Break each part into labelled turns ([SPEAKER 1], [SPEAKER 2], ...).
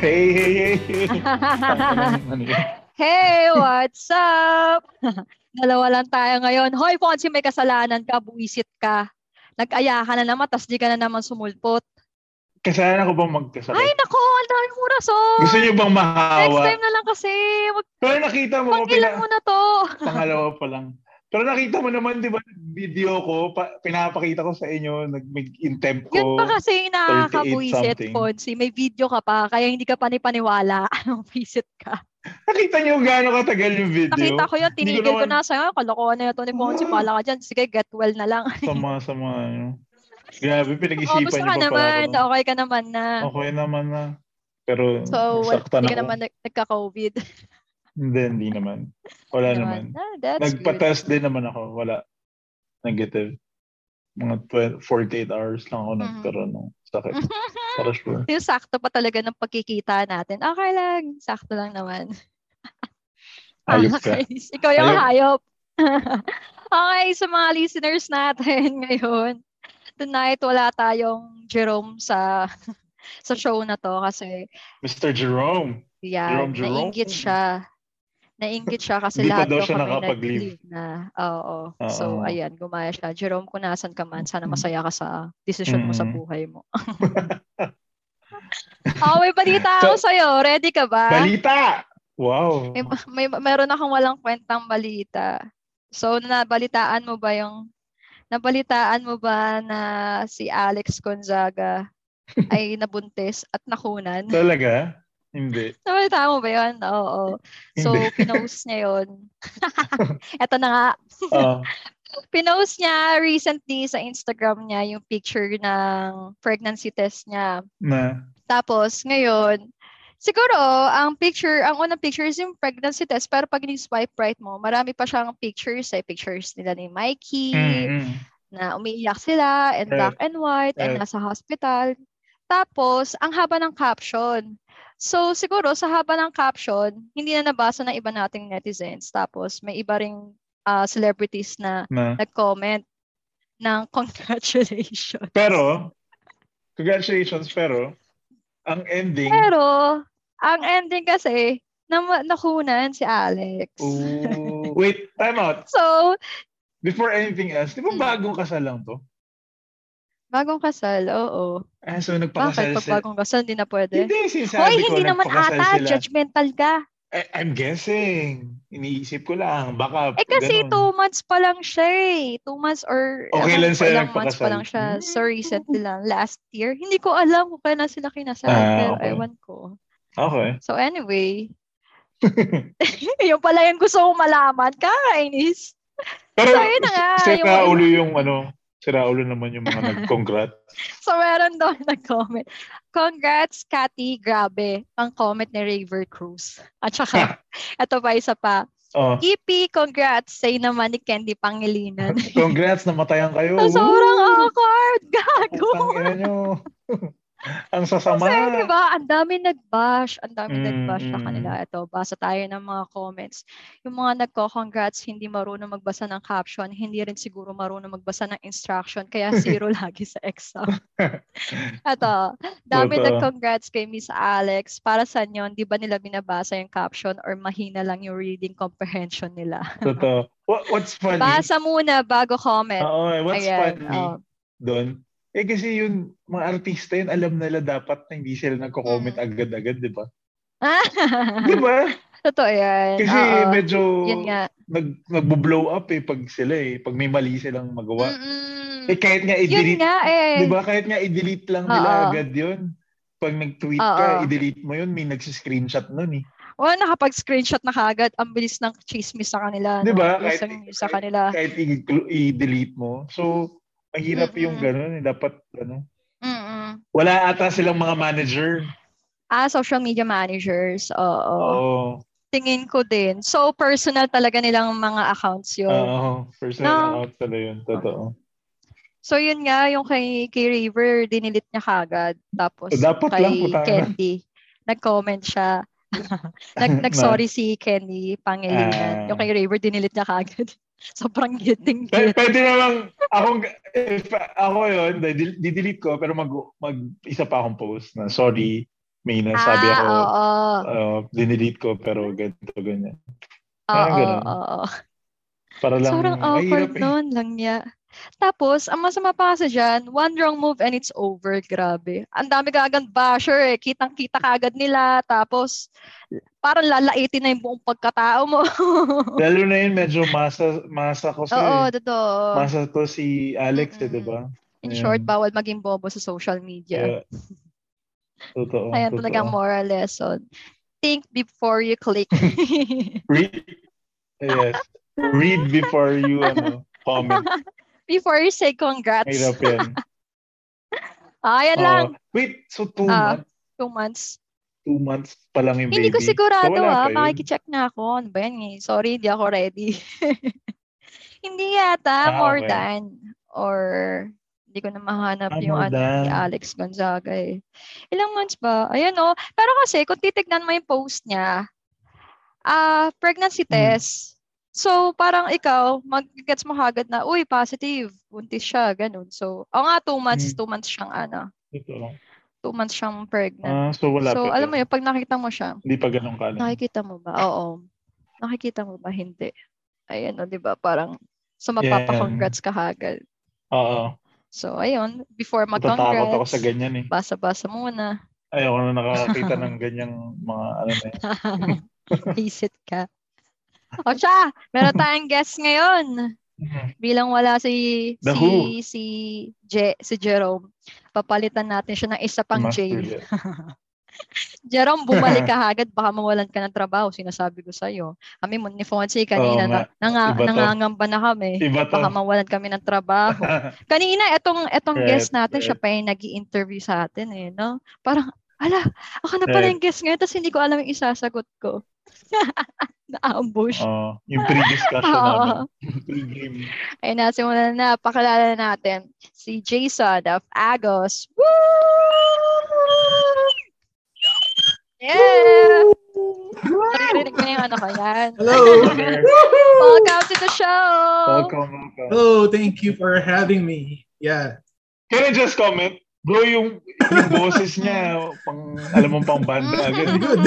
[SPEAKER 1] Hey, hey, hey, hey. Ano yun?
[SPEAKER 2] Hey, what's up? Dalawa lang tayo ngayon. Hoy, Fonzie, may kasalanan ka, buwisit ka. Nag-aya ka na naman, tas di ka na naman sumulpot.
[SPEAKER 1] Kasalanan ko bang magkasakit?
[SPEAKER 2] Ay, nako, ang daming oras, oh.
[SPEAKER 1] Gusto niyo bang
[SPEAKER 2] Next
[SPEAKER 1] mahawa?
[SPEAKER 2] time na lang kasi. Wag
[SPEAKER 1] Pero nakita mo,
[SPEAKER 2] pang ilan
[SPEAKER 1] pina-
[SPEAKER 2] mo na to.
[SPEAKER 1] pangalawa pa lang. Pero nakita mo naman, di ba, video ko, pa- pinapakita ko sa inyo, nag-intempt ko.
[SPEAKER 2] Yun pa kasi yung
[SPEAKER 1] Oh,
[SPEAKER 2] nakakabuisit,
[SPEAKER 1] something.
[SPEAKER 2] Fonzie. May video ka pa, kaya hindi ka panipaniwala. Buwisit ka.
[SPEAKER 1] Nakita niyo gano'ng katagal yung video?
[SPEAKER 2] Nakita ko yun,
[SPEAKER 1] Hindi ko
[SPEAKER 2] tinigil ko
[SPEAKER 1] naman-
[SPEAKER 2] na sa kalokohan na yun to ni Fonzie. Pala ka dyan, sige, get well na lang.
[SPEAKER 1] Sama-sama. ano. Grabe,
[SPEAKER 2] Oh,
[SPEAKER 1] pinag-isipan
[SPEAKER 2] basta
[SPEAKER 1] niyo
[SPEAKER 2] ka
[SPEAKER 1] pa
[SPEAKER 2] naman,
[SPEAKER 1] pala ako.
[SPEAKER 2] okay ka naman na.
[SPEAKER 1] Okay naman na. Pero,
[SPEAKER 2] So, wal-
[SPEAKER 1] saktan ako.
[SPEAKER 2] hindi ka naman nag- nagka-COVID.
[SPEAKER 1] Hindi, hindi naman. Wala Ano naman.
[SPEAKER 2] Ah, that's good.
[SPEAKER 1] Nagpa-test din naman ako. Wala. Negative. Mga 12, 48 hours lang ako
[SPEAKER 2] Mhm.
[SPEAKER 1] nagkaroon ng sakit. Para sure.
[SPEAKER 2] Yung sakto pa talaga ng pagkikita natin. Okay lang, sakto lang naman.
[SPEAKER 1] Ayop ka.
[SPEAKER 2] Ah, Okay. Ikaw yung hayop.
[SPEAKER 1] Hayop.
[SPEAKER 2] okay, sa mga listeners natin ngayon, tonight wala tayong Jerome sa sa show na to kasi
[SPEAKER 1] Mr. Jerome.
[SPEAKER 2] yan,
[SPEAKER 1] Jerome, Jerome?
[SPEAKER 2] nainggit siya. Nainggit siya
[SPEAKER 1] Di
[SPEAKER 2] kasi
[SPEAKER 1] pa daw
[SPEAKER 2] lahat daw
[SPEAKER 1] siya
[SPEAKER 2] kami
[SPEAKER 1] nakapag-leave.
[SPEAKER 2] nag-leave na. Oo.
[SPEAKER 1] Oo.
[SPEAKER 2] So, ayan, gumaya siya. Jerome, kung nasan ka man, sana masaya ka sa desisyon mo sa
[SPEAKER 1] Mm.
[SPEAKER 2] buhay mo. oh, may balita ako sa'yo. Ready ka ba?
[SPEAKER 1] Balita! Wow.
[SPEAKER 2] Ah? May, may, meron akong walang kwentang balita. So, nabalitaan mo ba yung, nabalitaan mo ba na si Alex Gonzaga ay nabuntis at nakunan?
[SPEAKER 1] Talaga? Hindi.
[SPEAKER 2] Nabalitaan mo ba yun? Oo. So,
[SPEAKER 1] Hindi.
[SPEAKER 2] pinost niya yun. Eto na nga.
[SPEAKER 1] Ah,
[SPEAKER 2] Pinost niya recently sa Instagram niya yung picture ng pregnancy test niya.
[SPEAKER 1] na.
[SPEAKER 2] Tapos, ngayon, siguro, ang picture, ang unang picture is yung pregnancy test. Pero pag ni-swipe right mo, marami pa siyang pictures. Eh. Pictures nila ni Mikey,
[SPEAKER 1] Mm-mm.
[SPEAKER 2] na umiiyak sila, and
[SPEAKER 1] Right.
[SPEAKER 2] black and white, and
[SPEAKER 1] Right.
[SPEAKER 2] nasa hospital. Tapos, ang haba ng caption. So, siguro, sa haba ng caption, hindi na nabasa ng iba nating netizens. Tapos, may iba ring ah, celebrities na
[SPEAKER 1] Na.
[SPEAKER 2] nag-comment ng congratulations.
[SPEAKER 1] Pero, congratulations, pero, ang ending,
[SPEAKER 2] Pero, ang ending kasi, na nakunan si Alex.
[SPEAKER 1] Oh. Ooh. wait, time out.
[SPEAKER 2] So,
[SPEAKER 1] Before anything else, di ba
[SPEAKER 2] Mm.
[SPEAKER 1] bagong kasal lang to?
[SPEAKER 2] bagong kasal, oo.
[SPEAKER 1] Ah, so
[SPEAKER 2] Bakit
[SPEAKER 1] nagpakasal
[SPEAKER 2] pag
[SPEAKER 1] sila.
[SPEAKER 2] bagong kasal, hindi na pwede?
[SPEAKER 1] Hindi, sinasabi
[SPEAKER 2] Hoy,
[SPEAKER 1] ko,
[SPEAKER 2] hindi naman
[SPEAKER 1] nagpakasal
[SPEAKER 2] ata,
[SPEAKER 1] sila.
[SPEAKER 2] judgmental ka.
[SPEAKER 1] I- Eh, I'm guessing. Iniisip ko lang. Baka
[SPEAKER 2] Eh kasi
[SPEAKER 1] ganun.
[SPEAKER 2] two months pa lang siya eh. Two months or
[SPEAKER 1] Okay lang Hmm.
[SPEAKER 2] ewan ko,
[SPEAKER 1] sila
[SPEAKER 2] ilang months pa
[SPEAKER 1] nagpakasal.
[SPEAKER 2] lang siya. So recently lang, last year. Hindi ko alam kung kailan sila kinasal,
[SPEAKER 1] Ah,
[SPEAKER 2] pero
[SPEAKER 1] okay.
[SPEAKER 2] ewan ko.
[SPEAKER 1] Okay.
[SPEAKER 2] So anyway, yung pala yung gusto kong malaman. Kakainis.
[SPEAKER 1] Pero
[SPEAKER 2] So, yun na nga,
[SPEAKER 1] sira
[SPEAKER 2] yung-
[SPEAKER 1] ulo yung ano, sira ulo naman yung mga nag-congrat.
[SPEAKER 2] So, meron daw nag-comment. Congrats, Cathy. Grabe. Ang comment ni Raver Cruz. At saka, ito pa isa pa.
[SPEAKER 1] Oh,
[SPEAKER 2] EP, congrats. Say naman ni Candy Pangilinan.
[SPEAKER 1] congrats, namatayan kayo.
[SPEAKER 2] so, sobrang awkward.
[SPEAKER 1] Ang
[SPEAKER 2] Gago.
[SPEAKER 1] ina nyo. Ang sasama.
[SPEAKER 2] Kasi, di ba, ang dami nag-bash. Ang
[SPEAKER 1] Mm,
[SPEAKER 2] dami nag-bash sa
[SPEAKER 1] mm.
[SPEAKER 2] kanila. Ito, basa tayo ng mga comments. Yung mga nagko-congrats, hindi marunong magbasa ng caption. Hindi rin siguro marunong magbasa ng instruction. Kaya zero lagi sa exam. Ito, dami
[SPEAKER 1] Totoo.
[SPEAKER 2] nag-congrats kay Miss Alex. Para sa yon, di ba nila binabasa yung caption or mahina lang yung reading comprehension nila?
[SPEAKER 1] Totoo. What, what's funny?
[SPEAKER 2] Basa muna bago comment.
[SPEAKER 1] Oo, eh, what's
[SPEAKER 2] Diba? Ayan, oh.
[SPEAKER 1] funny
[SPEAKER 2] oo.
[SPEAKER 1] doon? Eh kasi yun, mga artista yun, alam nila dapat na hindi sila nagko-comment
[SPEAKER 2] Mm.
[SPEAKER 1] agad-agad, di ba? Di ba?
[SPEAKER 2] Totoo yan.
[SPEAKER 1] Kasi
[SPEAKER 2] Oo.
[SPEAKER 1] medyo
[SPEAKER 2] Yun nga.
[SPEAKER 1] nag, nagbo-blow up eh pag sila eh. Pag may mali silang magawa.
[SPEAKER 2] Mm-mm.
[SPEAKER 1] Eh kahit nga
[SPEAKER 2] Yun
[SPEAKER 1] i-delete,
[SPEAKER 2] nga eh.
[SPEAKER 1] di ba? Kahit nga i-delete lang nila
[SPEAKER 2] Oo.
[SPEAKER 1] agad yun. Pag nag-tweet
[SPEAKER 2] Oo.
[SPEAKER 1] ka, i-delete mo yun, may nagsiscreenshot nun eh.
[SPEAKER 2] O, nakapag-screenshot na kagad. Ang bilis ng chismis sa kanila.
[SPEAKER 1] Di ba?
[SPEAKER 2] Ang bilis
[SPEAKER 1] Kahit-
[SPEAKER 2] ng news sa kanila.
[SPEAKER 1] Kahit i- i-delete mo. So, ang hirap
[SPEAKER 2] Mm-mm.
[SPEAKER 1] yung gano'n. eh. Dapat, ano,
[SPEAKER 2] Mm-mm.
[SPEAKER 1] wala ata silang mga manager.
[SPEAKER 2] Ah, social media managers. Oo.
[SPEAKER 1] Oo.
[SPEAKER 2] Tingin ko din. So, personal talaga nilang mga accounts yun.
[SPEAKER 1] Oo. Personal
[SPEAKER 2] No.
[SPEAKER 1] out pala yun. Totoo.
[SPEAKER 2] So yun nga, yung kay, kay River, dinilit niya kagad. Tapos
[SPEAKER 1] So, dapat
[SPEAKER 2] kay
[SPEAKER 1] lang, putang ina.
[SPEAKER 2] Candy, nag-comment siya. Nag, nag-sorry si Candy
[SPEAKER 1] Ah.
[SPEAKER 2] Pangilinan. yung kay River, dinilit niya kagad. Sobrang
[SPEAKER 1] P-
[SPEAKER 2] giting git.
[SPEAKER 1] pwede namang, akong, if ako yun, di- di-delete ko, pero mag, mag, isa pa akong post na, sorry, may nasabi
[SPEAKER 2] ah,
[SPEAKER 1] ako,
[SPEAKER 2] oo.
[SPEAKER 1] uh, dinelete ko, pero ganito, ganyan.
[SPEAKER 2] Oo,
[SPEAKER 1] parang Ah, ganun.
[SPEAKER 2] oo, oo.
[SPEAKER 1] Para lang, eh,
[SPEAKER 2] Sobrang awkward nun lang niya. Tapos, ang masama pa kasi dyan, one wrong move and it's over. Grabe. Ang dami ka agad basher eh. Kitang-kita ka agad nila. Tapos, parang lalaitin na yung buong pagkatao mo.
[SPEAKER 1] Lalo na yun, medyo masa, masa ko
[SPEAKER 2] Oo,
[SPEAKER 1] sa,
[SPEAKER 2] totoo. Mm-hmm.
[SPEAKER 1] masa to si Alex, eh, di ba?
[SPEAKER 2] In
[SPEAKER 1] Ayan.
[SPEAKER 2] short, bawal maging bobo sa social media.
[SPEAKER 1] Kaya- Totoo.
[SPEAKER 2] Ayan
[SPEAKER 1] totoo.
[SPEAKER 2] talagang moral lesson. Think before you click.
[SPEAKER 1] Read, yes. Read before you ano, comment.
[SPEAKER 2] before you say congrats.
[SPEAKER 1] Hirap yan.
[SPEAKER 2] Ah, ayan
[SPEAKER 1] Oo.
[SPEAKER 2] lang.
[SPEAKER 1] wait, so two,
[SPEAKER 2] Ah.
[SPEAKER 1] months,
[SPEAKER 2] Two months.
[SPEAKER 1] two months pa lang yung
[SPEAKER 2] Hindi
[SPEAKER 1] baby?
[SPEAKER 2] ko sigurado
[SPEAKER 1] so, wala pa
[SPEAKER 2] ah.
[SPEAKER 1] yun.
[SPEAKER 2] Makikicheck na ako. Ano ba yan? eh? Sorry, hindi ako ready. hindi
[SPEAKER 1] Ah,
[SPEAKER 2] yata. more
[SPEAKER 1] okay.
[SPEAKER 2] than. Or hindi ko na mahanap
[SPEAKER 1] Ah,
[SPEAKER 2] yung
[SPEAKER 1] more
[SPEAKER 2] ano
[SPEAKER 1] than.
[SPEAKER 2] ni Alex Gonzaga eh. Ilang months ba? Ayan oh. Pero kasi kung titignan mo yung post niya, ah pregnancy
[SPEAKER 1] Hmm.
[SPEAKER 2] test. So parang ikaw, mag-gets mo agad na, uy, positive, buntis siya, ganun. So, o nga, two months,
[SPEAKER 1] Hmm.
[SPEAKER 2] two months siyang ano,
[SPEAKER 1] Totoo.
[SPEAKER 2] two months siyang pregnant.
[SPEAKER 1] Ah, so wala
[SPEAKER 2] so,
[SPEAKER 1] pa
[SPEAKER 2] alam mo
[SPEAKER 1] yun.
[SPEAKER 2] yun, pag nakita mo siya,
[SPEAKER 1] Hindi pa ganun ka lang.
[SPEAKER 2] Nakikita mo ba? Oo. Nakikita mo ba? Hindi. Ayan o, di ba? Parang, so
[SPEAKER 1] Yeah.
[SPEAKER 2] mapapa-congrats ka agad.
[SPEAKER 1] Oo.
[SPEAKER 2] So, ayun. Before
[SPEAKER 1] Natatakot ako sa
[SPEAKER 2] mag-congrats,
[SPEAKER 1] ganyan eh.
[SPEAKER 2] basa-basa muna.
[SPEAKER 1] Ayoko na nakakita ng ganyang mga ano na yun.
[SPEAKER 2] Visit ka. O siya, meron tayong guest ngayon. Bilang wala si
[SPEAKER 1] The
[SPEAKER 2] si
[SPEAKER 1] who?
[SPEAKER 2] si Je, si Jerome, papalitan natin siya ng isa pang
[SPEAKER 1] Master
[SPEAKER 2] J.
[SPEAKER 1] yet.
[SPEAKER 2] Jerome, bumalik ka agad, baka mawalan ka ng trabaho, sinasabi ko sa iyo. Kami mo ni Fonzie kanina
[SPEAKER 1] nga.
[SPEAKER 2] na, nanga,
[SPEAKER 1] Iba to.
[SPEAKER 2] nangangamba na kami.
[SPEAKER 1] Iba to.
[SPEAKER 2] baka mawalan kami ng trabaho. Kanina, etong, etong
[SPEAKER 1] Right,
[SPEAKER 2] guest natin, siya
[SPEAKER 1] right.
[SPEAKER 2] pa yung nag interview sa atin eh, no? Parang, ala, ako na pala
[SPEAKER 1] Right.
[SPEAKER 2] yung guest ngayon, tapos hindi ko alam yung isasagot ko. Na-ambush.
[SPEAKER 1] Oo. yung pre-discussion
[SPEAKER 2] Oo.
[SPEAKER 1] namin. Pre-game.
[SPEAKER 2] Ay, nasimulan na, pakilala natin si Jason of Agos. Woo! Yeah! Naririnig mo na yung ano ko yan.
[SPEAKER 3] Hello.
[SPEAKER 2] Welcome to the show!
[SPEAKER 1] Welcome, welcome.
[SPEAKER 3] Hello. Thank you for having me. Yeah.
[SPEAKER 1] Can I just comment? Bro, yung, yung boses niya, pang, alam mo, pang banda agad. eh.
[SPEAKER 3] Good.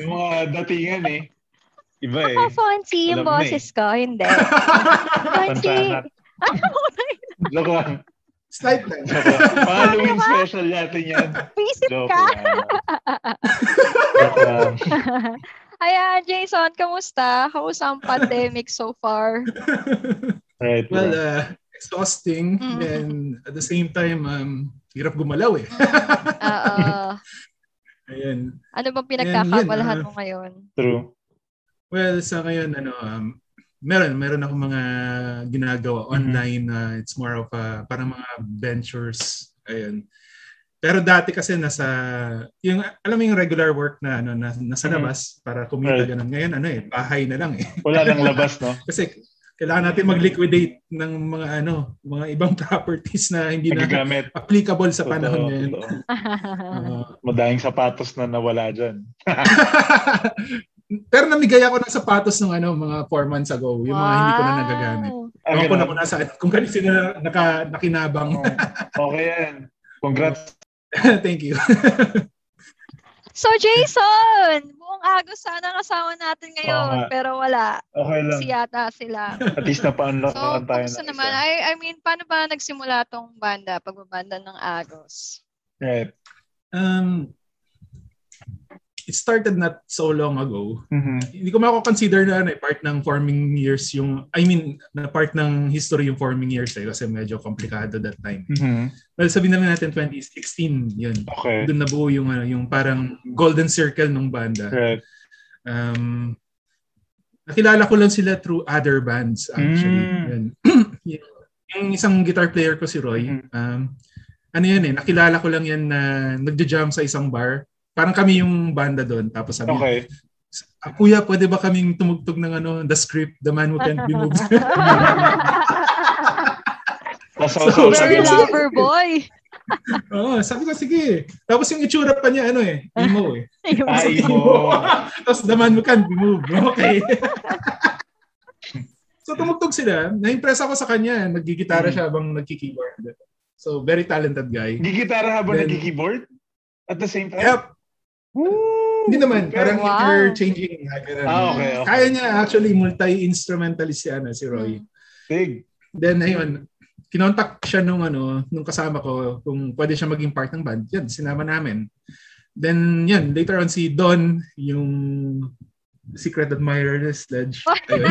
[SPEAKER 1] Yung mga datingan eh. Iba eh.
[SPEAKER 2] Ako, Fonzie, yung
[SPEAKER 1] Alam na eh.
[SPEAKER 2] boses ko, hindi. Fonzie,
[SPEAKER 1] Pantanat. Joke lang.
[SPEAKER 3] Slight lang.
[SPEAKER 1] Joke lang. Mga Halloween special natin yan.
[SPEAKER 2] visit
[SPEAKER 1] Joke
[SPEAKER 2] ka!
[SPEAKER 1] lang. Joke lang.
[SPEAKER 2] Ayan, Jason, kamusta? Kamusta ang pandemic so far?
[SPEAKER 1] Right.
[SPEAKER 3] Well,
[SPEAKER 1] bro.
[SPEAKER 3] uh, exhausting
[SPEAKER 2] Mm.
[SPEAKER 3] and at the same time um hirap gumalaw eh.
[SPEAKER 2] Ah, ah.
[SPEAKER 3] Ayan.
[SPEAKER 2] ano bang pinagkakabalahan
[SPEAKER 3] Yan, yun, ah.
[SPEAKER 2] mo ngayon?
[SPEAKER 1] True.
[SPEAKER 3] Well, sa ngayon ano um meron meron ako mga ginagawa
[SPEAKER 1] Mm-hmm.
[SPEAKER 3] online na it's more of a parang mga ventures. Ayan. Pero dati kasi nasa yung alam mo yung regular work na ano na, nasa
[SPEAKER 1] Mhm.
[SPEAKER 3] labas para kumita
[SPEAKER 1] Right.
[SPEAKER 3] ganun. Ngayon ano eh bahay na lang eh.
[SPEAKER 1] Wala nang labas, no?
[SPEAKER 3] Kasi kailangan natin mag-liquidate ng mga ano, mga ibang properties na hindi na
[SPEAKER 1] Nagagamit.
[SPEAKER 3] applicable sa
[SPEAKER 1] Totoo,
[SPEAKER 3] panahon ngayon.
[SPEAKER 1] totoo. Madaming sapatos na nawala dyan.
[SPEAKER 3] Ah. Pero namigay ako ng sapatos ng ano, mga four months ago, yung mga hindi ko na nagagamit.
[SPEAKER 2] Wow.
[SPEAKER 3] Ewan ko na kung
[SPEAKER 1] ganun.
[SPEAKER 3] nasa, kung kanino sino na naka, nakinabang.
[SPEAKER 1] Oo. Oh, Okay yan. Congrats.
[SPEAKER 3] Thank you.
[SPEAKER 2] So, Jason, buong Agos sana kasama
[SPEAKER 1] Oo
[SPEAKER 2] natin ngayon,
[SPEAKER 1] nga.
[SPEAKER 2] pero wala.
[SPEAKER 1] Okay lang.
[SPEAKER 2] Siyata sila.
[SPEAKER 1] At least napa-unlock
[SPEAKER 2] So,
[SPEAKER 1] naman tayo.
[SPEAKER 2] kamusta
[SPEAKER 1] ng
[SPEAKER 2] naman?
[SPEAKER 1] isa.
[SPEAKER 2] I, I mean, paano ba nagsimula tong banda, pagbabanda ng Agos?
[SPEAKER 1] Right.
[SPEAKER 3] Um, it started not so long ago.
[SPEAKER 1] Mhm.
[SPEAKER 3] Hindi ko mako-consider na ano, eh, part ng forming years yung, I mean, na part ng history yung forming years eh, kasi medyo komplikado that time.
[SPEAKER 1] Mhm.
[SPEAKER 3] Well, sabihin naman natin 2016, yun.
[SPEAKER 1] Okay.
[SPEAKER 3] Doon nabuo yung, ano, yung parang golden circle ng banda.
[SPEAKER 1] Right.
[SPEAKER 3] Um, nakilala ko lang sila through other bands, actually.
[SPEAKER 1] Mm.
[SPEAKER 3] Yun. Yung- yung isang guitar player ko, si Roy,
[SPEAKER 1] Mhm.
[SPEAKER 3] um, ano yun eh, nakilala ko lang yan na nagja-jam sa isang bar. Parang kami yung banda doon. Tapos sabi,
[SPEAKER 1] Okay.
[SPEAKER 3] "Ah, kuya, pwede ba kaming tumugtog ng ano, the script, the man who can't be moved?
[SPEAKER 1] Tapos
[SPEAKER 3] So,
[SPEAKER 1] ako sa
[SPEAKER 3] sabi
[SPEAKER 2] Very
[SPEAKER 3] ko,
[SPEAKER 1] ganun.
[SPEAKER 3] sige.
[SPEAKER 2] lover boy.
[SPEAKER 3] Oo, sabi ko, sige. Tapos yung itsura pa niya, ano eh, emo eh.
[SPEAKER 2] Yung
[SPEAKER 1] Ay,
[SPEAKER 3] Sabi
[SPEAKER 1] emo.
[SPEAKER 3] mo, Tapos the man who can't be moved. Okay. so tumugtog sila. Na-impress ako sa kanya. Nagigitara siya habang nagki-keyboard. So very talented guy.
[SPEAKER 1] Gigitara habang
[SPEAKER 3] Then-
[SPEAKER 1] nagki-keyboard? At the same time?
[SPEAKER 3] Yep.
[SPEAKER 1] Woo!
[SPEAKER 3] Hindi naman, parang
[SPEAKER 2] Wow.
[SPEAKER 3] interchanging. na, ganun.
[SPEAKER 1] Ah, okay, okay.
[SPEAKER 3] Kaya niya actually multi-instrumentalist si, ano, si Roy.
[SPEAKER 1] Big.
[SPEAKER 3] Then ayun, kinontak siya nung ano, nung kasama ko kung pwede siya maging part ng band. Yan, sinama namin. Then yan, later on si Don, yung secret admirer ni Sledge. Ayun.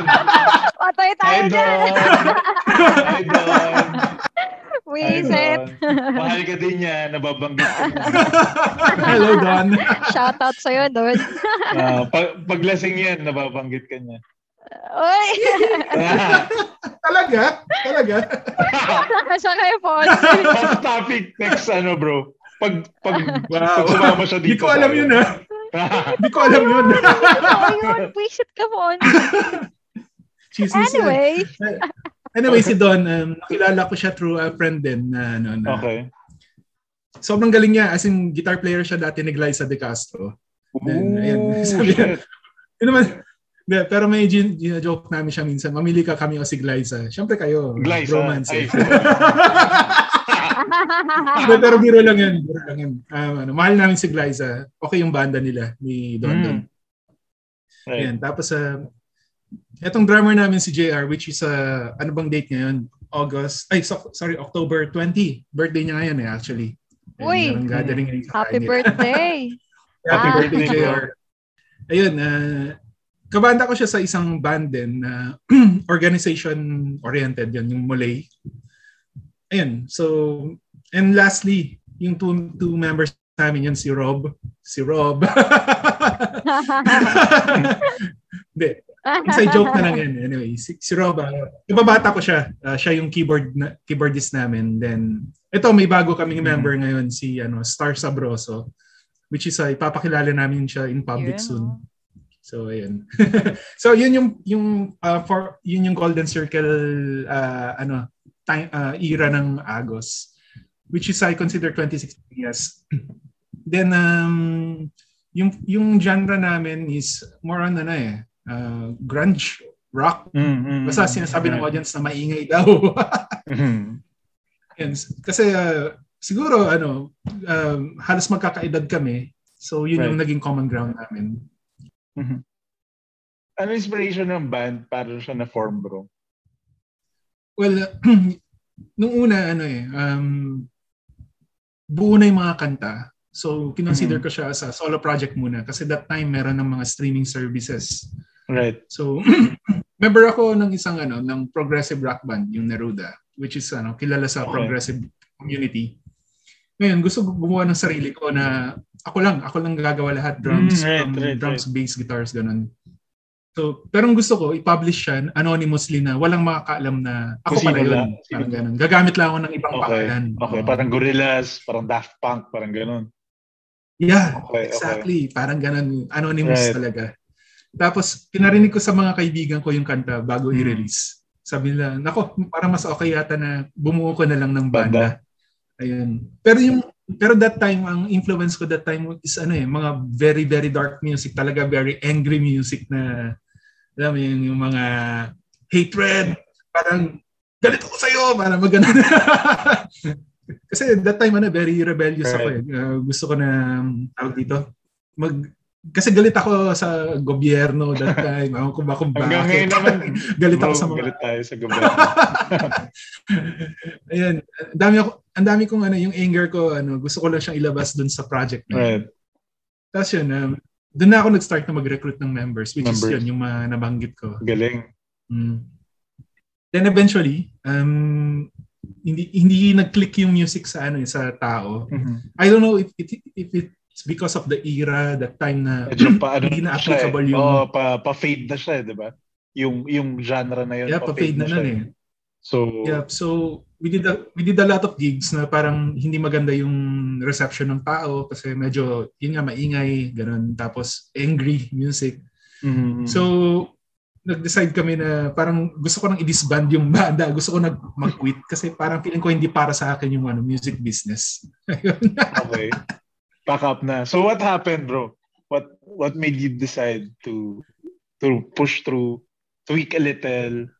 [SPEAKER 2] Patay tayo
[SPEAKER 1] Hi,
[SPEAKER 2] dyan.
[SPEAKER 1] Don! Hi, Don!
[SPEAKER 2] Wisit.
[SPEAKER 1] Mahal ka din niya, nababanggit ko.
[SPEAKER 3] Hello Don.
[SPEAKER 2] Shout out sa'yo, Don.
[SPEAKER 1] Ah, pag, paglasing yan, nababanggit ka niya.
[SPEAKER 2] Uy!
[SPEAKER 3] talaga? Talaga?
[SPEAKER 2] Siya kayo po. Uy,
[SPEAKER 1] Off topic next ano bro. Pag pag
[SPEAKER 3] Wow.
[SPEAKER 1] pag sumama siya dito.
[SPEAKER 3] Hindi ko alam yun eh. ha. Hindi ko alam yun.
[SPEAKER 2] yun. Wisit ka po.
[SPEAKER 3] Chismis yun.
[SPEAKER 2] Anyway.
[SPEAKER 3] Anyway, si Don, um, nakilala ko siya through a friend din na, ano, na
[SPEAKER 1] okay.
[SPEAKER 3] sobrang galing niya. As in, guitar player siya dati ni Glyza De Castro. Then, ayun. Sabi niya,
[SPEAKER 1] shit.
[SPEAKER 3] Yun naman. Hindi, pero may gin- gina-joke namin siya minsan. Mamili ka kami o si Glyza. Siyempre kayo.
[SPEAKER 1] Glyza.
[SPEAKER 3] Romance.
[SPEAKER 1] Ay.
[SPEAKER 3] Eh. Hindi, pero biro lang yun. Biro lang yun. Ah, ano, mahal namin si Glyza. Okay yung banda nila ni Don
[SPEAKER 1] Hmm.
[SPEAKER 3] Don.
[SPEAKER 1] Right.
[SPEAKER 3] Ayan, tapos ah, etong drummer namin si JR which is ah, ano bang date ngayon? August. Ay so- sorry, October 20. Birthday niya ngayon eh actually. Ayan,
[SPEAKER 2] Uy!
[SPEAKER 3] merong gathering ngayon sa
[SPEAKER 2] Happy
[SPEAKER 3] Friday.
[SPEAKER 2] birthday.
[SPEAKER 3] Happy
[SPEAKER 2] Ah.
[SPEAKER 3] birthday, JR. Ayun, ah, kabanda ko siya sa isang band din na organization-oriented yun, yung Molay. Ayun, so, and lastly, yung two, two members namin yun, si Rob. Si Rob. Hindi, inside joke na lang yan. Anyway, si, si Rob, ah, ibabata ko siya. Ah, siya yung keyboard na, keyboardist namin. Then, ito, may bago kaming
[SPEAKER 1] Mhm.
[SPEAKER 3] member ngayon, si ano, Star Sabroso, which is, ah, ipapakilala namin siya in public
[SPEAKER 2] Yun,
[SPEAKER 3] soon.
[SPEAKER 2] oh.
[SPEAKER 3] So, ayun. so, yun yung, yung, ah, for, yun yung Golden Circle, ah, ano, time, ah, era ng Agos, which is, I consider 2016 years. Then, um, yung, yung genre namin is more on, ano eh, ah, grunge, rock,
[SPEAKER 1] Mm, mm,
[SPEAKER 3] Basta
[SPEAKER 1] mm.
[SPEAKER 3] sinasabi ng audience na maingay daw.
[SPEAKER 1] Mhm.
[SPEAKER 3] Yun. Kasi ah, siguro ano, um, halos magkakaedad kami. So yun
[SPEAKER 1] Right.
[SPEAKER 3] yung naging common ground namin.
[SPEAKER 1] Ano inspiration ng band para siya na form bro?
[SPEAKER 3] Well, nung una ano eh, um, buo na yung mga kanta. So kinonsider ko siya as a solo project muna kasi that time meron ng mga streaming services.
[SPEAKER 1] Right.
[SPEAKER 3] So member ako ng isang ano ng progressive rock band yung Neruda which is ano kilala sa
[SPEAKER 1] Okay.
[SPEAKER 3] progressive community. Ngayon gusto ko gumawa ng sarili ko na ako lang, ako lang gagawa lahat drums,
[SPEAKER 1] Mm, right,
[SPEAKER 3] drum-
[SPEAKER 1] right,
[SPEAKER 3] drums, bass, guitars ganun. So, pero ang gusto ko i-publish siya anonymously na walang makakaalam na ako
[SPEAKER 1] Kung
[SPEAKER 3] pala
[SPEAKER 1] sino
[SPEAKER 3] yun.
[SPEAKER 1] lang.
[SPEAKER 3] Parang ganun. Gagamit lang ako ng ibang
[SPEAKER 1] Okay.
[SPEAKER 3] pangalan.
[SPEAKER 1] Okay,
[SPEAKER 3] Oo.
[SPEAKER 1] parang gorillas, parang Daft Punk, parang ganun.
[SPEAKER 3] Yeah,
[SPEAKER 1] Okay, okay.
[SPEAKER 3] Exactly. Parang ganun. Anonymous
[SPEAKER 1] Right.
[SPEAKER 3] talaga. Tapos, pinarinig ko sa mga kaibigan ko yung kanta bago
[SPEAKER 1] Hmm.
[SPEAKER 3] i-release. Sabi nila, nako, para mas okay yata na bumuo ko na lang ng banda.
[SPEAKER 1] Banda.
[SPEAKER 3] Ayun. Pero yung pero that time ang influence ko that time is ano eh mga very very dark music talaga very angry music na alam mo yung, yung mga hatred parang galit ako sa'yo parang magana kasi that time ano very rebellious ako eh Uh, gusto ko na um, tawag dito mag kasi galit ako sa gobyerno that time ako kung bakit
[SPEAKER 1] Hanggang ngayon naman,
[SPEAKER 3] galit ako
[SPEAKER 1] bro,
[SPEAKER 3] sa mga
[SPEAKER 1] galit tayo sa gobyerno.
[SPEAKER 3] Ayan, ang dami ako, ang dami kong ano, yung anger ko, ano, gusto ko lang siyang ilabas dun sa project na. yun.
[SPEAKER 1] right.
[SPEAKER 3] Tapos yun, um, dun na ako nag-start na mag-recruit ng members, which is
[SPEAKER 1] Members.
[SPEAKER 3] yun, yung mga nabanggit ko.
[SPEAKER 1] Galing.
[SPEAKER 3] Mm. Then eventually, um, hindi hindi nag-click yung music sa ano eh, sa tao.
[SPEAKER 1] Mhm.
[SPEAKER 3] I don't know if it if it's because of the era that time na
[SPEAKER 1] Medyo pa ano
[SPEAKER 3] Hindi na
[SPEAKER 1] siya eh.
[SPEAKER 3] applicable yung-
[SPEAKER 1] Oo, pa, pa-fade na siya, eh, di ba? Yung, yung genre na yun,
[SPEAKER 3] yeah, pa-fade na
[SPEAKER 1] siya,
[SPEAKER 3] nun eh.
[SPEAKER 1] So,
[SPEAKER 3] Yeah, so we did a, we did a lot of gigs na parang hindi maganda yung reception ng tao kasi medyo yun nga maingay, ganun tapos angry music.
[SPEAKER 1] mhm.
[SPEAKER 3] So nag-decide kami na parang gusto ko nang i-disband yung banda, gusto ko nag mag-quit kasi parang feeling ko hindi para sa akin yung ano music business. Ayun.
[SPEAKER 1] okay. Pack up na. So what happened, bro? What what made you decide to to push through, tweak a little?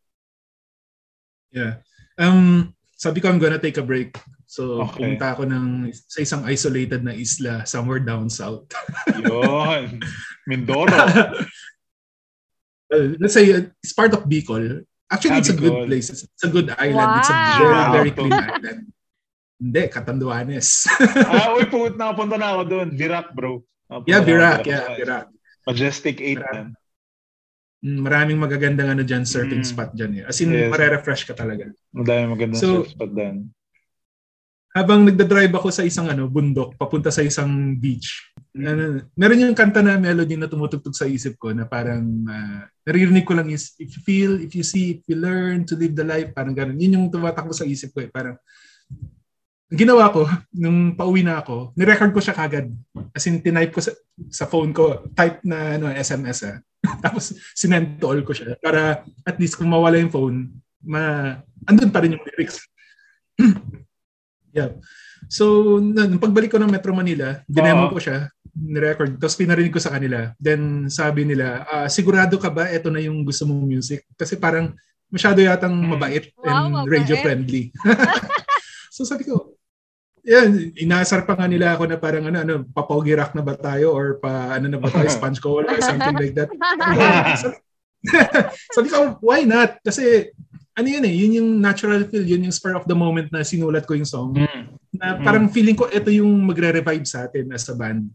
[SPEAKER 3] yeah. Um sabi ko I'm gonna take a break. So,
[SPEAKER 1] Okay.
[SPEAKER 3] pumunta ako ng, sa isang isolated na isla somewhere down south.
[SPEAKER 1] Yun. Mindoro.
[SPEAKER 3] Well, let's say uh, it's part of Bicol. Actually,
[SPEAKER 1] Ah,
[SPEAKER 3] it's a good
[SPEAKER 1] Bicol.
[SPEAKER 3] place. It's, it's a good island. It's a
[SPEAKER 2] Wow.
[SPEAKER 3] very, very
[SPEAKER 1] Wow.
[SPEAKER 3] clean island. Hindi, Catanduanes.
[SPEAKER 1] ah, uy, pumunta nakapunta na ako doon. Dirac, bro. Nakapunta na
[SPEAKER 3] yeah,
[SPEAKER 1] ako
[SPEAKER 3] Birac.
[SPEAKER 1] doon.
[SPEAKER 3] Yeah, Birac.
[SPEAKER 1] Majestic 8
[SPEAKER 3] Birac.
[SPEAKER 1] yan.
[SPEAKER 3] Mm, Maraming magagandang ano dyan, surfing
[SPEAKER 1] Mm.
[SPEAKER 3] spot dyan. eh. As in,
[SPEAKER 1] Yes.
[SPEAKER 3] marerefresh ka talaga.
[SPEAKER 1] Madami magandang
[SPEAKER 3] So-
[SPEAKER 1] surf spot dyan.
[SPEAKER 3] Habang nagdadrive ako sa isang ano bundok, papunta sa isang beach, ano, meron yung kanta na melody na tumutugtog sa isip ko na parang ah, naririnig ko lang is, if you feel, if you see, if you learn to live the life, parang ganun. Yun yung tumatakbo sa isip ko eh. Parang, ginawa ko, nung pauwi na ako, nirecord ko siya kagad. As in, tinype ko sa, sa phone ko, type na ano, SMS ah. Tapos, sinend to all ko siya para at least kung mawala yung phone, ma, andun pa rin yung lyrics. yeah. So, nun, nung pagbalik ko ng Metro Manila, dinemo
[SPEAKER 1] Oo.
[SPEAKER 3] ko siya, nirecord, tapos pinarinig ko sa kanila. Then, sabi nila, "Ah, sigurado ka ba ito na yung gusto mong music? Kasi parang masyado yatang
[SPEAKER 1] Hmm.
[SPEAKER 3] mabait
[SPEAKER 2] Wow,
[SPEAKER 3] and
[SPEAKER 2] mabait.
[SPEAKER 3] radio-friendly. so, sabi ko, yan, inaasar pa nga nila ako na parang ano, ano papogi rock na ba tayo or pa ano na ba tayo, sponge cola or something like that. Sabi- Sabi ko, why not? Kasi ano yun eh, yun yung natural feel, yun yung spur of the moment na sinulat ko yung song.
[SPEAKER 1] Mm.
[SPEAKER 3] Na parang feeling ko ito yung magre-revive sa atin as a band.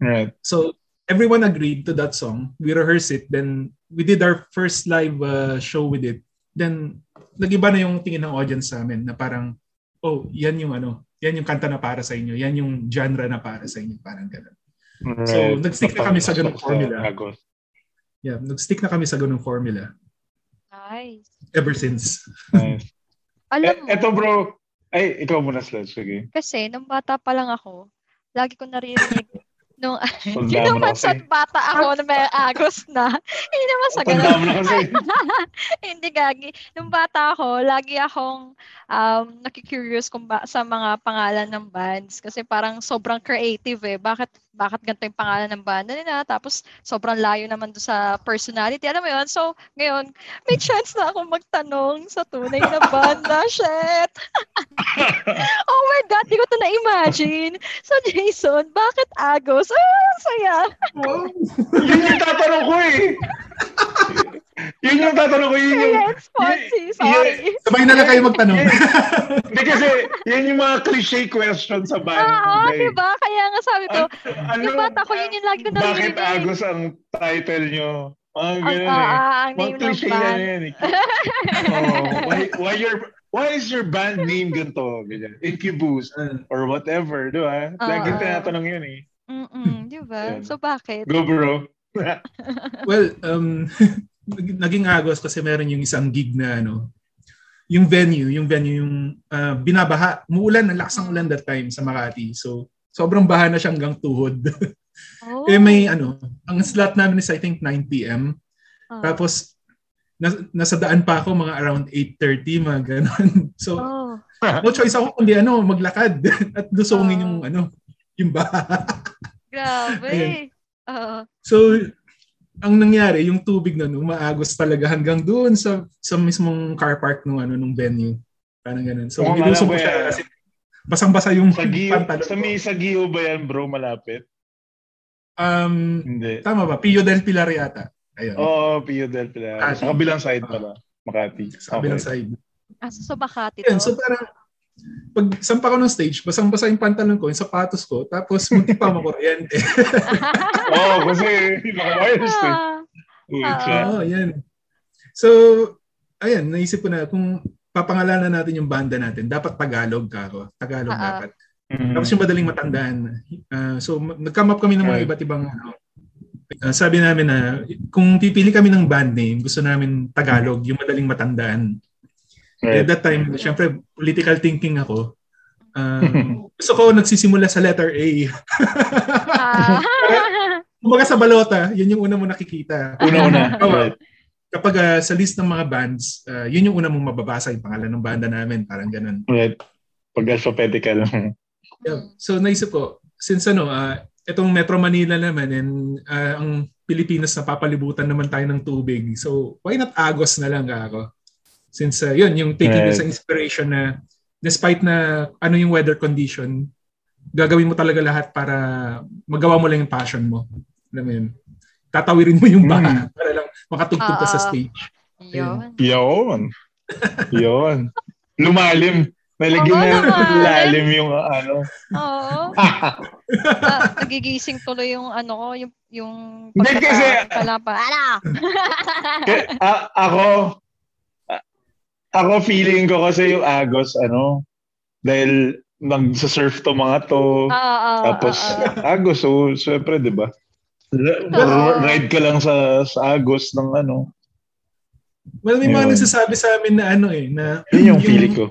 [SPEAKER 1] Right.
[SPEAKER 3] So everyone agreed to that song. We rehearsed it. Then we did our first live uh, show with it. Then nagiba na yung tingin ng audience sa amin na parang, oh, yan yung ano, yan yung kanta na para sa inyo. Yan yung genre na para sa inyo. Parang ganun.
[SPEAKER 1] right.
[SPEAKER 3] So, nag-stick na kami sa ganung
[SPEAKER 1] Napapasok
[SPEAKER 3] formula.
[SPEAKER 1] Agos.
[SPEAKER 3] Yeah, nag-stick na kami sa ganung formula
[SPEAKER 2] Nice.
[SPEAKER 3] ever since.
[SPEAKER 1] Nice. Eh,
[SPEAKER 2] Alam mo,
[SPEAKER 1] eto bro, ay, ikaw muna, Sledge. Sige.
[SPEAKER 2] kasi nung bata pa lang ako, lagi ko naririnig nung
[SPEAKER 1] Tanda
[SPEAKER 2] Yun
[SPEAKER 1] mo na
[SPEAKER 2] naman sa
[SPEAKER 1] kasi.
[SPEAKER 2] bata ako na may agos na. Hindi naman sa
[SPEAKER 1] Tanda
[SPEAKER 2] ganun.
[SPEAKER 1] mo na kasi.
[SPEAKER 2] Hindi gagi. Nung bata ako, lagi akong um, nakikurious kung ba- sa mga pangalan ng bands. Kasi parang sobrang creative eh. Bakit, bakit ganito yung pangalan ng banda nila? Tapos sobrang layo naman do sa personality. Alam mo yun? So ngayon, may chance na akong magtanong sa tunay na banda. Shit! oh my God, di ko to na-imagine. So Jason, bakit Agos? Ah, ang saya!
[SPEAKER 3] Wow.
[SPEAKER 1] Yun yung tatanong ko eh. Yun yung tatanong ko. Yun yung...
[SPEAKER 2] Kaya it's Fonzie, sorry.
[SPEAKER 3] Sabay na lang kayo magtanong.
[SPEAKER 1] Hindi kasi, yun yung mga cliche question sa band.
[SPEAKER 2] Oo,
[SPEAKER 1] Okay.
[SPEAKER 2] Ah, di ba? Kaya nga sabi ko,
[SPEAKER 1] Ano,
[SPEAKER 2] yung bata ko, yun yung lagi ko
[SPEAKER 1] Bakit
[SPEAKER 2] naririnig.
[SPEAKER 1] Agos ang title nyo? Mga
[SPEAKER 2] ang,
[SPEAKER 1] ganun eh.
[SPEAKER 2] ah, ah, ang
[SPEAKER 1] Mga
[SPEAKER 2] name ng
[SPEAKER 1] cliche yan
[SPEAKER 2] band.
[SPEAKER 1] yan eh. Oh, why, why, your, why is your band name ganito? Ganyan. Incubus or whatever, di ba? Lagi
[SPEAKER 2] Oo.
[SPEAKER 1] tinatanong yun eh.
[SPEAKER 2] Mm-mm, di ba?
[SPEAKER 1] Yan.
[SPEAKER 2] So bakit?
[SPEAKER 1] Go bro.
[SPEAKER 3] Well, um, naging agos kasi meron yung isang gig na ano, yung venue, yung venue yung ah, binabaha. Umuulan, ang
[SPEAKER 2] Mm.
[SPEAKER 3] lakas ng ulan that time sa Makati. So, sobrang baha na siya hanggang tuhod.
[SPEAKER 2] Oh,
[SPEAKER 3] eh may ano, ang slot namin is I think 9 p.m.
[SPEAKER 2] ah.
[SPEAKER 3] Tapos, nas- nasa daan pa ako mga around 8.30, mga ganun. So,
[SPEAKER 2] Oh,
[SPEAKER 3] no choice ako kundi ano, maglakad at
[SPEAKER 2] Ah.
[SPEAKER 3] lusongin yung ano, yung baha.
[SPEAKER 2] grabe. Oo.
[SPEAKER 3] So, ang nangyari, yung tubig na umaagos talaga hanggang doon sa sa mismong car park nung ano nung venue. Parang ganun. So,
[SPEAKER 1] Oo,
[SPEAKER 3] nilusong
[SPEAKER 1] malabo
[SPEAKER 3] ko
[SPEAKER 1] yan.
[SPEAKER 3] siya kasi basang-basa yung
[SPEAKER 1] Sa Gio,
[SPEAKER 3] pantalon.
[SPEAKER 1] sa
[SPEAKER 3] ko.
[SPEAKER 1] may sa Gio ba yan bro malapit?
[SPEAKER 3] Um,
[SPEAKER 1] Hindi.
[SPEAKER 3] tama ba? Pio del Pilar yata. Ayun.
[SPEAKER 1] Oo, oh, Pio del Pilar.
[SPEAKER 3] Makati.
[SPEAKER 1] Sa kabilang side pala. Makati.
[SPEAKER 3] sa kabilang side.
[SPEAKER 2] Ah, so, so Makati
[SPEAKER 3] Ayun,
[SPEAKER 2] to.
[SPEAKER 3] so parang pag sampa ko ng stage, basang-basa yung pantalon ko, yung sapatos ko, tapos munti pa makuryente.
[SPEAKER 1] Oo, oh, kasi naka-wires eh.
[SPEAKER 2] Ah,
[SPEAKER 1] Wait,
[SPEAKER 2] Ah.
[SPEAKER 1] siya.
[SPEAKER 3] Oo, yan. So, ayan, naisip ko na kung papangalanan natin yung banda natin, dapat Tagalog ka ako. Tagalog
[SPEAKER 2] Ah, ah.
[SPEAKER 3] dapat.
[SPEAKER 1] Mm.
[SPEAKER 3] Tapos yung madaling matandaan. Ah, so, ma- nag-come up kami ng mga
[SPEAKER 1] Right.
[SPEAKER 3] iba't ibang ano. Ah, sabi namin na kung pipili kami ng band name, gusto namin Tagalog, yung madaling matandaan.
[SPEAKER 1] Right.
[SPEAKER 3] At that time, syempre, political thinking ako. Um, gusto ko nagsisimula sa letter A.
[SPEAKER 2] ah.
[SPEAKER 3] Kumbaga sa balota, yun yung una mo nakikita.
[SPEAKER 1] Una-una.
[SPEAKER 3] Oo.
[SPEAKER 1] Right.
[SPEAKER 3] Kapag ah, sa list ng mga bands, ah, yun yung una mong mababasa yung pangalan ng banda namin. Parang ganun.
[SPEAKER 1] Right. Pag alphabetical.
[SPEAKER 2] Mm.
[SPEAKER 3] Yeah. So naisip ko, since ano, ah, itong Metro Manila naman and ah, ang Pilipinas napapalibutan naman tayo ng tubig. So why not Agos na lang ako? Since ah, yun, yung taking
[SPEAKER 1] Right.
[SPEAKER 3] as an inspiration na despite na ano yung weather condition, gagawin mo talaga lahat para magawa mo lang yung passion mo. Alam mo yun? Tatawirin mo yung
[SPEAKER 1] Mm.
[SPEAKER 3] baka para lang makatugtog ka sa
[SPEAKER 2] Oo.
[SPEAKER 3] stage.
[SPEAKER 2] Yun.
[SPEAKER 1] Yun. Yun. Lumalim. Nalagyan
[SPEAKER 2] Oo
[SPEAKER 1] na
[SPEAKER 2] naman.
[SPEAKER 1] lalim yung ano.
[SPEAKER 2] Oo. Ah, nagigising tuloy yung ano ko, yung yung
[SPEAKER 1] Hindi kasi-
[SPEAKER 2] pagkatawag pala pa. Ala!
[SPEAKER 1] Kaya, a- ako, a- ako feeling ko kasi yung Agos, ano, dahil nagsasurf to mga to.
[SPEAKER 2] Oo, oo,
[SPEAKER 1] Tapos,
[SPEAKER 2] oo, oo.
[SPEAKER 1] Agos, so, syempre, di ba? R-
[SPEAKER 2] Oo.
[SPEAKER 1] Ride ka lang sa, sa Agos ng ano.
[SPEAKER 3] Well, may mga
[SPEAKER 1] Ayun.
[SPEAKER 3] nagsasabi sa amin na ano eh, na
[SPEAKER 1] Yun yung feeling ko.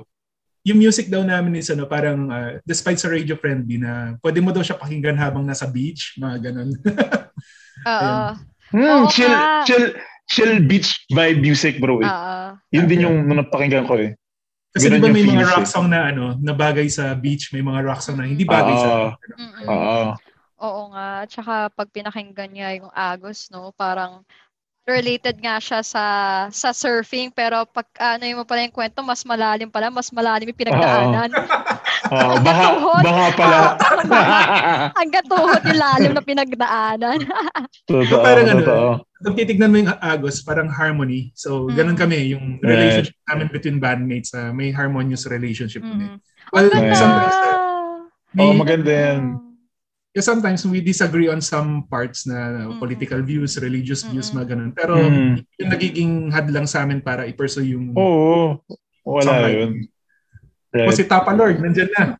[SPEAKER 3] yung music daw namin is ano, parang ah, despite sa radio friendly na pwede mo daw siya pakinggan habang nasa beach, mga ganun.
[SPEAKER 2] Oo,
[SPEAKER 1] Hmm,
[SPEAKER 2] Oo
[SPEAKER 1] chill,
[SPEAKER 2] nga. Ah.
[SPEAKER 1] chill, chill beach vibe music, bro. Eh.
[SPEAKER 2] oo.
[SPEAKER 1] Yun din yung napakinggan ko eh.
[SPEAKER 3] Kasi
[SPEAKER 1] Ganun
[SPEAKER 3] di ba
[SPEAKER 1] yung
[SPEAKER 3] may mga
[SPEAKER 1] feels
[SPEAKER 3] rock
[SPEAKER 1] eh.
[SPEAKER 3] song na ano, na bagay sa beach, may mga rock song na hindi bagay sa
[SPEAKER 1] Ah.
[SPEAKER 2] Mm-mm.
[SPEAKER 1] Oo.
[SPEAKER 2] Oo nga. Tsaka pag pinakinggan niya yung Agos, no, parang related nga siya sa sa surfing pero pag ano yung mo pala yung kwento mas malalim pala mas malalim yung pinagdaanan
[SPEAKER 1] Oo, baka,
[SPEAKER 2] Tuhod.
[SPEAKER 1] baka pala.
[SPEAKER 2] hanggang tuhod yung lalim na pinagdaanan
[SPEAKER 1] totoo,
[SPEAKER 3] Parang ano,
[SPEAKER 1] totoo.
[SPEAKER 3] Pag titignan mo yung Agos, parang harmony. So, ganun
[SPEAKER 2] Mm.
[SPEAKER 3] kami, yung
[SPEAKER 1] Right.
[SPEAKER 3] relationship namin between bandmates, ah, may harmonious relationship
[SPEAKER 2] mm
[SPEAKER 3] kami. Well,
[SPEAKER 1] ganda!
[SPEAKER 3] sometimes,
[SPEAKER 1] Oo,
[SPEAKER 3] may-
[SPEAKER 1] maganda yan.
[SPEAKER 3] yeah, sometimes we disagree on some parts na
[SPEAKER 2] Mm.
[SPEAKER 3] political views, religious views,
[SPEAKER 2] Mm-mm.
[SPEAKER 3] mga ganun. Pero
[SPEAKER 1] Mm. Oh,
[SPEAKER 3] yung nagiging hadlang sa amin para i-pursue yung...
[SPEAKER 1] Oo. Wala
[SPEAKER 3] Something.
[SPEAKER 1] yun.
[SPEAKER 3] O
[SPEAKER 1] Right.
[SPEAKER 3] si Tapa Lord, nandyan na.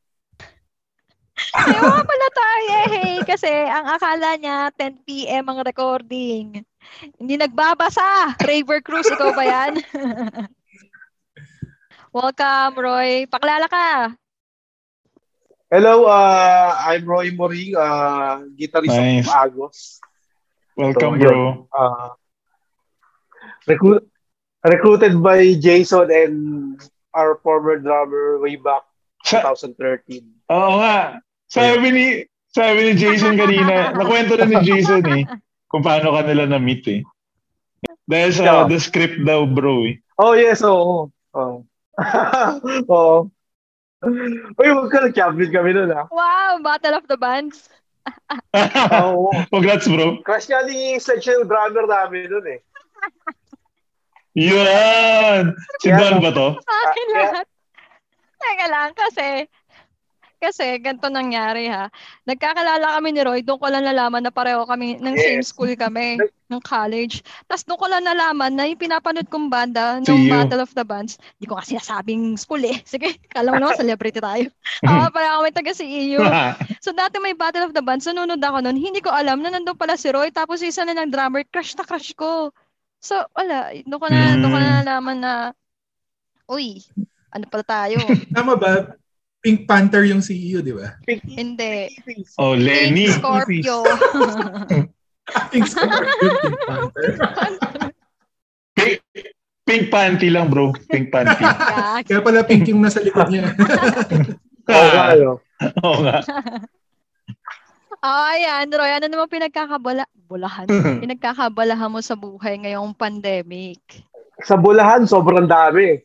[SPEAKER 2] Ewan pala tayo eh. Kasi ang akala niya, 10 p.m. ang recording. Hindi nagbabasa. Raver Cruz, ikaw ba yan? Welcome, Roy. Paklala ka.
[SPEAKER 4] Hello, uh, I'm Roy Moring, uh, guitarist
[SPEAKER 1] Nice.
[SPEAKER 4] of Agos.
[SPEAKER 1] Welcome,
[SPEAKER 4] So,
[SPEAKER 1] bro.
[SPEAKER 4] Uh, recruit, recruited by Jason and our former drummer way back
[SPEAKER 1] Sa,
[SPEAKER 4] 2013.
[SPEAKER 1] oo nga. Sabi ni, sabi ni Jason kanina, nakwento na ni Jason eh, kung paano ka nila na-meet eh. Dahil sa
[SPEAKER 4] Yeah.
[SPEAKER 1] the script daw, bro eh.
[SPEAKER 4] Oh, yes, oo. Oh, oh. oo. Uy, huwag ka nag-champion kami nun, ah.
[SPEAKER 2] Wow, Battle of the Bands.
[SPEAKER 4] Oo.
[SPEAKER 1] Congrats, bro.
[SPEAKER 4] Crush nga ni Sledge yung drummer namin nun, eh.
[SPEAKER 1] Yan! Si Don ba to?
[SPEAKER 2] Sa akin
[SPEAKER 4] Ah, yeah.
[SPEAKER 2] lahat. Teka lang, kasi kasi ganito nangyari ha. Nagkakalala kami ni Roy, doon ko lang nalaman na pareho kami ng same
[SPEAKER 4] Yes.
[SPEAKER 2] school kami, ng college. Tapos doon ko lang nalaman na yung pinapanood kong banda
[SPEAKER 1] See
[SPEAKER 2] ng
[SPEAKER 1] you.
[SPEAKER 2] Battle of the Bands, di ko kasi sinasabing school eh. Sige, kala mo naman celebrity tayo.
[SPEAKER 4] Hmm.
[SPEAKER 2] Oo, pareho kami E taga CEU. So dati may Battle of the Bands, nanonood ako noon, hindi ko alam na nandun pala si Roy, tapos isa na lang drummer, crush na crush ko. So wala, doon ko na, doon ko na
[SPEAKER 1] Mm.
[SPEAKER 2] nalaman na, uy, ano pala tayo?
[SPEAKER 3] Tama ba? Pink Panther yung CEO, di ba?
[SPEAKER 4] Pinky
[SPEAKER 2] hindi.
[SPEAKER 1] oh, Lenny.
[SPEAKER 2] Pink Scorpio.
[SPEAKER 3] Pink Scorpio, Pink Panther.
[SPEAKER 1] Pink, pink panty lang, bro. Pink panty.
[SPEAKER 2] Gag.
[SPEAKER 3] Kaya pala pink yung nasa likod niya.
[SPEAKER 4] Oo, nga,
[SPEAKER 1] Ah,
[SPEAKER 4] ano.
[SPEAKER 1] Oo nga.
[SPEAKER 2] Oo, ayan, Roy, ano naman pinagkakabala? Bulahan. pinagkakabalahan mo sa buhay ngayong pandemic.
[SPEAKER 4] Sa Bulahan, sobrang dami.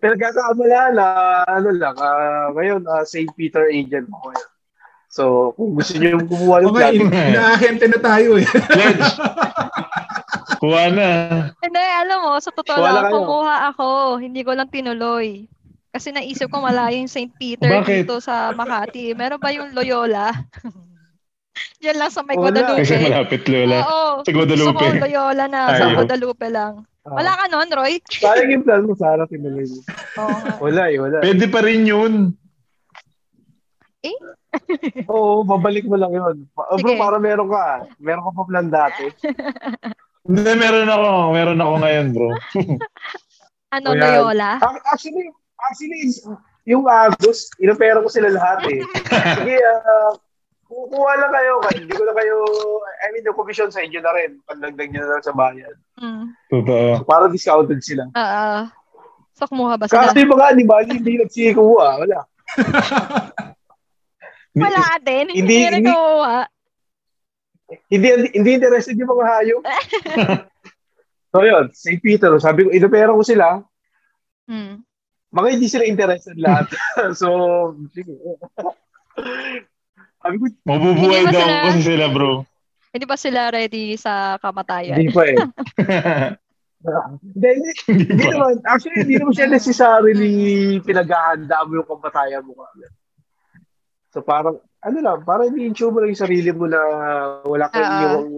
[SPEAKER 4] Pero kakaabalaan, ah, ano lang, ah, ngayon, ah, St. Peter agent ako. eh. So, kung gusto niyo yung kumuha ng
[SPEAKER 3] Okay,
[SPEAKER 4] plan,
[SPEAKER 3] inaahente na tayo eh.
[SPEAKER 1] Ledge. Kuha na.
[SPEAKER 2] Hindi, alam mo, sa totoo
[SPEAKER 4] Wala
[SPEAKER 2] lang,
[SPEAKER 4] kayo.
[SPEAKER 2] kumuha ako. Hindi ko lang tinuloy. Kasi naisip ko malayo yung St. Peter
[SPEAKER 1] Bakit?
[SPEAKER 2] dito sa Makati. Meron ba yung Loyola? Diyan lang sa may
[SPEAKER 4] Wala.
[SPEAKER 1] Kasi
[SPEAKER 2] Guadalupe.
[SPEAKER 1] malapit, Lola.
[SPEAKER 2] Oo.
[SPEAKER 1] Sa
[SPEAKER 2] Gusto ko
[SPEAKER 1] Guadalupe.
[SPEAKER 2] Loyola na. Sa
[SPEAKER 1] Ayaw.
[SPEAKER 2] Guadalupe lang.
[SPEAKER 4] ah,
[SPEAKER 2] Wala ka nun, Roy?
[SPEAKER 4] sayang yung plan mo, Sarah, tinuloy mo.
[SPEAKER 2] Oo nga.
[SPEAKER 4] Wala eh, wala.
[SPEAKER 1] Pwede pa rin yun.
[SPEAKER 4] Oo, babalik mo lang yun. Pa-
[SPEAKER 2] Sige.
[SPEAKER 4] Bro, para meron ka. ah. Meron ka pa plan dati.
[SPEAKER 1] Hindi, meron ako. Meron ako ngayon, bro.
[SPEAKER 2] Ano,
[SPEAKER 4] Ayan.
[SPEAKER 2] Loyola?
[SPEAKER 4] Ac- Ah, Actually, actually, is- yung Agos, inopera ko sila lahat eh. Sige, ah, kukuha lang kayo. Hindi ko na kayo, I mean, yung commission sa inyo na rin. Pagdagdag nyo na lang sa bayan.
[SPEAKER 2] Mm.
[SPEAKER 1] Totoo.
[SPEAKER 4] Para discounted sila.
[SPEAKER 2] Oo. So, kumuha ba sila?
[SPEAKER 4] Kaso yung mga animal, hindi nagsikuha. Wala.
[SPEAKER 2] Wala din. Hindi,
[SPEAKER 4] Hindi-
[SPEAKER 2] rin
[SPEAKER 4] hindi-
[SPEAKER 2] kumuha.
[SPEAKER 4] Hindi, hindi interested yung mga hayop. so yun, St. Peter, sabi ko, inopera ko sila.
[SPEAKER 2] Mm.
[SPEAKER 4] Mga hindi sila interested lahat. so, sige. Sabi ko,
[SPEAKER 1] Mabubuhay
[SPEAKER 2] Hindi ba
[SPEAKER 1] daw
[SPEAKER 2] sila-
[SPEAKER 1] kasi sila, bro.
[SPEAKER 2] Hindi pa sila ready sa kamatayan.
[SPEAKER 4] hindi pa eh. Hindi, hindi, hindi naman. Actually, hindi naman siya necessarily pinaghahanda mo yung kamatayan mo. kagad. So parang, ano lang, parang i-insure mo lang yung sarili mo na wala kang
[SPEAKER 2] Oo.
[SPEAKER 4] iyong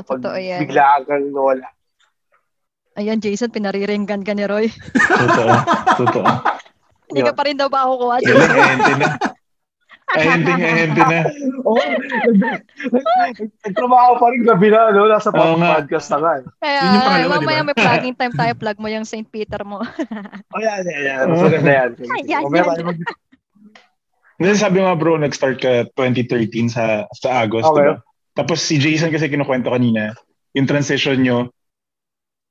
[SPEAKER 2] Oo,
[SPEAKER 4] pag
[SPEAKER 2] totoo yan.
[SPEAKER 4] biglaan kang nawala.
[SPEAKER 2] Ayan, Jason, pinariringgan ka ni Roy.
[SPEAKER 1] Totoo. Totoo.
[SPEAKER 2] Hindi ka pa rin daw ba kukuha?
[SPEAKER 1] Galing, ahente na. Ahente na,
[SPEAKER 3] eh.
[SPEAKER 1] ahente eh, na.
[SPEAKER 4] Oo. nag- nag- Nagtrabaho pa rin gabi na, no? Nasa
[SPEAKER 1] Oo nga.
[SPEAKER 4] podcast na nga. eh.
[SPEAKER 2] Kaya,
[SPEAKER 3] Yun yung pangalawa,
[SPEAKER 2] mamaya
[SPEAKER 3] di ba?
[SPEAKER 2] may plugging time tayo. Plug mo yung St. Peter mo.
[SPEAKER 4] Oh, yan, yan, yan. Mas maganda yan. Sige, sige.
[SPEAKER 2] Ayan,
[SPEAKER 4] Mamaya
[SPEAKER 2] yan.
[SPEAKER 4] tayo mag-
[SPEAKER 1] Then sabi nga bro, nag-start ka 2013 sa sa Agos,
[SPEAKER 4] Okay.
[SPEAKER 1] diba? Tapos si Jason kasi kinukwento kanina, yung transition nyo,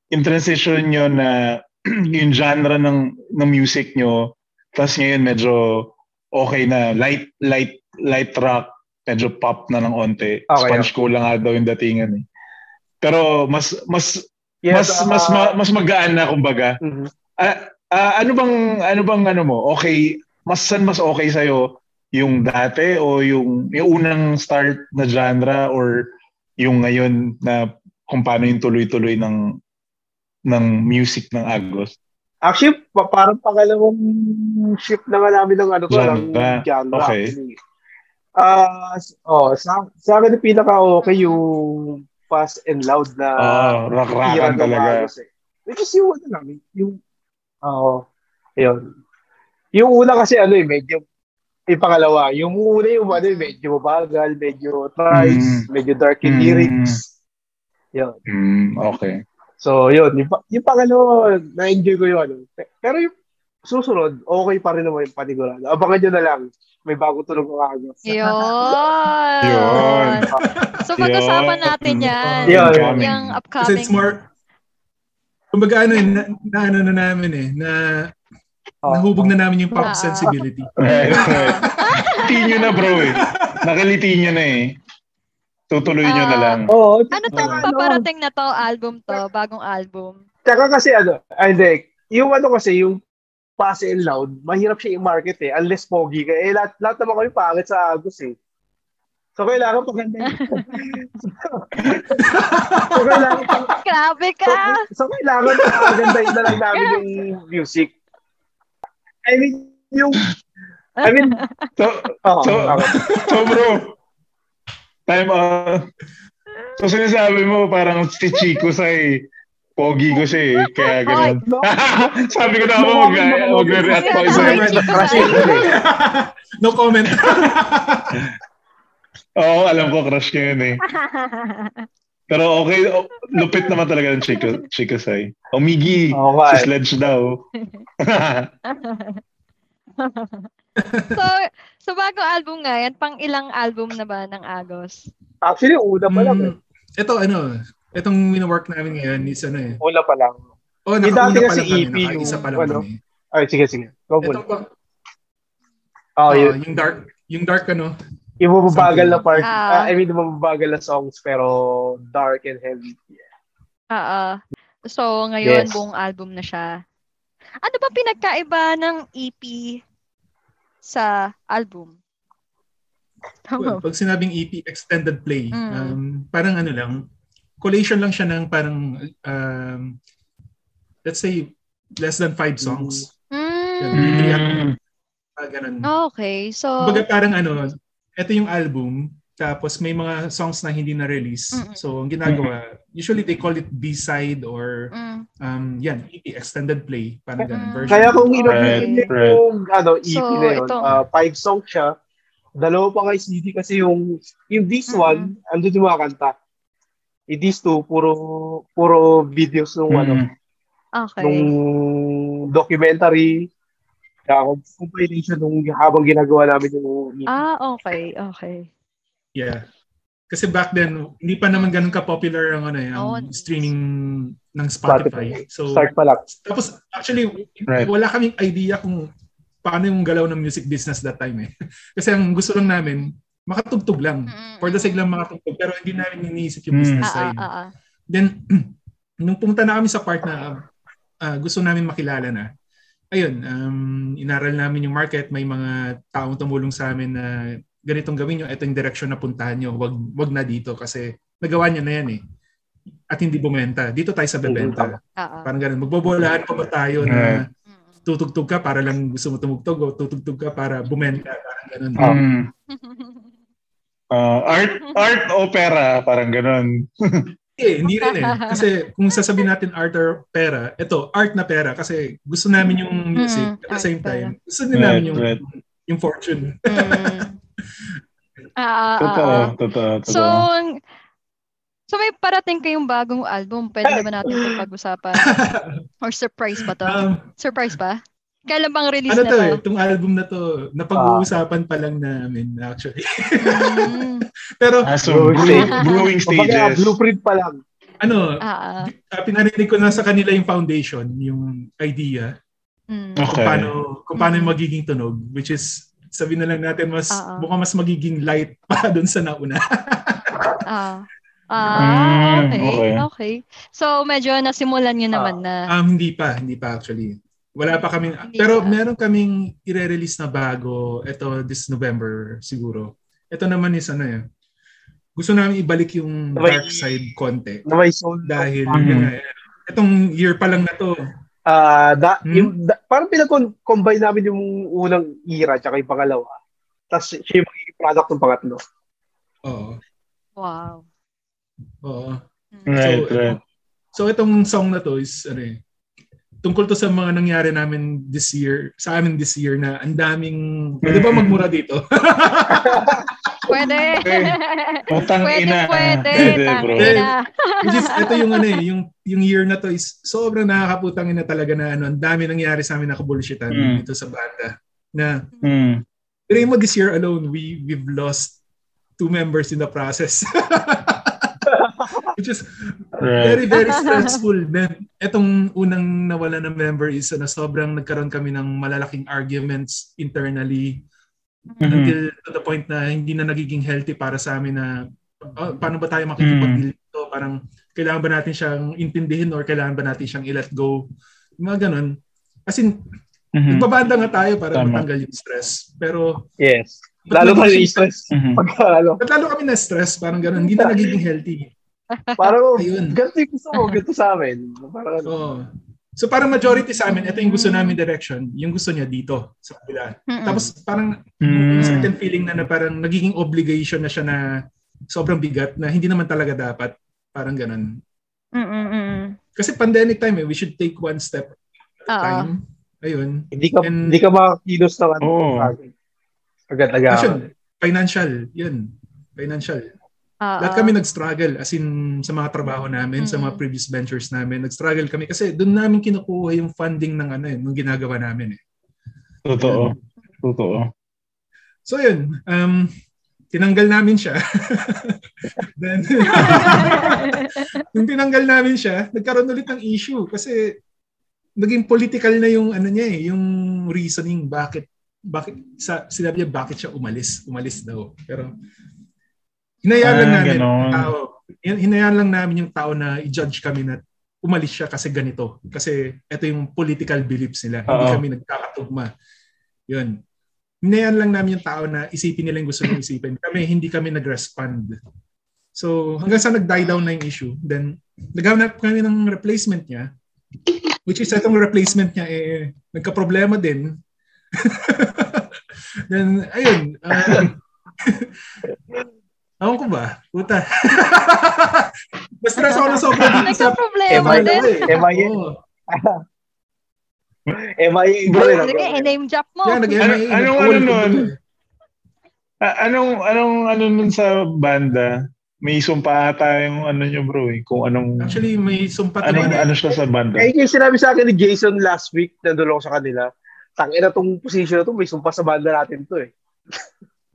[SPEAKER 1] yung transition nyo na yung genre ng ng music nyo, tapos ngayon medyo okay na, light light light rock, medyo pop na ng onte.
[SPEAKER 4] Okay.
[SPEAKER 1] Sponge cool lang nga daw yung datingan eh. Pero mas mas
[SPEAKER 4] Yes,
[SPEAKER 1] mas mas
[SPEAKER 4] ah,
[SPEAKER 1] ma- mas magaan na kumbaga.
[SPEAKER 4] mhm.
[SPEAKER 1] Ah, ah, ano bang ano bang ano mo? Okay, mas san mas okay sa yung dati o yung yung unang start na genre or yung ngayon na kung paano yung tuloy-tuloy ng ng music ng Agos.
[SPEAKER 4] Actually, pa- parang pangalawang shift na nga namin ng ano ko,
[SPEAKER 1] Genre.
[SPEAKER 4] ng genre.
[SPEAKER 1] Okay.
[SPEAKER 4] actually. Ah, s- oh, sa, sa akin yung pinaka-okay yung fast and loud na
[SPEAKER 1] Ah,
[SPEAKER 4] era
[SPEAKER 1] rock-rockan
[SPEAKER 4] ng
[SPEAKER 1] talaga.
[SPEAKER 4] Agos eh. Which is yung ano lang, yung, oo, ayun. Yung una kasi ano eh, medyo, yung pangalawa, yung una yung ano eh, medyo mabagal, medyo thrice, medyo dark
[SPEAKER 1] Mm.
[SPEAKER 4] in lyrics. Yun.
[SPEAKER 1] Mm, okay.
[SPEAKER 4] So, yun. Yung, pa- yung pangalawa, na-enjoy ko yun. ano. Pe- Pero yung susunod, okay pa rin naman yung panigurado. Abangan nyo na lang. May bago tulog ko kagawa.
[SPEAKER 2] Yun.
[SPEAKER 1] Yun.
[SPEAKER 2] So, pag-usapan
[SPEAKER 1] Yun.
[SPEAKER 2] natin yan.
[SPEAKER 4] Yun.
[SPEAKER 2] Yung
[SPEAKER 3] Kasi
[SPEAKER 2] upcoming.
[SPEAKER 3] it's more, kumbaga ano, eh, na, na, ano na namin eh, na nahubog na namin yung
[SPEAKER 2] Ah.
[SPEAKER 3] pop sensibility.
[SPEAKER 1] Right, right.
[SPEAKER 2] Ah.
[SPEAKER 1] Tingin nyo na bro eh. Nakalitin nyo na eh. Tutuloy nyo na lang.
[SPEAKER 4] Oo.
[SPEAKER 2] ano to,
[SPEAKER 4] tsaka
[SPEAKER 2] paparating na to album to, bagong album.
[SPEAKER 4] Tsaka kasi ano, ay, hindi. Yung ano kasi, yung pass and loud, mahirap siya i-market eh. Unless pogi ka. Eh, lahat, lahat naman kami pangit sa Agus eh. So, kailangan paganda. so, kailangan pag-
[SPEAKER 2] Grabe
[SPEAKER 4] So,
[SPEAKER 2] ka!
[SPEAKER 4] so kailangan pagandahin na lang namin yung music. I mean, yung... I mean,
[SPEAKER 1] So,
[SPEAKER 4] oh,
[SPEAKER 1] So, so bro, time out. So sinasabi mo parang si Chico sa eh. Pogi ko siya eh, kaya ganun. Sabi ko na ako mag magre-react pa isa.
[SPEAKER 2] Ay, Chico
[SPEAKER 4] Crushing
[SPEAKER 2] tayo.
[SPEAKER 4] yun eh.
[SPEAKER 3] no comment.
[SPEAKER 1] Oo, alam ko crush ko yun eh. Pero okay, o- lupit naman talaga ng Chico, Chico Sai. O Miggy,
[SPEAKER 4] Okay.
[SPEAKER 1] si Sledge daw.
[SPEAKER 2] so, so bagong album nga yan, pang ilang album na ba ng Agos?
[SPEAKER 4] Actually, una pa lang. eh.
[SPEAKER 3] Mm, ito ano, itong work namin ngayon is ano eh.
[SPEAKER 4] Una pa lang.
[SPEAKER 3] Oh, nakauna
[SPEAKER 4] Yung Eh, dati
[SPEAKER 3] pa
[SPEAKER 4] kasi
[SPEAKER 3] lang kami,
[SPEAKER 4] EP
[SPEAKER 3] nakaisa
[SPEAKER 4] yung
[SPEAKER 3] pa lang
[SPEAKER 4] ano.
[SPEAKER 3] kami.
[SPEAKER 4] Ay, sige, sige. Go
[SPEAKER 3] Ito
[SPEAKER 4] muna.
[SPEAKER 3] pa, ah,
[SPEAKER 4] Oh, yun.
[SPEAKER 3] yung dark, yung dark ano.
[SPEAKER 4] Yung mababagal na part.
[SPEAKER 2] Ah.
[SPEAKER 4] ah, I mean, yung mababagal na songs pero dark and heavy.
[SPEAKER 2] Oo. So, ngayon,
[SPEAKER 4] Yes.
[SPEAKER 2] buong album na siya. Ano ba pinagkaiba ng EP sa album?
[SPEAKER 3] Well,
[SPEAKER 2] Tama.
[SPEAKER 3] pag sinabing EP, extended play.
[SPEAKER 2] Mm.
[SPEAKER 3] Um, parang ano lang, collation lang siya ng parang, um, let's say, less than five songs.
[SPEAKER 2] Mm.
[SPEAKER 1] Mm.
[SPEAKER 3] Ah, ganun.
[SPEAKER 2] Oh. Okay, so...
[SPEAKER 3] Kumbaga parang ano, ito yung album, tapos may mga songs na hindi na-release.
[SPEAKER 2] Mm-mm.
[SPEAKER 3] So, ang ginagawa, usually they call it B-side or
[SPEAKER 2] Mm.
[SPEAKER 3] um, yan, EP, extended play, parang
[SPEAKER 2] Mm.
[SPEAKER 3] ganun version.
[SPEAKER 4] Kaya kung
[SPEAKER 1] Right,
[SPEAKER 4] inopen
[SPEAKER 1] right.
[SPEAKER 4] yung ano, EP
[SPEAKER 2] So,
[SPEAKER 4] na yun,
[SPEAKER 2] ito.
[SPEAKER 4] ah, five songs siya, dalawa pa kay CD kasi yung, yung this
[SPEAKER 2] Mm-mm.
[SPEAKER 4] one, andun yung mga kanta. Yung these two, puro, puro videos nung ano,
[SPEAKER 1] Mm.
[SPEAKER 2] Okay.
[SPEAKER 4] nung documentary, kaya compilation nung habang ginagawa namin yung EP.
[SPEAKER 2] Ah, okay, okay.
[SPEAKER 3] Yeah. Kasi back then, hindi pa naman ganun ka-popular ang, ano, eh, ang
[SPEAKER 2] Oo.
[SPEAKER 3] streaming ng Spotify.
[SPEAKER 4] Spotify.
[SPEAKER 3] So,
[SPEAKER 4] Start pa lang.
[SPEAKER 3] tapos actually,
[SPEAKER 1] Right.
[SPEAKER 3] wala kaming idea kung paano yung galaw ng music business that time eh. Kasi ang gusto lang namin, makatugtog lang. For the sake lang makatugtog, pero hindi namin iniisip yung
[SPEAKER 1] Mm.
[SPEAKER 2] Ah,
[SPEAKER 3] business
[SPEAKER 2] ah,
[SPEAKER 3] side.
[SPEAKER 2] ah, ah.
[SPEAKER 3] Then, nung pumunta na kami sa part na ah, gusto namin makilala na, ayun, um, inaral namin yung market. May mga taong tumulong sa amin na ganitong gawin nyo. Ito yung direction na puntahan nyo. Wag, wag na dito kasi nagawa nyo na yan eh. At hindi bumenta. Dito tayo sa bebenta.
[SPEAKER 2] Oo.
[SPEAKER 3] Parang ganun. Magbobolaan pa ba tayo na
[SPEAKER 2] Mm.
[SPEAKER 3] tutugtog ka para lang gusto mo tumugtog o tutugtog ka para bumenta. Parang ganun.
[SPEAKER 1] Um, ah, art, art opera, parang ganun.
[SPEAKER 3] Eh, hindi rin eh. Kasi kung sasabihin natin art or pera, ito, art na pera. Kasi gusto namin yung
[SPEAKER 2] Mm,
[SPEAKER 3] music. At the
[SPEAKER 2] art
[SPEAKER 3] same
[SPEAKER 2] pera.
[SPEAKER 3] time, gusto din namin
[SPEAKER 1] Right,
[SPEAKER 3] yung,
[SPEAKER 2] Ah,
[SPEAKER 1] right.
[SPEAKER 3] yung fortune.
[SPEAKER 2] Mm. Ah, ah,
[SPEAKER 1] Totoo,
[SPEAKER 2] ah, ah.
[SPEAKER 1] totoo, totoo.
[SPEAKER 2] So, so may parating kayong bagong album. Pwede ba natin ito pag-usapan? Or surprise ba to?
[SPEAKER 3] Um,
[SPEAKER 2] Surprise ba? Kailan bang release
[SPEAKER 3] ano
[SPEAKER 2] na
[SPEAKER 3] to
[SPEAKER 2] to?
[SPEAKER 3] eh, itong album na to, napag-uusapan pa lang namin actually.
[SPEAKER 2] Mm.
[SPEAKER 3] Pero
[SPEAKER 1] Ah, so, brew- brewing
[SPEAKER 4] Kumbaga,
[SPEAKER 1] stages.
[SPEAKER 4] blueprint pa lang.
[SPEAKER 3] ano,
[SPEAKER 2] Ah, ah.
[SPEAKER 3] ah, pinarinig ko na sa kanila yung foundation, yung idea,
[SPEAKER 2] Mm.
[SPEAKER 3] kung
[SPEAKER 1] Okay.
[SPEAKER 3] paano, kung paano yung
[SPEAKER 2] Mm.
[SPEAKER 3] magiging tunog, which is, sabi na lang natin, mas,
[SPEAKER 2] Oo.
[SPEAKER 3] baka mas magiging light pa dun sa nauna.
[SPEAKER 2] Ah. Ah,
[SPEAKER 1] Mm,
[SPEAKER 2] okay,
[SPEAKER 1] okay. Ah.
[SPEAKER 2] okay. So, medyo nasimulan nyo naman na.
[SPEAKER 3] Um, hindi pa, hindi pa actually. Wala pa kaming,
[SPEAKER 2] Hindi
[SPEAKER 3] pero
[SPEAKER 2] pa.
[SPEAKER 3] meron kaming ire-release na bago ito this November siguro. Ito naman is ano yun. Gusto namin ibalik yung
[SPEAKER 4] Sabay-
[SPEAKER 3] dark side konti
[SPEAKER 4] Na may soul.
[SPEAKER 3] dahil
[SPEAKER 1] Mhm.
[SPEAKER 3] yun nga, itong year pa lang na to.
[SPEAKER 4] Ah, da,
[SPEAKER 3] Hmm?
[SPEAKER 4] yung, da- parang pinag-combine namin yung unang era tsaka yung pangalawa. Tapos siya yung magiging product ng pangatlo.
[SPEAKER 3] Oo.
[SPEAKER 2] Wow.
[SPEAKER 3] Oo.
[SPEAKER 2] Mm.
[SPEAKER 1] Right,
[SPEAKER 3] so, ano,
[SPEAKER 1] right.
[SPEAKER 3] So itong song na to is ano eh, tungkol to sa mga nangyari namin this year, sa amin this year na ang daming, pwede
[SPEAKER 1] Mm-hmm.
[SPEAKER 3] ba magmura dito?
[SPEAKER 2] Pwede.
[SPEAKER 1] Okay. Putang
[SPEAKER 2] pwede,
[SPEAKER 1] ina.
[SPEAKER 2] pwede.
[SPEAKER 1] bro.
[SPEAKER 2] Tangina.
[SPEAKER 3] Which is, ito yung ano eh, yung, yung year na to is sobrang nakakaputangin na talaga na ano, ang dami nangyari sa amin na kabullshitan
[SPEAKER 1] Mm.
[SPEAKER 3] dito sa banda. Na,
[SPEAKER 1] Mm.
[SPEAKER 3] pero mo this year alone, we, we've lost two members in the process. Which is
[SPEAKER 1] Right.
[SPEAKER 3] very, very stressful. Na, etong unang nawala na member is ano, sobrang nagkaroon kami ng malalaking arguments internally
[SPEAKER 1] Mhm.
[SPEAKER 3] until to the point na hindi na nagiging healthy para sa amin na oh, paano ba tayo makikipag-deal dito? Parang kailangan ba natin siyang intindihin or kailangan ba natin siyang i-let go? Yung Mga ganun. As in,
[SPEAKER 1] Mhm.
[SPEAKER 3] nagbabanda nga tayo para
[SPEAKER 1] Tama.
[SPEAKER 3] matanggal yung stress. Pero,
[SPEAKER 4] Yes. Lalo tayo yung stress.
[SPEAKER 1] Mhm.
[SPEAKER 4] Pagka ano,
[SPEAKER 3] ba't lalo kami na-stress? Parang ganun. Hindi na nagiging healthy.
[SPEAKER 4] parang oh,
[SPEAKER 3] Ayun.
[SPEAKER 4] ganito yung gusto mo, ganito sa amin. Parang ano.
[SPEAKER 3] Oo. So parang majority sa amin, ito yung gusto namin direction. Yung gusto niya dito sa kabila.
[SPEAKER 2] Mm-mm.
[SPEAKER 3] Tapos parang
[SPEAKER 1] Mm.
[SPEAKER 3] yung certain feeling na, na parang nagiging obligation na siya na sobrang bigat na hindi naman talaga dapat. Parang ganun.
[SPEAKER 2] Mm-mm-mm.
[SPEAKER 3] Kasi pandemic time eh, we should take one step at a
[SPEAKER 2] Oo.
[SPEAKER 3] time. Ayun.
[SPEAKER 4] Hindi ka,
[SPEAKER 3] And-
[SPEAKER 4] hindi ka makakilos na ano.
[SPEAKER 1] Oo.
[SPEAKER 4] Agad-agad.
[SPEAKER 3] Action, financial, yun. Financial.
[SPEAKER 2] Ah,
[SPEAKER 3] Lahat
[SPEAKER 2] ah.
[SPEAKER 3] kami nag-struggle as in sa mga trabaho namin, sa mga
[SPEAKER 2] Mm.
[SPEAKER 3] previous ventures namin, nag-struggle kami kasi doon namin kinukuha yung funding ng ano eh, ng ginagawa namin eh.
[SPEAKER 1] Totoo. Totoo.
[SPEAKER 3] So yun, um, tinanggal namin siya. Then, nung tinanggal namin siya, nagkaroon ulit ng issue kasi naging political na yung ano niya eh, yung reasoning bakit bakit sa sinabi niya bakit siya umalis, umalis daw. Pero hinayaan lang
[SPEAKER 1] Ah,
[SPEAKER 3] namin
[SPEAKER 1] ganon.
[SPEAKER 3] yung tao. hin- Hinayaan lang namin yung tao na i-judge kami na umalis siya kasi ganito. Kasi ito yung political beliefs nila. Hindi
[SPEAKER 1] Oo.
[SPEAKER 3] kami nagkakatugma. Yun. Hinayaan lang namin yung tao na isipin nila yung gusto nilang isipin. Kami, hindi kami nag-respond. So, hanggang sa nag-die down na yung issue, then naghanap kami ng replacement niya, which is itong replacement niya, eh, nagka-problema din. then, ayun. Um, Ewan ko ba? Puta. Mas stress ako na sobra dito sa...
[SPEAKER 2] Nagka-problema
[SPEAKER 4] Emma-
[SPEAKER 2] din.
[SPEAKER 4] MIA.
[SPEAKER 3] Oo.
[SPEAKER 4] MIA pa rin.
[SPEAKER 2] Oh, Sige, i-name drop mo.
[SPEAKER 3] Yeah, nag-MIA.
[SPEAKER 1] Ano- ano-
[SPEAKER 3] Nag-call
[SPEAKER 1] ano
[SPEAKER 3] ko
[SPEAKER 1] nun?
[SPEAKER 3] dun eh.
[SPEAKER 1] Ah, anong anong ano nun sa banda? May sumpa ata yung ano niyo bro eh. Kung anong
[SPEAKER 3] Actually, may sumpa
[SPEAKER 1] anong
[SPEAKER 3] talaga.
[SPEAKER 1] ano siya sa banda.
[SPEAKER 4] Kaya Eh, yung sinabi sa akin ni Jason last week, nandun ako sa kanila, tangin na tong position na to, may sumpa sa banda natin to eh.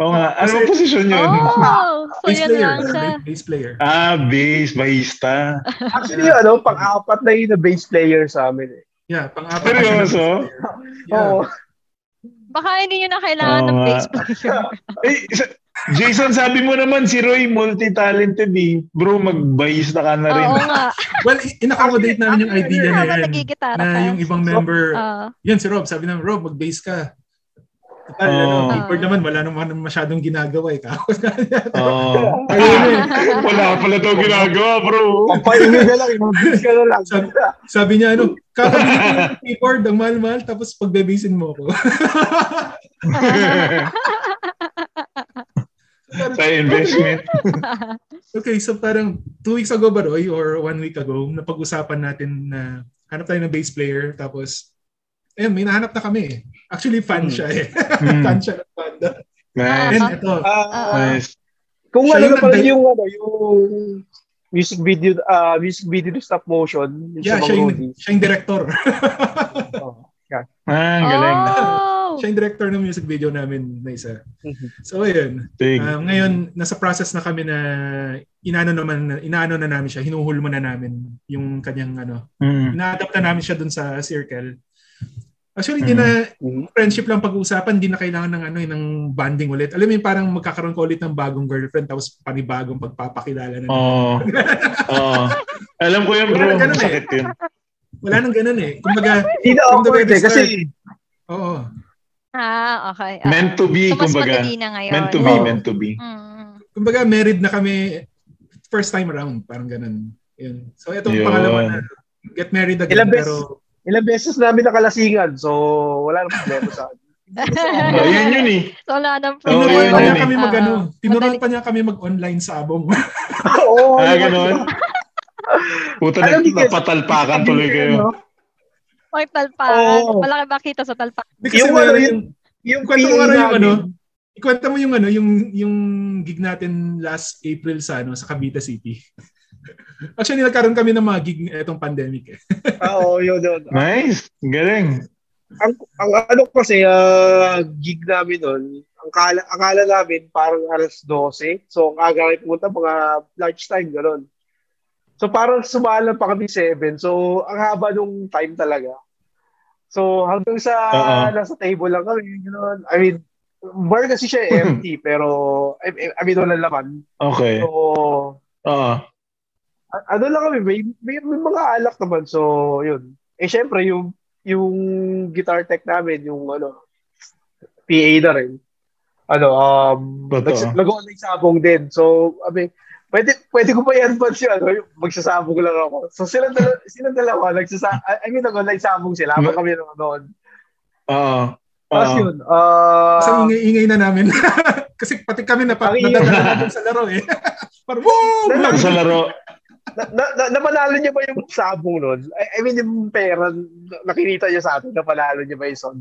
[SPEAKER 1] Oo nga. Ano ang posisyon yun?
[SPEAKER 2] Oh, so
[SPEAKER 3] Bass
[SPEAKER 2] yun
[SPEAKER 3] player.
[SPEAKER 2] lang siya.
[SPEAKER 3] Bass- Bass player.
[SPEAKER 1] Ah, bass, bahista.
[SPEAKER 4] Actually, yung ano, pang-apat na yun na bass player sa amin eh.
[SPEAKER 3] Yeah, pang-apat. na siya ng
[SPEAKER 1] Seryoso?
[SPEAKER 3] bass player. Yeah.
[SPEAKER 4] Oo.
[SPEAKER 2] Baka hindi nyo na kailangan ng
[SPEAKER 1] Oo nga.
[SPEAKER 2] bass player.
[SPEAKER 1] Eh, sa- Jason, sabi mo naman si Roy multi-talented eh. Bro, mag-bahista ka na rin.
[SPEAKER 2] Oo nga.
[SPEAKER 3] Well, i- in-accommodate namin yung idea na
[SPEAKER 2] Habang
[SPEAKER 3] yan.
[SPEAKER 2] nagigitara
[SPEAKER 3] Na
[SPEAKER 2] ka.
[SPEAKER 3] yung ibang member,
[SPEAKER 2] Ah,
[SPEAKER 3] yan si Rob, sabi namin, Rob, mag-bass ka.
[SPEAKER 1] Oo.
[SPEAKER 3] Total,
[SPEAKER 2] Ah.
[SPEAKER 3] ano, keyboard naman, wala naman masyadong ginagawa eh. Tapos,
[SPEAKER 1] Oo.
[SPEAKER 3] ayun eh.
[SPEAKER 1] Wala pala daw ginagawa, bro.
[SPEAKER 4] Papahingi ka lang, mag-bis ka na lang.
[SPEAKER 3] Sabi- Sabi niya, ano, kakabili ko yung keyboard, ang mahal-mahal, tapos pagbebisin mo ako.
[SPEAKER 1] Sa investment.
[SPEAKER 3] Okay, so parang two weeks ago ba, Roy, or one week ago, napag-usapan natin na hanap tayo ng bass player, tapos, ayun, may nahanap na kami. eh. Actually, fan
[SPEAKER 4] Hmm.
[SPEAKER 3] siya eh.
[SPEAKER 1] Hmm.
[SPEAKER 3] fan siya ng banda.
[SPEAKER 1] Nice.
[SPEAKER 3] And uh, ito,
[SPEAKER 4] Ah,
[SPEAKER 1] Nice.
[SPEAKER 4] Kung
[SPEAKER 3] Siya
[SPEAKER 4] ano
[SPEAKER 3] yung
[SPEAKER 4] na pala
[SPEAKER 3] nagda-
[SPEAKER 4] yung, ano, yung music video, ah music video to stop motion, yung
[SPEAKER 3] yeah,
[SPEAKER 4] sa
[SPEAKER 3] siya yung,
[SPEAKER 4] Mangrudi.
[SPEAKER 3] siya yung director.
[SPEAKER 4] Oh.
[SPEAKER 1] Ah, ang galing.
[SPEAKER 2] Oh!
[SPEAKER 3] siya yung director ng music video namin na isa.
[SPEAKER 4] Mhm.
[SPEAKER 3] So, ayun.
[SPEAKER 1] Big.
[SPEAKER 3] Um, ngayon, nasa process na kami na inaano naman inaano na namin siya, hinuhulma na namin yung kanyang ano.
[SPEAKER 1] Mm.
[SPEAKER 3] Ina-adapt na namin siya dun sa circle. Actually, di
[SPEAKER 1] Mm.
[SPEAKER 3] na
[SPEAKER 4] Mhm.
[SPEAKER 3] friendship lang pag-uusapan, di na kailangan ng ano, eh, ng bonding ulit. Alam mo yung parang magkakaroon ko ulit ng bagong girlfriend tapos panibagong pagpapakilala na.
[SPEAKER 1] Oo. Oo. Oh. Alam ko yun, bro.
[SPEAKER 3] Ganun, ganun eh.
[SPEAKER 1] Sakit yun.
[SPEAKER 3] Wala nang ganun eh. Kumbaga,
[SPEAKER 4] Hindi na
[SPEAKER 3] From the
[SPEAKER 4] awkward
[SPEAKER 3] very
[SPEAKER 4] eh, kasi
[SPEAKER 3] oo.
[SPEAKER 2] Ah, okay. ah.
[SPEAKER 1] Meant to be,
[SPEAKER 2] so, mas
[SPEAKER 1] kumbaga.
[SPEAKER 2] madali na ngayon.
[SPEAKER 1] Meant to be,
[SPEAKER 4] Oo.
[SPEAKER 1] meant to be.
[SPEAKER 2] Mm.
[SPEAKER 3] Kumbaga, married na kami first time around. Parang ganun. Yun. So, itong
[SPEAKER 1] Yun.
[SPEAKER 3] pangalawa na get married again.
[SPEAKER 4] Ilang beses-
[SPEAKER 3] pero,
[SPEAKER 4] ilang beses namin nakalasingan, so wala na problema sa akin.
[SPEAKER 1] Oh, yun yun eh.
[SPEAKER 2] So, wala nang
[SPEAKER 1] Oo, yun,
[SPEAKER 3] tinuruan pa niya
[SPEAKER 1] yun,
[SPEAKER 3] kami
[SPEAKER 2] eh.
[SPEAKER 3] mag
[SPEAKER 4] Ah,
[SPEAKER 3] ano,
[SPEAKER 2] Oo.
[SPEAKER 3] tinuruan
[SPEAKER 2] Madali.
[SPEAKER 3] pa niya kami mag-online sabong.
[SPEAKER 4] Oo.
[SPEAKER 1] Ah, ganun. Puta,
[SPEAKER 4] Oh, Alam ni Kes-
[SPEAKER 1] napatalpakan tuloy kayo.
[SPEAKER 2] May talpakan.
[SPEAKER 4] Oo.
[SPEAKER 2] Malaki ba kita sa talpakan?
[SPEAKER 3] Kasi
[SPEAKER 4] Yung
[SPEAKER 3] meron
[SPEAKER 4] ano,
[SPEAKER 3] yung,
[SPEAKER 4] Yung
[SPEAKER 3] kwento mo
[SPEAKER 4] PE
[SPEAKER 3] nga rin yung ano,
[SPEAKER 4] namin,
[SPEAKER 3] ikwento mo yung ano, yung, yung gig natin last April sa ano, sa Cavite City. Actually, nagkaroon kami ng mga gig etong pandemic eh.
[SPEAKER 4] Oo, yun, yun.
[SPEAKER 1] Nice. Galing.
[SPEAKER 4] ang, ang ano kasi, ah, gig namin nun, ang kala, akala namin parang alas 12. So, ang aga kami pumunta, mga lunchtime, gano'n. So, parang sumala pa kami 7. So, ang haba nung time talaga. So, hanggang sa
[SPEAKER 1] Oo.
[SPEAKER 4] nasa table lang kami, gano'n. I mean, bar kasi siya eh, empty, pero, I, I- I mean, walang laman.
[SPEAKER 1] Okay. Ah,
[SPEAKER 4] So,
[SPEAKER 1] Oo.
[SPEAKER 4] a- ano lang kami, may, may, may mga alak naman. So, yun. Eh, syempre, yung, yung guitar tech namin, yung ano, PA na rin. Ano, um,
[SPEAKER 1] Totoo.
[SPEAKER 4] nag-online sabong din. So, abi, pwede, pwede ko pa i-advance yun, ano, yung magsasabong lang ako. So, sila, dala, sila dalawa, nagsasa, I I mean, nag-online sabong sila, habang kami noon.
[SPEAKER 1] Oo.
[SPEAKER 4] Tapos
[SPEAKER 1] Oo.
[SPEAKER 4] yun, ah,
[SPEAKER 3] Kasi ingay-ingay na namin. Kasi pati kami na
[SPEAKER 4] Ang ingay.
[SPEAKER 3] nadadala natin sa laro eh. Parang, woo!
[SPEAKER 4] Dala-
[SPEAKER 1] Sa laro.
[SPEAKER 4] na, na, na, napanalo niya ba yung sabong noon? I, I mean, yung pera, na- nakinita niya sa atin, napanalo niya ba yung son?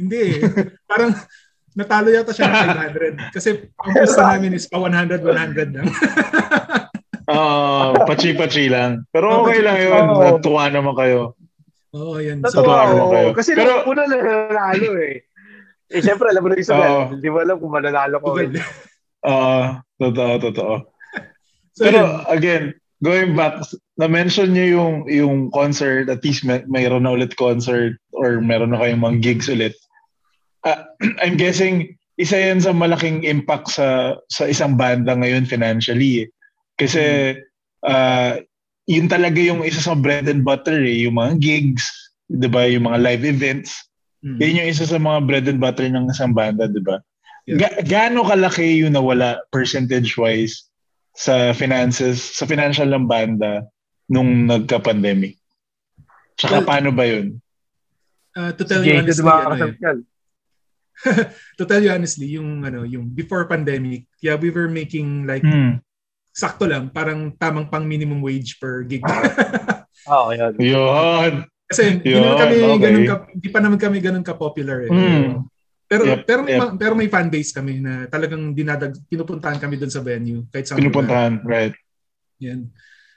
[SPEAKER 3] Hindi eh. Parang, natalo yata siya ng 500. Kasi ang pusta namin is pa 100, 100 lang.
[SPEAKER 1] Oo. Pachi-pachi Ah, lang. Pero okay lang yun.
[SPEAKER 4] Oo.
[SPEAKER 1] Natuwa naman kayo.
[SPEAKER 3] Oo, yan.
[SPEAKER 1] Totoo.
[SPEAKER 3] So,
[SPEAKER 4] Natuwa
[SPEAKER 1] Totoo
[SPEAKER 4] ako.
[SPEAKER 1] kayo.
[SPEAKER 4] Kasi
[SPEAKER 1] Pero-
[SPEAKER 4] nung una nanalo eh. Eh, syempre, alam mo na yung
[SPEAKER 1] Oo.
[SPEAKER 4] sabihan. Hindi mo alam kung mananalo ko.
[SPEAKER 3] tugal.
[SPEAKER 4] Eh.
[SPEAKER 1] Oo. Ah, Totoo, totoo.
[SPEAKER 3] So, yun.
[SPEAKER 1] Pero again, going back, na-mention niyo yung, yung concert, at least may, mayroon na ulit concert or meron na kayong mga gigs ulit. Ah, I'm guessing, isa yan sa malaking impact sa, sa isang banda ngayon financially. eh. Kasi ah, yun talaga yung isa sa bread and butter, eh, yung mga gigs, di ba, yung mga live events.
[SPEAKER 3] Hmm.
[SPEAKER 1] Yun yung isa sa mga bread and butter ng isang banda, di ba?
[SPEAKER 3] Yeah.
[SPEAKER 1] Ga- gaano kalaki yung nawala percentage-wise sa finances, sa financial ng banda nung nagka-pandemic? Tsaka
[SPEAKER 3] Well,
[SPEAKER 1] paano ba yun?
[SPEAKER 3] Uh, to
[SPEAKER 4] Si
[SPEAKER 3] tell you
[SPEAKER 4] Jake,
[SPEAKER 3] honestly,
[SPEAKER 4] di ba?
[SPEAKER 3] ano eh,
[SPEAKER 4] kasabot yan?
[SPEAKER 3] to tell you honestly, yung ano, yung before pandemic, yeah, we were making like
[SPEAKER 1] Hmm.
[SPEAKER 3] sakto lang, parang tamang pang minimum wage per gig.
[SPEAKER 4] Oo, yan.
[SPEAKER 1] Yun.
[SPEAKER 3] Kasi hindi
[SPEAKER 1] Yun,
[SPEAKER 3] naman kami
[SPEAKER 1] okay.
[SPEAKER 3] ganun ka, hindi pa naman kami ganun ka popular eh.
[SPEAKER 1] Hmm.
[SPEAKER 3] Pero
[SPEAKER 1] Yep,
[SPEAKER 3] pero may
[SPEAKER 1] yep.
[SPEAKER 3] ma- pero may fan base kami na talagang dinadag pinupuntahan kami doon sa venue kahit sa
[SPEAKER 1] Pinupuntahan, right?
[SPEAKER 3] Yan.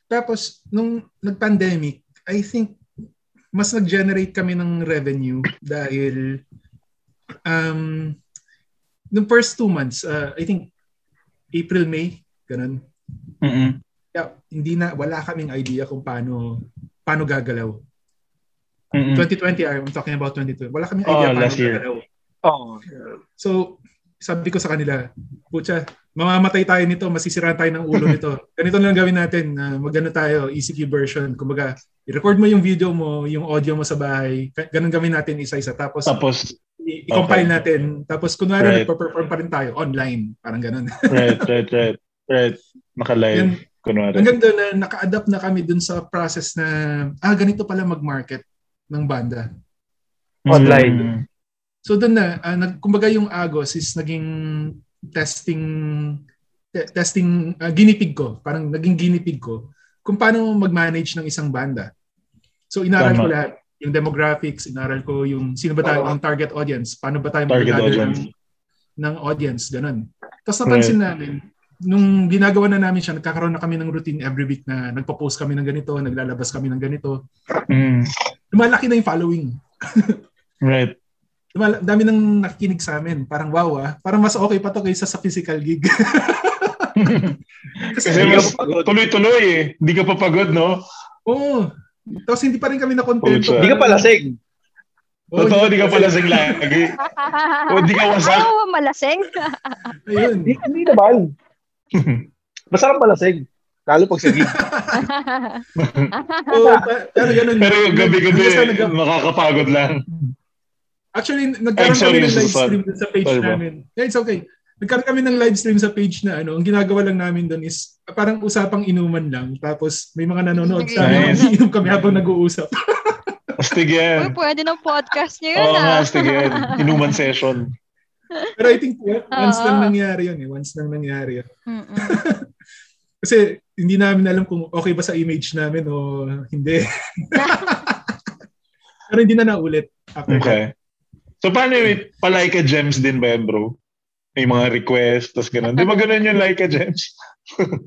[SPEAKER 3] Tapos, nung nag-pandemic, I think mas nag-generate kami ng revenue dahil um, nung first two months, uh, I think April, May, ganun.
[SPEAKER 1] Mm-mm.
[SPEAKER 3] Yeah, hindi na, wala kaming idea kung paano paano gagalaw.
[SPEAKER 1] Mm-mm.
[SPEAKER 3] 2020, ah, I'm talking about 2020. Wala kaming
[SPEAKER 1] Mm. Oh,
[SPEAKER 3] idea paano
[SPEAKER 1] last year.
[SPEAKER 3] gagalaw.
[SPEAKER 4] Oo.
[SPEAKER 3] So, sabi ko sa kanila, Pucha, mamamatay tayo nito, masisiraan tayo ng ulo nito. Ganito lang gawin natin, na magano tayo, ECQ version. Kumbaga, i-record mo yung video mo, yung audio mo sa bahay. Ka- Ganun gawin natin isa-isa. Tapos,
[SPEAKER 1] Tapos,
[SPEAKER 3] i-
[SPEAKER 1] okay.
[SPEAKER 3] i-compile natin. Tapos, kunwari,
[SPEAKER 1] Right.
[SPEAKER 3] nagpa-perform pa rin tayo online. Parang ganun.
[SPEAKER 1] right, right, right, right.
[SPEAKER 3] Yun,
[SPEAKER 1] Naka-live, kunwari.
[SPEAKER 3] hanggang doon na naka-adapt na kami dun sa process na, ah, ganito pala mag-market ng banda.
[SPEAKER 4] Online.
[SPEAKER 1] Mm.
[SPEAKER 3] So doon na, ah, nag, kumbaga yung Agos is naging testing te- testing ah, guinea pig ko, parang naging guinea pig ko kung paano mag-manage ng isang banda. So inaral
[SPEAKER 1] Tama.
[SPEAKER 3] ko lahat, yung demographics, inaral ko yung sino ba tayo, ang target audience, paano ba tayo
[SPEAKER 1] Target
[SPEAKER 3] mag-gather
[SPEAKER 1] audience.
[SPEAKER 3] ng, ng audience, ganun. Tapos napansin namin, nung ginagawa na namin siya, nagkakaroon na kami ng routine every week na nagpo-post kami ng ganito, naglalabas kami ng ganito.
[SPEAKER 1] Mm.
[SPEAKER 3] Lumalaki na yung following.
[SPEAKER 1] Right.
[SPEAKER 3] Lumal- dami nang nakikinig sa amin. Parang wow ah. Parang mas okay pa to kaysa sa physical gig.
[SPEAKER 1] Kasi
[SPEAKER 3] Kasi
[SPEAKER 4] Hindi
[SPEAKER 1] mas
[SPEAKER 4] ka pagod.
[SPEAKER 1] tuloy-tuloy eh. Hindi ka papagod, no?
[SPEAKER 3] Oo. Tapos hindi pa rin kami nakontento.
[SPEAKER 1] Pucha.
[SPEAKER 4] Hindi ka palasig.
[SPEAKER 3] Oo,
[SPEAKER 1] Totoo,
[SPEAKER 3] Oh, hindi
[SPEAKER 1] di ka palasing lagi. O di ka wasak.
[SPEAKER 2] Ah, malasing.
[SPEAKER 3] Ayun.
[SPEAKER 4] Hindi, hindi naman. Masarap palasig. Lalo pag sige.
[SPEAKER 3] Oo, pa- pero ganun.
[SPEAKER 1] Pero yung gabi-gabi,
[SPEAKER 3] Hanggang sa nag-
[SPEAKER 1] nakakapagod lang.
[SPEAKER 3] Actually, nagkaroon
[SPEAKER 1] I'm sorry,
[SPEAKER 3] kami ng
[SPEAKER 1] Mr.
[SPEAKER 3] live
[SPEAKER 1] Sun.
[SPEAKER 3] stream dun sa page
[SPEAKER 1] Sorry, bro.
[SPEAKER 3] namin. Yeah, it's okay. Nagkaroon kami ng live stream sa page na ano, ang ginagawa lang namin doon is parang usapang inuman lang. Tapos may mga nanonood sa amin.
[SPEAKER 1] Nice.
[SPEAKER 3] Iinom kami habang nag-uusap.
[SPEAKER 1] Astig
[SPEAKER 2] Uy,
[SPEAKER 1] yan.
[SPEAKER 2] pwede ng podcast niyo yun
[SPEAKER 1] Oo nga,
[SPEAKER 2] ah.
[SPEAKER 1] astig yan. Inuman session.
[SPEAKER 3] Pero I think yeah, once lang
[SPEAKER 2] Oo.
[SPEAKER 3] nangyari yun eh. Once lang nangyari yun.
[SPEAKER 2] Mm-mm.
[SPEAKER 3] Kasi hindi namin alam kung okay ba sa image namin o hindi. Pero hindi na naulit after that.
[SPEAKER 1] Okay. So paano yung palike a gems din ba yan, bro? May mga request, tas gano'n. Di ba gano'n yung like a gems? Hmm.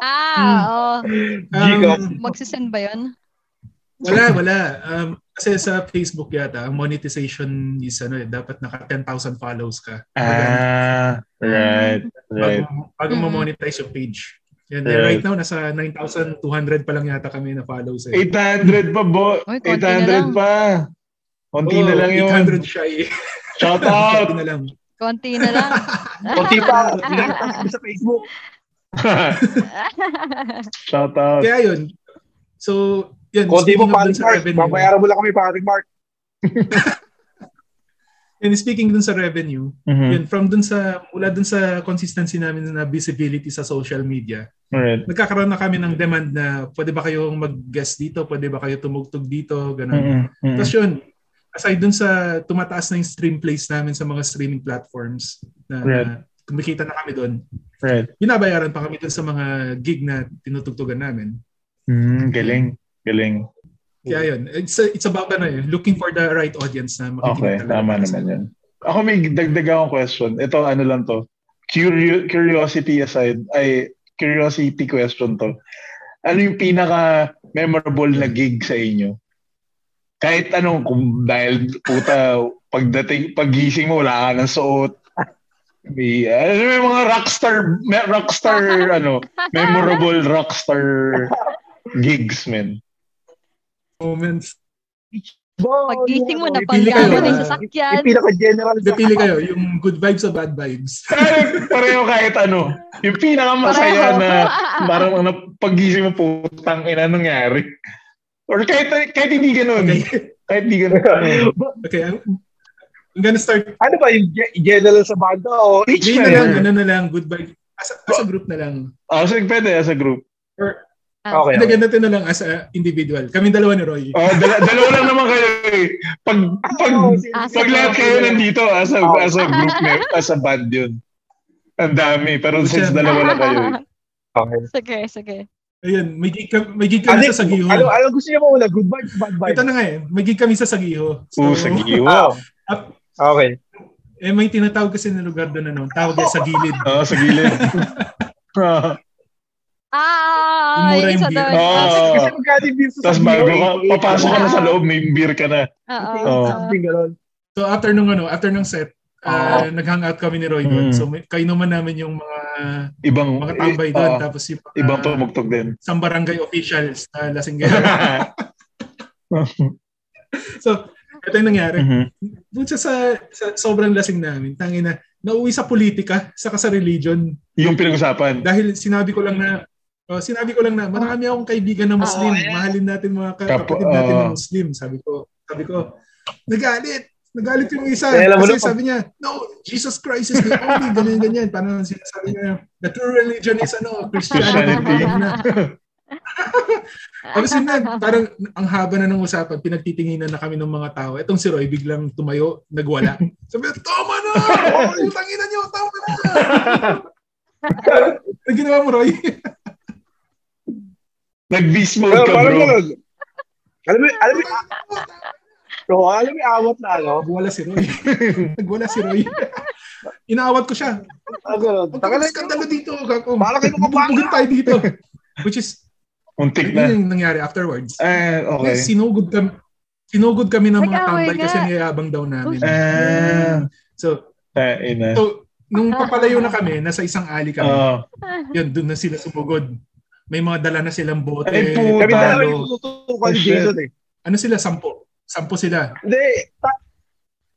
[SPEAKER 2] Ah, oo.
[SPEAKER 3] Um,
[SPEAKER 2] Magsisend ba yun?
[SPEAKER 3] wala, wala. Um, kasi sa Facebook yata, ang monetization is ano eh, dapat naka 10,000 follows ka. Bago-
[SPEAKER 1] Ah, right, right.
[SPEAKER 3] Bago, bago
[SPEAKER 2] Mhm.
[SPEAKER 3] ma-monetize yung page. Yan,
[SPEAKER 1] Right.
[SPEAKER 3] right. now, nasa 9,200 pa lang yata kami na follows eh.
[SPEAKER 1] 800 pa, bo.
[SPEAKER 2] Uy, konti na
[SPEAKER 1] 800
[SPEAKER 2] lang.
[SPEAKER 1] pa. Konti na
[SPEAKER 3] Oo,
[SPEAKER 1] lang yun.
[SPEAKER 3] 800 siya eh.
[SPEAKER 1] Shout out!
[SPEAKER 3] Konti na lang.
[SPEAKER 2] Konti na lang.
[SPEAKER 4] Kunti pa. Nakita sa Facebook.
[SPEAKER 1] Shout out.
[SPEAKER 3] Kaya yun. So, yun.
[SPEAKER 4] Kunti
[SPEAKER 3] speaking
[SPEAKER 4] mo
[SPEAKER 3] of
[SPEAKER 4] paring
[SPEAKER 3] dun sa
[SPEAKER 4] Mark.
[SPEAKER 3] revenue-
[SPEAKER 4] Babayaran mo lang kami paring Mark.
[SPEAKER 3] And speaking dun sa revenue,
[SPEAKER 1] Mhm.
[SPEAKER 3] Yun, from dun sa, mula dun sa consistency namin na visibility sa social media,
[SPEAKER 1] Alright.
[SPEAKER 3] nagkakaroon na kami
[SPEAKER 1] Hmm.
[SPEAKER 3] ng demand na pwede ba kayong mag-guest dito, pwede ba kayo tumugtog dito, ganun.
[SPEAKER 1] Mhm. Mhm.
[SPEAKER 3] Tapos yun, aside dun sa tumataas na yung stream plays namin sa mga streaming platforms na
[SPEAKER 1] Right.
[SPEAKER 3] kumikita na kami dun,
[SPEAKER 1] Right.
[SPEAKER 3] binabayaran pa kami dun sa mga gig na tinutugtugan namin.
[SPEAKER 1] Mm, galing. Galing.
[SPEAKER 3] Kaya
[SPEAKER 1] Hmm.
[SPEAKER 3] yun, it's, it's about ano eh, looking for the right audience na
[SPEAKER 1] Okay,
[SPEAKER 3] makikinig talaga.
[SPEAKER 1] tama naman yun. Ako may dagdag akong question. Ito, ano lang to. Curio- curiosity aside, ay, curiosity question to. Ano yung pinaka-memorable na gig sa inyo? Kahit anong, kung dahil puta, pagdating, pagising mo, wala ka ng suot. May, ano may mga rockstar, may rockstar, ano, memorable rockstar gigs, man.
[SPEAKER 3] Moments.
[SPEAKER 2] Pagising mo, napangga
[SPEAKER 3] Pili kayo,
[SPEAKER 2] mo na
[SPEAKER 3] ah.
[SPEAKER 2] yung sasakyan.
[SPEAKER 4] Yung pinaka-general.
[SPEAKER 3] Hindi, pili kayo, yung good vibes o bad vibes.
[SPEAKER 1] Parang pareho kahit ano. Yung pinakamasaya
[SPEAKER 2] Pareho. Ah.
[SPEAKER 1] na parang ano, pagising mo putang ina nangyari. Or kahit, kahit hindi ganun.
[SPEAKER 3] Okay.
[SPEAKER 1] Kahit hindi ganun.
[SPEAKER 3] Okay, I'm, I'm gonna start.
[SPEAKER 4] Ano ba yung ge- general sa banda oh? o
[SPEAKER 1] Teach me.
[SPEAKER 3] Hindi na lang, ano na lang, goodbye. As a, as a group na lang.
[SPEAKER 1] Ah, so pwede as a group.
[SPEAKER 3] Or,
[SPEAKER 4] Okay.
[SPEAKER 3] hindi, ganito na lang as a individual. Kami dalawa ni Roy.
[SPEAKER 1] Oh, dala, dalawa lang naman kayo eh. Pag, pag,
[SPEAKER 3] Oh,
[SPEAKER 2] Ah,
[SPEAKER 1] pag lahat kayo nandito as a,
[SPEAKER 4] Oh.
[SPEAKER 1] as a group, na- as a band yun. Ang dami. Pero since dalawa lang kayo eh.
[SPEAKER 4] Okay.
[SPEAKER 2] Sige, sige.
[SPEAKER 3] Ayun, may gig, ka- may gig
[SPEAKER 4] Ano,
[SPEAKER 3] kami sa Sagiho.
[SPEAKER 4] ano, ano gusto niya mauna? Good vibes, bad vibes?
[SPEAKER 3] Ito na nga eh, may gig kami sa Sagiho. So,
[SPEAKER 1] Oo, sa giwa.
[SPEAKER 3] Oh.
[SPEAKER 4] Ah,
[SPEAKER 3] Up-
[SPEAKER 4] okay.
[SPEAKER 3] eh, may tinatawag kasi na lugar doon, ano, tawag niya sa gilid.
[SPEAKER 1] Oo, Oh, sa gilid. Ah,
[SPEAKER 2] Ah, yung
[SPEAKER 3] Mura yung
[SPEAKER 2] isa
[SPEAKER 3] beer.
[SPEAKER 2] doon.
[SPEAKER 1] Oo.
[SPEAKER 4] Kasi, kasi magkano yung views sa
[SPEAKER 1] Tapos Ah.
[SPEAKER 4] Sagiho,
[SPEAKER 1] bago
[SPEAKER 4] eh,
[SPEAKER 1] ka,
[SPEAKER 4] eh,
[SPEAKER 1] papasok ka na sa Oh.
[SPEAKER 2] Ah.
[SPEAKER 1] loob, may beer ka na.
[SPEAKER 2] Oo.
[SPEAKER 4] eh,
[SPEAKER 1] Oo.
[SPEAKER 4] Something ganun.
[SPEAKER 3] So, after nung, ano, after nung set, uh, nag-hangout kami ni Roy
[SPEAKER 1] Ah.
[SPEAKER 3] doon.
[SPEAKER 1] Mm.
[SPEAKER 3] So, may, kainuman namin yung mga
[SPEAKER 1] Ibang,
[SPEAKER 3] mga tambay doon.
[SPEAKER 1] ah,
[SPEAKER 3] tapos yung mga
[SPEAKER 1] ibang tumugtog din.
[SPEAKER 3] isang barangay officials na lasinggero. so, ito yung nangyari.
[SPEAKER 1] Mhm. Mm-hmm.
[SPEAKER 3] Doon sa, sa, sa sobrang lasing namin, tangin na, nauwi sa politika, saka sa religion.
[SPEAKER 1] Yung pinag-usapan.
[SPEAKER 3] Dahil sinabi ko lang na oh, sinabi ko lang na marami akong kaibigan na Muslim.
[SPEAKER 4] Oo, yeah.
[SPEAKER 3] Mahalin natin mga ka-
[SPEAKER 1] Kapo-
[SPEAKER 3] kapatid natin na
[SPEAKER 1] oo.
[SPEAKER 3] Muslim. Sabi ko, sabi ko, nagalit. Nagalit yung isa.
[SPEAKER 4] Eh, alam mo
[SPEAKER 3] Kasi
[SPEAKER 4] na-
[SPEAKER 3] sabi niya, no, Jesus Christ is the only, ganyan, ganyan. Parang sinasabi niya, the true religion is ano, Christianity.
[SPEAKER 1] Christianity.
[SPEAKER 3] na. Tapos yun na, parang ang haba na ng usapan, pinagtitinginan na kami ng mga tao. Itong si Roy biglang tumayo, nagwala. Sabi, tama na! Utang ina niyo, tama na! Ang ginawa mo, Roy?
[SPEAKER 1] Nag-beast mode
[SPEAKER 4] Pero
[SPEAKER 1] ka,
[SPEAKER 4] parang
[SPEAKER 1] bro.
[SPEAKER 4] ganun. Alam mo, alam mo, bro, alam mo, yung awat na ano.
[SPEAKER 3] Nagwala si Roy. Nagwala si Roy. Inaawat ko siya.
[SPEAKER 4] Ah, ganun.
[SPEAKER 3] Huwag ka
[SPEAKER 4] Taka na,
[SPEAKER 3] skandalo dito. Kako.
[SPEAKER 4] Para kayo mga bata.
[SPEAKER 3] Bubugin tayo dito. Which is,
[SPEAKER 1] Untik
[SPEAKER 3] yun
[SPEAKER 1] na.
[SPEAKER 3] yung nangyari afterwards.
[SPEAKER 1] Ah, okay.
[SPEAKER 3] Sinugod kami. Sinugod kami ng mga
[SPEAKER 2] Nag-away
[SPEAKER 3] tambay kasi
[SPEAKER 2] nga.
[SPEAKER 3] niyayabang daw namin.
[SPEAKER 1] Ah,
[SPEAKER 3] So,
[SPEAKER 1] tain na. Ah,
[SPEAKER 3] so, nung papalayo na kami, nasa isang alley kami.
[SPEAKER 1] Oo.
[SPEAKER 3] Yun, doon na sila sumugod. May mga dala na silang bote.
[SPEAKER 1] Ay, puta.
[SPEAKER 4] Kami dalawa
[SPEAKER 3] talo.
[SPEAKER 4] yung tututukan ni
[SPEAKER 1] Shit.
[SPEAKER 4] Jason eh.
[SPEAKER 3] Ano sila? Sampo. Sampo sila.
[SPEAKER 4] Hindi. ta-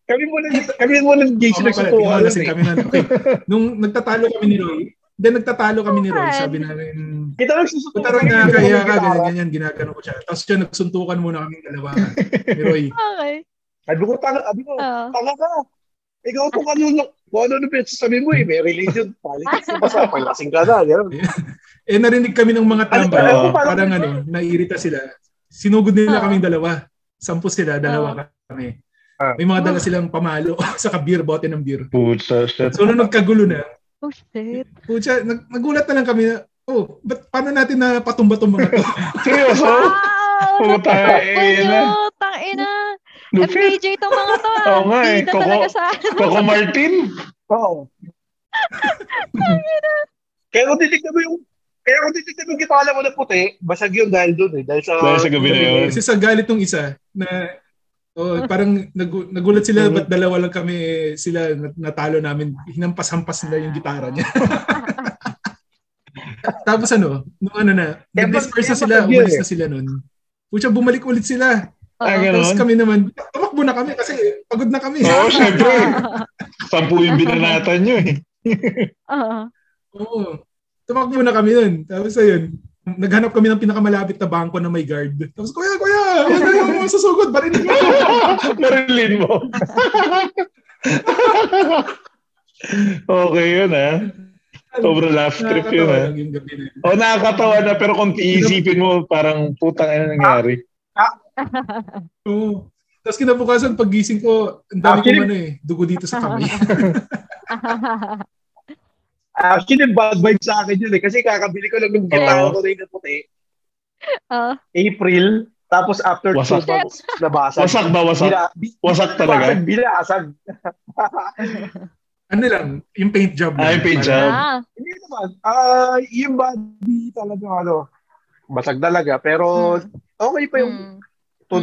[SPEAKER 4] Kami muna, kami muna ni
[SPEAKER 3] Oh,
[SPEAKER 4] Jason nagsutukan
[SPEAKER 3] pala,
[SPEAKER 4] nun eh.
[SPEAKER 3] kami na. Okay. Nung nagtatalo kami ni Roy, then nagtatalo kami ni Roy, sabi namin,
[SPEAKER 4] Kita lang susutukan.
[SPEAKER 3] punta raw
[SPEAKER 4] kami,
[SPEAKER 3] na
[SPEAKER 4] hindi
[SPEAKER 3] kaya ka,
[SPEAKER 4] kami
[SPEAKER 3] ganyan,
[SPEAKER 4] gitara.
[SPEAKER 3] ganyan, ginagano ko siya. Tapos yun, nagsuntukan muna kami dalawa ni Roy.
[SPEAKER 2] Okay.
[SPEAKER 4] Sabi ko, tanga, sabi ko,
[SPEAKER 2] Oo.
[SPEAKER 4] tanga ka. Ikaw po kanino, kung ano na pinagsasabi mo eh, may religion, politics, basta palasing ka na, gano'n.
[SPEAKER 3] Eh, narinig kami ng mga tambay.
[SPEAKER 1] Ano,
[SPEAKER 4] parang-
[SPEAKER 3] parang ano, nairita sila. Sinugod
[SPEAKER 2] Oo.
[SPEAKER 3] nila kaming dalawa. Sampo sila, dalawa kami.
[SPEAKER 4] Ah.
[SPEAKER 3] May mga dala silang pamalo sa beer, bote ng beer.
[SPEAKER 1] Puta, shit.
[SPEAKER 3] So, nung nagkagulo na,
[SPEAKER 2] Oh, shit.
[SPEAKER 3] Pucha, nag- nagulat na lang kami na, oh, ba't paano natin na patumba tong mga to?
[SPEAKER 1] Seryoso?
[SPEAKER 2] Wow!
[SPEAKER 1] Puta, eh,
[SPEAKER 2] Ayun,
[SPEAKER 1] na.
[SPEAKER 2] tangina.
[SPEAKER 1] Lupit.
[SPEAKER 2] MKJ tong mga to. ah.
[SPEAKER 1] Oo nga eh,
[SPEAKER 2] Bida
[SPEAKER 1] koko.
[SPEAKER 2] talaga sa akin.
[SPEAKER 1] Coco Martin?
[SPEAKER 4] Oo. Kaya kung titignan mo yung kaya kung titignan mo yung gitala mo na puti, basag yun dahil doon eh. Dahil sa...
[SPEAKER 1] Dahil sa gabi na yun.
[SPEAKER 3] Kasi sa galit ng isa, na, oh, parang nagu- nagulat sila, ba't dalawa lang kami, eh, sila nat- natalo namin, hinampas-hampas nila yung gitara niya. Tapos ano, nung ano na,
[SPEAKER 4] Kaya pag-
[SPEAKER 3] nag-disperse na
[SPEAKER 4] kaya
[SPEAKER 3] sila,
[SPEAKER 4] pag-
[SPEAKER 3] umalis
[SPEAKER 4] eh.
[SPEAKER 3] na sila nun. Pucha, bumalik ulit sila.
[SPEAKER 1] Ah,
[SPEAKER 2] Oo.
[SPEAKER 1] ganun.
[SPEAKER 3] Tapos kami naman, tumakbo na kami kasi pagod na kami.
[SPEAKER 1] Oo, syempre. Sampu yung binanatan nyo eh.
[SPEAKER 2] Oo.
[SPEAKER 3] Oo. Tumakbo na kami nun. Tapos ayun, naghanap kami ng pinakamalapit na bangko na may guard. Tapos, kuya, kuya, yan na yung mga susugod, barinig mo.
[SPEAKER 1] Marilyn mo. okay yun ah. Sobrang laugh trip yun
[SPEAKER 3] Nakakatawa
[SPEAKER 1] ah.
[SPEAKER 3] lang yung gabi na yun.
[SPEAKER 1] O nakakatawa na pero kung iisipin mo parang putang ano nangyari.
[SPEAKER 3] Oo. Tapos kinabukasan, pagising ko, ang dami
[SPEAKER 4] Actually-
[SPEAKER 3] kong ano eh, dugo dito sa kamay.
[SPEAKER 4] Actually, bad vibe sa akin yun eh. Kasi kakabili ko lang ng gitara
[SPEAKER 1] Oo.
[SPEAKER 4] ko na yun na puti.
[SPEAKER 2] Oo.
[SPEAKER 4] April. Tapos after
[SPEAKER 1] Wasak.
[SPEAKER 4] two months, nabasag.
[SPEAKER 1] Wasak ba wasak?
[SPEAKER 4] Bila, bi,
[SPEAKER 1] Wasak
[SPEAKER 4] basag,
[SPEAKER 1] talaga.
[SPEAKER 4] bilasag.
[SPEAKER 3] ano lang, yung paint job.
[SPEAKER 1] Ah, yung paint
[SPEAKER 3] Parang-
[SPEAKER 1] job.
[SPEAKER 2] Ah.
[SPEAKER 4] Hindi naman. Ah, yung body talaga ano. Basag talaga. Pero okay pa
[SPEAKER 2] Mm.
[SPEAKER 4] yung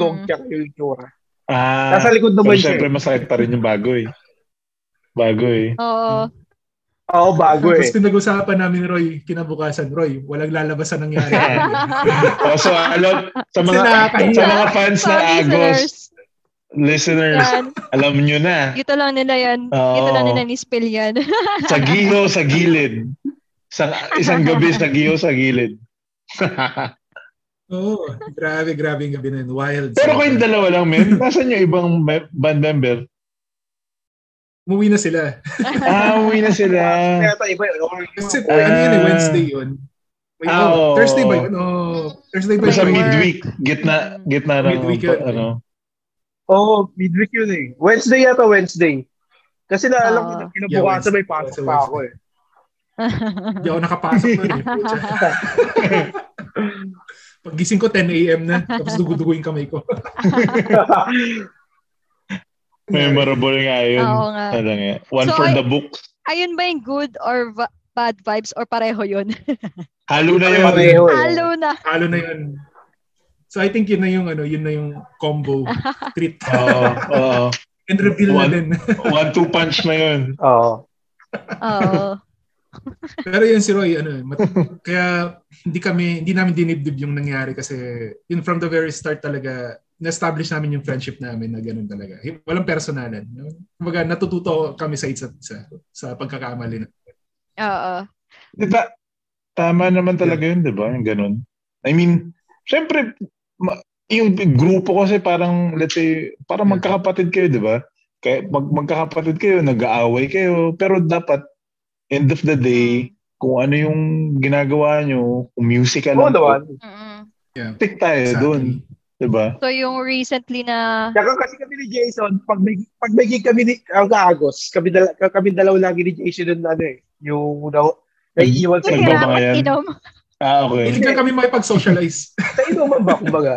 [SPEAKER 4] tunog
[SPEAKER 2] Mm.
[SPEAKER 4] tsaka yung itsura.
[SPEAKER 1] Ah.
[SPEAKER 4] Nasa likod
[SPEAKER 1] Pero
[SPEAKER 4] naman siya. eh.
[SPEAKER 1] syempre masakit pa rin yung bago eh. Bago eh.
[SPEAKER 2] Oo.
[SPEAKER 4] eh. Oo, bago eh.
[SPEAKER 3] Tapos pinag-usapan namin, ni Roy, kinabukasan, Roy, walang lalabasan nangyari.
[SPEAKER 1] O, Oh, so alam sa mga
[SPEAKER 3] Sinakahiya.
[SPEAKER 1] sa mga fans ng
[SPEAKER 2] Sorry,
[SPEAKER 1] Agos
[SPEAKER 2] listeners.
[SPEAKER 1] listeners
[SPEAKER 2] Yan.
[SPEAKER 1] alam nyo na
[SPEAKER 2] Gito lang nila yan.
[SPEAKER 1] Oo.
[SPEAKER 2] Gito lang nila ni Spill yan.
[SPEAKER 1] Oh, sa giho sa gilid sa isang gabi sa giho sa gilid
[SPEAKER 3] Oo, grabe, grabe yung gabi na yun. Wild.
[SPEAKER 1] pero kayong dalawa lang men nasan yung ibang me- band member
[SPEAKER 3] Umuwi na sila.
[SPEAKER 1] ah uwi na sila
[SPEAKER 4] Kaya tayo iba yun. Or-
[SPEAKER 3] Kasi uh, ano yun, eh, Wednesday yun. Wait,
[SPEAKER 1] Ah,
[SPEAKER 3] oh,
[SPEAKER 1] oo.
[SPEAKER 3] Thursday ba yun? Oh, Thursday ba yun?
[SPEAKER 1] sa
[SPEAKER 2] Basta
[SPEAKER 3] Friday?
[SPEAKER 1] midweek gitna gitna ng
[SPEAKER 3] Midweek yun.
[SPEAKER 1] ano
[SPEAKER 4] Oo, oh, midweek yun eh. Wednesday yata, Wednesday. Kasi naalala ko,
[SPEAKER 2] Ah.
[SPEAKER 4] kinabukasan may
[SPEAKER 3] Yeah, Wednesday.
[SPEAKER 4] pasok pa ako eh.
[SPEAKER 3] Hindi ako nakapasok nun eh. Putya. Pagising ko 10 a.m. na, tapos dugudugo yung kamay ko.
[SPEAKER 1] memorable nga yun
[SPEAKER 2] Oo nga.
[SPEAKER 1] talaga one
[SPEAKER 2] So,
[SPEAKER 1] for
[SPEAKER 2] ay-
[SPEAKER 1] the books
[SPEAKER 2] Ayun ba yung good or va- bad vibes or pareho yun?
[SPEAKER 1] halo na yun
[SPEAKER 4] Pareho eh.
[SPEAKER 2] Halo na.
[SPEAKER 3] Halo na yun. So I think yun na yung ano, yun na yung combo treat
[SPEAKER 1] Oo, oo.
[SPEAKER 3] and reveal
[SPEAKER 1] One.
[SPEAKER 3] na din.
[SPEAKER 1] one two punch na yun
[SPEAKER 4] Oo.
[SPEAKER 2] Oo.
[SPEAKER 3] Pero yun si Roy, ano, eh, mat- kaya hindi kami, hindi namin dinibdib yung nangyari kasi yun from the very start talaga na-establish namin yung friendship namin na ganun talaga. Walang personalan. Kumbaga, natututo kami sa isa't isa sa pagkakamali na.
[SPEAKER 2] Oo.
[SPEAKER 1] Di ba? Tama naman talaga yun, di ba? Yung ganun. I mean, syempre, ma- yung grupo kasi parang, let's say, parang magkakapatid kayo, di ba? Kaya mag, magkakapatid kayo, nag-aaway kayo, pero dapat, end of the day, kung ano yung ginagawa nyo, kung music
[SPEAKER 4] Oo
[SPEAKER 1] alam
[SPEAKER 4] naman.
[SPEAKER 2] Mm-mm.
[SPEAKER 1] tik tayo
[SPEAKER 3] Exactly.
[SPEAKER 1] doon, di ba?
[SPEAKER 2] So yung recently na
[SPEAKER 4] Saka kasi kami ni Jason, pag may, pag may gig kami ni, ang kaagos, kami, dala, kami dalaw lagi ni Jason yung ano eh, yung na, naiiwan sa
[SPEAKER 1] Nagbabayan.
[SPEAKER 4] inuman.
[SPEAKER 2] Mahirapan inom.
[SPEAKER 1] Ah, okay.
[SPEAKER 3] Eh, Hindi lang kami makipag-socialize.
[SPEAKER 4] Sa inuman ba, kumbaga?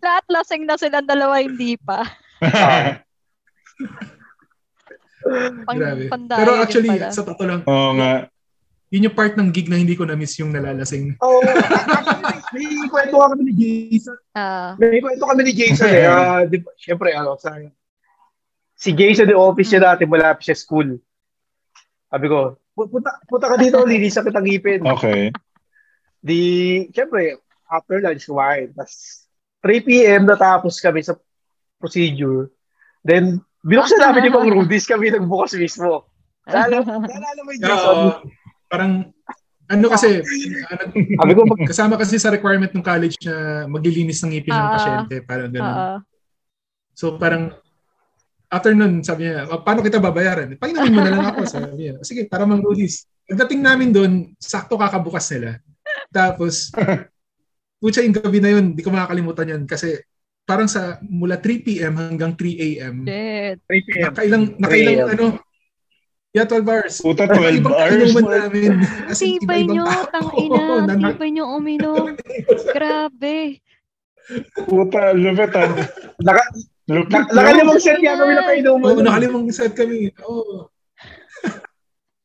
[SPEAKER 2] Lahat lasing na silang dalawa, hindi pa.
[SPEAKER 4] Ah.
[SPEAKER 2] Pang,
[SPEAKER 3] Grabe.
[SPEAKER 2] pandayo
[SPEAKER 3] Pero
[SPEAKER 2] din
[SPEAKER 3] actually,
[SPEAKER 2] pala.
[SPEAKER 3] sa totoo lang,
[SPEAKER 1] Oo nga.
[SPEAKER 3] yun yung part ng gig na hindi ko na-miss yung nalalasing.
[SPEAKER 4] Oo. May kwento nga kami ni Jason.
[SPEAKER 2] Ah,
[SPEAKER 4] May kwento kami ni Jason eh. Ah, di, ba- Siyempre, ano, sa Si Jason, yung office niya dati, malapit siya school. Sabi ko, "Pu- punta, punta ka dito, lilisan kitang ngipin.
[SPEAKER 1] Okay.
[SPEAKER 4] Di, syempre, after lunch, kumain. Tapos, 3 p.m. natapos kami sa procedure. Then, binuksan namin yung mga rubies kami nagbukas mismo. Naalala naalala mo yung Jason?
[SPEAKER 3] Oo. parang, ano kasi, ano,
[SPEAKER 4] Sabi ko, pag-
[SPEAKER 3] kasama kasi sa requirement ng college na maglilinis ng ngipin ng
[SPEAKER 2] Ah.
[SPEAKER 3] pasyente. Parang ganun.
[SPEAKER 2] oo.
[SPEAKER 3] So parang, after nun, sabi niya, "O, paano kita babayaran? Painamin mo na lang ako, sabi niya. Sige, para mang goodies. Pagdating namin doon, sakto kakabukas nila. Tapos, putya yung gabi na yun, di ko makakalimutan yan. Kasi parang sa mula 3 p.m. hanggang 3 a.m.
[SPEAKER 2] Shit.
[SPEAKER 4] 3 p.m.
[SPEAKER 3] Nakailang, nakailang
[SPEAKER 4] 3 a.m.
[SPEAKER 3] ano, yeah, 12 hours.
[SPEAKER 1] Puta, 12
[SPEAKER 3] Iba't ibang
[SPEAKER 1] hours.
[SPEAKER 3] kainuman namin. As in,
[SPEAKER 2] Sipay
[SPEAKER 3] iba-ibang
[SPEAKER 2] nyo,
[SPEAKER 3] tao.
[SPEAKER 2] tang
[SPEAKER 3] Oo,
[SPEAKER 2] ina.
[SPEAKER 3] nanak-
[SPEAKER 2] Sipay nyo uminom. Grabe.
[SPEAKER 1] Puta, lupet ah.
[SPEAKER 4] Naka,
[SPEAKER 1] Lupet.
[SPEAKER 4] na- nakalimang set yan kami na
[SPEAKER 3] Oo,
[SPEAKER 4] kainuman.
[SPEAKER 3] nakalimang set kami. Oo.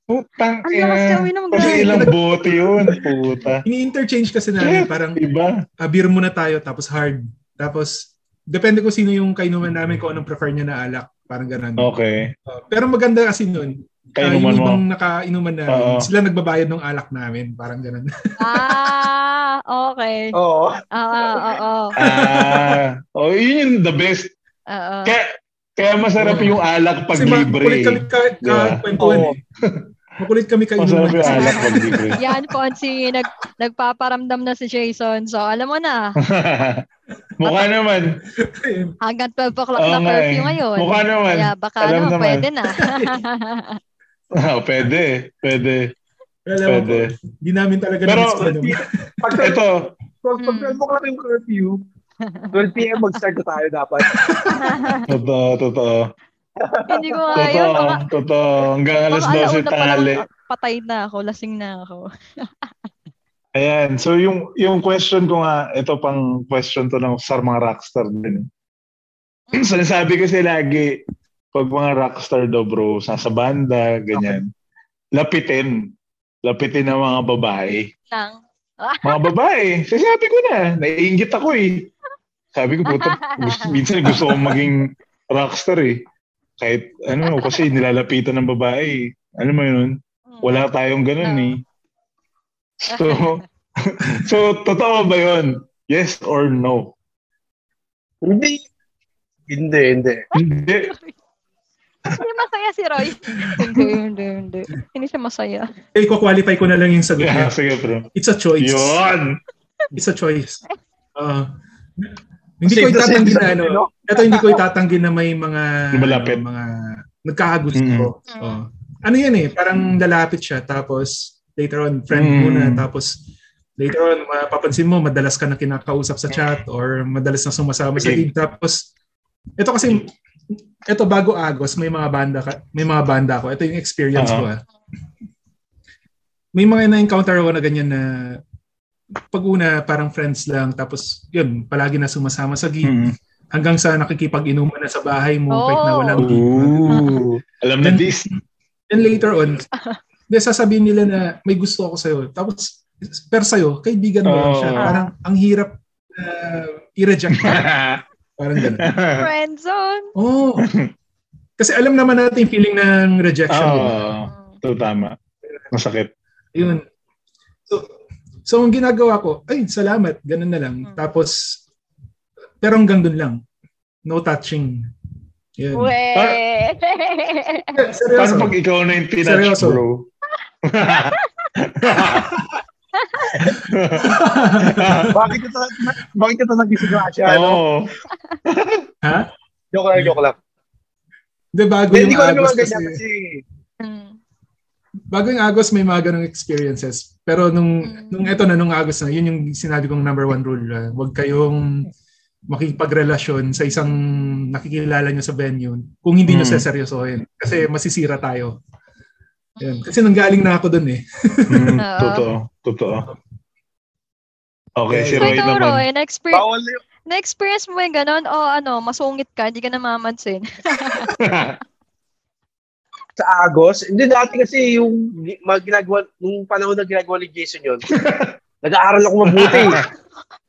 [SPEAKER 1] Putang
[SPEAKER 3] Eh,
[SPEAKER 2] Ang lakas
[SPEAKER 1] ina.
[SPEAKER 2] kami ng
[SPEAKER 1] Kasi
[SPEAKER 2] grabe.
[SPEAKER 1] ilang bote yun, puta.
[SPEAKER 3] Ini-interchange kasi namin, parang
[SPEAKER 1] Iba.
[SPEAKER 3] ah, beer muna tayo, tapos hard. Tapos, depende kung sino yung kainuman namin, kung anong prefer niya na alak. Parang ganun.
[SPEAKER 1] Mm-hmm. Okay.
[SPEAKER 3] Uh, pero maganda kasi nun, ah,
[SPEAKER 1] Kainuman
[SPEAKER 3] yung
[SPEAKER 1] mo.
[SPEAKER 3] ibang nakainuman namin,
[SPEAKER 1] Oo.
[SPEAKER 3] sila nagbabayad ng alak namin. Parang ganun.
[SPEAKER 2] Ah, okay.
[SPEAKER 3] Oh.
[SPEAKER 4] Oo.
[SPEAKER 2] Ah, ah, Ah, oo, oo.
[SPEAKER 1] Ah. Oh, yun yung the best.
[SPEAKER 2] Oo.
[SPEAKER 1] Kaya, kaya masarap yung alak pag libre.
[SPEAKER 3] makulit kami ka, ka
[SPEAKER 1] Diba?
[SPEAKER 3] kwentuhan
[SPEAKER 4] Oo.
[SPEAKER 3] eh. Makulit kami
[SPEAKER 1] Masarap
[SPEAKER 3] kainuman.
[SPEAKER 1] yung alak pag libre.
[SPEAKER 2] Yan, Ponsi, nag, nagpaparamdam na si Jason. So, alam mo na,
[SPEAKER 1] Mukha naman.
[SPEAKER 2] hanggang 12 o'clock
[SPEAKER 1] Oo
[SPEAKER 2] na
[SPEAKER 1] nga eh.
[SPEAKER 2] curfew ngayon.
[SPEAKER 1] Mukha naman.
[SPEAKER 2] Kaya baka
[SPEAKER 1] Alam
[SPEAKER 2] ano,
[SPEAKER 1] naman.
[SPEAKER 2] pwede na.
[SPEAKER 1] Ah, pwede. Pwede.
[SPEAKER 3] Well, ewan ko,
[SPEAKER 1] Pwede.
[SPEAKER 3] Hindi namin talaga
[SPEAKER 1] Pero-
[SPEAKER 3] na-miss kung ano.
[SPEAKER 4] Pag
[SPEAKER 1] Ito,
[SPEAKER 4] pag- pag 12 o'clock yung curfew, 12 p.m. mag-start na tayo dapat.
[SPEAKER 1] totoo, totoo.
[SPEAKER 2] Hindi ko nga Ah, yun.
[SPEAKER 1] Totoo,
[SPEAKER 2] Baka,
[SPEAKER 1] totoo. Hanggang alas
[SPEAKER 2] baka
[SPEAKER 1] 12
[SPEAKER 2] alauna pa lang,
[SPEAKER 1] tanghali.
[SPEAKER 2] ah, patay na ako, lasing na ako.
[SPEAKER 1] Ayan. So yung yung question ko nga, ito pang question to ng sa mga rockstar din. so nasabi kasi lagi, pag mga rockstar daw bro, sa sa banda, ganyan, lapitin. Lapitin ng mga babae.
[SPEAKER 2] Lang.
[SPEAKER 1] Mga babae, sasabi ko na, naiingit ako eh. Sabi ko, puta, gusto, minsan gusto kong maging rockstar eh. Kahit ano, kasi nilalapitan ng babae. eh. Alam mo yun?
[SPEAKER 2] Mm.
[SPEAKER 1] Wala tayong ganun
[SPEAKER 2] Oo.
[SPEAKER 1] eh. So, so totoo ba yun? Yes or no?
[SPEAKER 4] Hindi. Hindi, hindi.
[SPEAKER 1] Hindi.
[SPEAKER 2] Hindi masaya si Roy. hindi, hindi, hindi. Hindi siya masaya.
[SPEAKER 3] Eh, qualify ko na lang yung sagot
[SPEAKER 1] Yeah,
[SPEAKER 3] niya.
[SPEAKER 1] sige bro.
[SPEAKER 3] It's a choice.
[SPEAKER 1] Yun!
[SPEAKER 3] It's a choice. Uh, hindi
[SPEAKER 4] Save
[SPEAKER 3] ko
[SPEAKER 4] the
[SPEAKER 3] itatanggi na
[SPEAKER 4] sentence,
[SPEAKER 3] ano.
[SPEAKER 4] no?
[SPEAKER 3] Ito hindi ko itatanggi na may mga
[SPEAKER 1] Lumalapit. Mm-hmm.
[SPEAKER 3] ano, mga nagkakagusto.
[SPEAKER 2] Mm.
[SPEAKER 3] Oo. ano yan eh, parang lalapit siya tapos later on friend
[SPEAKER 1] Mm.
[SPEAKER 3] muna tapos later on mapapansin mo madalas ka na kinakausap sa chat or madalas na sumasama sa
[SPEAKER 1] Okay.
[SPEAKER 3] gig tapos ito kasi ito bago Agos may mga banda ka, may mga banda ko. Ito yung experience
[SPEAKER 1] Oo.
[SPEAKER 3] ko ah. May mga na-encounter ako na ganyan na pag una parang friends lang tapos yun palagi na sumasama sa gig
[SPEAKER 1] Mm.
[SPEAKER 3] hanggang sa nakikipag-inuman na sa bahay mo kahit na
[SPEAKER 2] Oo.
[SPEAKER 3] walang gig.
[SPEAKER 1] Ooh. Alam na this.
[SPEAKER 3] Then later on, may sasabihin nila na may gusto ako sa'yo. Tapos, pero sa'yo, kaibigan mo lang
[SPEAKER 4] Oh.
[SPEAKER 3] siya.
[SPEAKER 1] Oo.
[SPEAKER 3] Parang ang hirap uh, i-reject ka. Parang ganun.
[SPEAKER 2] Friend zone.
[SPEAKER 3] Oo. Kasi alam naman natin yung feeling ng rejection.
[SPEAKER 1] Oo.
[SPEAKER 3] diba?
[SPEAKER 1] Ito tama. Masakit.
[SPEAKER 4] Oh.
[SPEAKER 3] Yun. So, so ang ginagawa ko, ay, salamat, ganun na lang.
[SPEAKER 2] Mm.
[SPEAKER 3] Tapos, pero hanggang dun lang. No touching. Yun.
[SPEAKER 2] Hmm. Weh.
[SPEAKER 1] Ah.
[SPEAKER 3] Seryoso.
[SPEAKER 1] Paano pag ikaw na yung tinatch,
[SPEAKER 3] Seryoso.
[SPEAKER 1] bro?
[SPEAKER 4] Bakit ka ta- bakit ka talaga gising ano?
[SPEAKER 1] Oo.
[SPEAKER 3] ha?
[SPEAKER 4] Joke lang, joke lang.
[SPEAKER 3] Hindi, bago
[SPEAKER 4] Hindi
[SPEAKER 3] yung
[SPEAKER 4] ko alam
[SPEAKER 3] Agos
[SPEAKER 4] yung mga ganyan
[SPEAKER 3] kasi,
[SPEAKER 4] kasi.
[SPEAKER 2] Mm.
[SPEAKER 3] bago yung Agos may mga ganong experiences. Pero nung,
[SPEAKER 2] Mm.
[SPEAKER 3] nung eto na, nung Agos na, yun yung sinabi kong number one rule. ah, huwag kayong makipagrelasyon sa isang nakikilala nyo sa venue kung hindi nyo
[SPEAKER 1] Mm.
[SPEAKER 3] seseryosohin. Kasi masisira tayo. Yun. Kasi nanggaling na ako dun eh.
[SPEAKER 1] Mm,
[SPEAKER 2] Oo.
[SPEAKER 1] totoo. Totoo. Okay, si
[SPEAKER 3] So,
[SPEAKER 1] Roy
[SPEAKER 2] Ikaw,
[SPEAKER 1] naman.
[SPEAKER 2] Roy, na-experience,
[SPEAKER 4] Bawal na yun.
[SPEAKER 2] na-experience mo yung ganun? O ano, masungit ka, hindi ka namamansin.
[SPEAKER 4] sa Agos. Hindi, dati kasi yung mga ginagawa, nung panahon na ginagawa ni Jason yun, nag-aaral ako mabuti.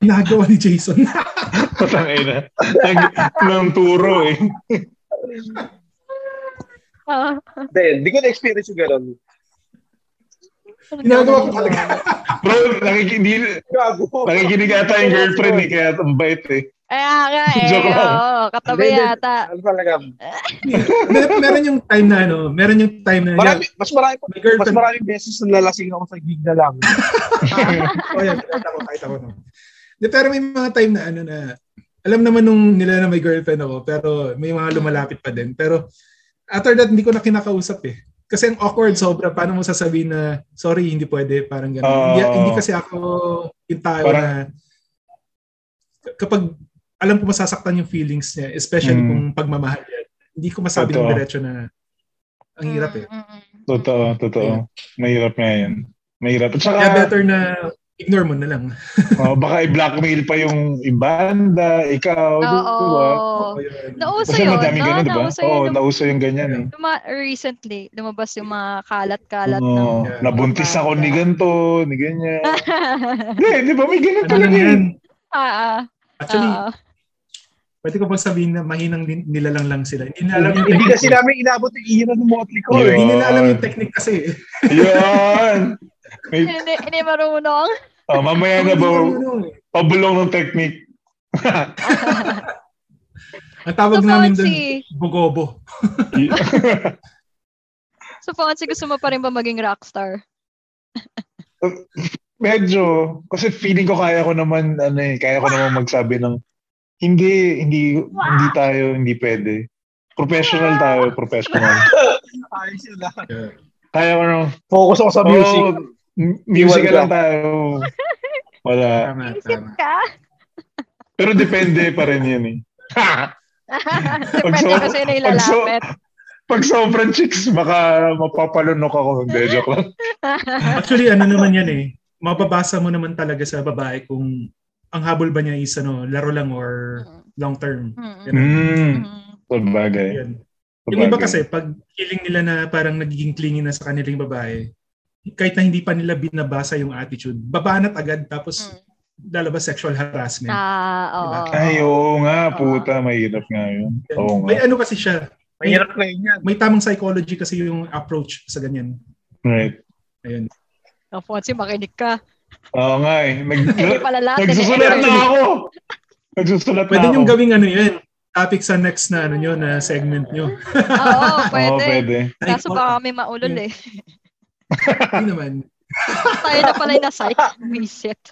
[SPEAKER 3] Nagawa ni Jason.
[SPEAKER 1] Patang ina. Nag, nang turo eh.
[SPEAKER 2] Ah,
[SPEAKER 4] Hindi, hindi ko na-experience yung ganun.
[SPEAKER 2] ano
[SPEAKER 3] Ginagawa ko
[SPEAKER 2] ganun?
[SPEAKER 3] talaga.
[SPEAKER 1] Bro, nakikinig,
[SPEAKER 4] Gago.
[SPEAKER 1] nakikinig ata yung girlfriend eh, kaya ang bait eh.
[SPEAKER 2] Kaya nga eh,
[SPEAKER 1] Joke lang.
[SPEAKER 2] oo, katabi
[SPEAKER 4] Hindi, hindi.
[SPEAKER 2] yata.
[SPEAKER 4] Ano talaga?
[SPEAKER 3] Mer- meron yung time na ano, meron yung time na
[SPEAKER 4] Marami, mas marami pa.
[SPEAKER 3] may
[SPEAKER 4] Mas
[SPEAKER 3] girlfriend.
[SPEAKER 4] maraming beses na nalasing ako sa gig na lang.
[SPEAKER 3] oh, yan. Kahit ako, kahit ako. no. Di, pero may mga time na ano na, alam naman nung nila na may girlfriend ako, pero may mga lumalapit pa din. Pero after that, hindi ko na kinakausap eh. Kasi ang awkward sobra, paano mo sasabihin na, sorry, hindi pwede, parang gano'n.
[SPEAKER 1] Oo.
[SPEAKER 3] hindi, hindi kasi ako yung tao
[SPEAKER 1] Parang-
[SPEAKER 3] na kapag alam ko masasaktan yung feelings niya, especially
[SPEAKER 1] Mm.
[SPEAKER 3] kung pagmamahal niya, hindi ko masabi ng
[SPEAKER 1] Totoo.
[SPEAKER 3] diretso na ang hirap eh.
[SPEAKER 2] Mm, mm, mm.
[SPEAKER 1] Totoo, totoo. Mahirap nga yan. Mahirap. At saka,
[SPEAKER 3] Kaya better na ignore mo na lang.
[SPEAKER 1] oh, baka i-blackmail pa yung ibanda, ikaw, di ba?
[SPEAKER 2] Oo.
[SPEAKER 3] Oo, yun.
[SPEAKER 2] Nauso
[SPEAKER 1] Kasi
[SPEAKER 2] yun, Ano
[SPEAKER 1] madaming
[SPEAKER 2] no?
[SPEAKER 1] ganun, di ba?
[SPEAKER 2] Nauso yun.
[SPEAKER 1] Oo,
[SPEAKER 2] Lum-
[SPEAKER 1] nauso yung ganyan eh.
[SPEAKER 2] luma- recently, lumabas yung mga kalat-kalat na.
[SPEAKER 1] Oo,
[SPEAKER 3] Yeah.
[SPEAKER 1] nabuntis ako ni ganito, ni ganyan. Hindi, di ba? May ganun
[SPEAKER 3] Ano lang
[SPEAKER 1] talaga
[SPEAKER 3] yan?
[SPEAKER 1] eh.
[SPEAKER 2] ah, ah,
[SPEAKER 3] Actually,
[SPEAKER 2] oo.
[SPEAKER 3] pwede ko bang sabihin na mahinang din, nilalang lang sila. Hindi nila alam yung
[SPEAKER 4] Hindi
[SPEAKER 3] technique.
[SPEAKER 4] kasi namin inabot yung ira ng Motley
[SPEAKER 3] Oo,
[SPEAKER 4] Crue.
[SPEAKER 1] Yeah.
[SPEAKER 4] eh.
[SPEAKER 3] hindi nila alam yung technique kasi. eh.
[SPEAKER 1] Yun! May,
[SPEAKER 2] Hindi, hindi marunong.
[SPEAKER 1] oh, mamaya na ba,
[SPEAKER 3] Hindi marunong eh.
[SPEAKER 1] pabulong ng technique.
[SPEAKER 3] Ang tawag
[SPEAKER 2] So,
[SPEAKER 3] namin doon,
[SPEAKER 2] Fonzie.
[SPEAKER 3] Bogobo.
[SPEAKER 2] So, Fonzie, gusto mo pa rin ba maging rockstar?
[SPEAKER 1] Medyo, kasi feeling ko kaya ko naman, ano eh, kaya ko naman magsabi ng, hindi, hindi, hindi tayo, hindi pwede. Professional tayo, professional.
[SPEAKER 4] Ayos yun lang.
[SPEAKER 3] Yeah.
[SPEAKER 1] Kaya ko naman,
[SPEAKER 4] Focus ako sa music.
[SPEAKER 1] Oh, m- music
[SPEAKER 4] Iwan
[SPEAKER 1] lang tayo. Wala.
[SPEAKER 3] Tama,
[SPEAKER 2] Isip
[SPEAKER 3] tama.
[SPEAKER 2] ka?
[SPEAKER 1] Pero depende pa rin yun eh.
[SPEAKER 2] Depende
[SPEAKER 1] so-
[SPEAKER 2] kasi na
[SPEAKER 1] pag so-
[SPEAKER 2] ilalapit.
[SPEAKER 1] Pag sobrang chicks, baka mapapalunok ako. Hindi, joke lang.
[SPEAKER 3] Actually, ano naman yan eh. Mababasa mo naman talaga sa babae kung ang habol ba niya is ano, laro lang or long term.
[SPEAKER 2] Mm, mm,
[SPEAKER 1] Hmm,
[SPEAKER 2] mm.
[SPEAKER 1] sabagay.
[SPEAKER 3] Yan. Yung
[SPEAKER 1] sabagay.
[SPEAKER 3] iba kasi, pag feeling nila na parang nagiging clingy na sa kanilang babae, kahit na hindi pa nila binabasa yung attitude, babanat agad tapos
[SPEAKER 2] Mm.
[SPEAKER 3] lalabas sexual harassment.
[SPEAKER 2] Ah,
[SPEAKER 3] Diba?
[SPEAKER 2] oo.
[SPEAKER 1] Ay, oo nga, puta, mahirap nga yun.
[SPEAKER 3] Yan.
[SPEAKER 1] Oo
[SPEAKER 3] May
[SPEAKER 1] nga.
[SPEAKER 3] ano kasi siya,
[SPEAKER 4] Mahirap na yun yan.
[SPEAKER 3] may tamang psychology kasi yung approach sa ganyan.
[SPEAKER 1] Right.
[SPEAKER 3] Ayun.
[SPEAKER 2] Oh, Fonzie, makinig ka.
[SPEAKER 1] Oo nga eh. Nag,
[SPEAKER 2] Hindi pala lahat.
[SPEAKER 1] nagsusulat na ako! Nagsusulat na
[SPEAKER 3] Pwede
[SPEAKER 1] ako.
[SPEAKER 3] niyong gawing ano yun, topic sa next na ano nyo, na segment nyo.
[SPEAKER 2] Oo,
[SPEAKER 1] Oo,
[SPEAKER 2] Oh, pwede.
[SPEAKER 1] Oh, pwede.
[SPEAKER 2] Kaso baka kami maulol eh.
[SPEAKER 3] Hindi naman.
[SPEAKER 2] Tayo na pala yung na-psych. Visit.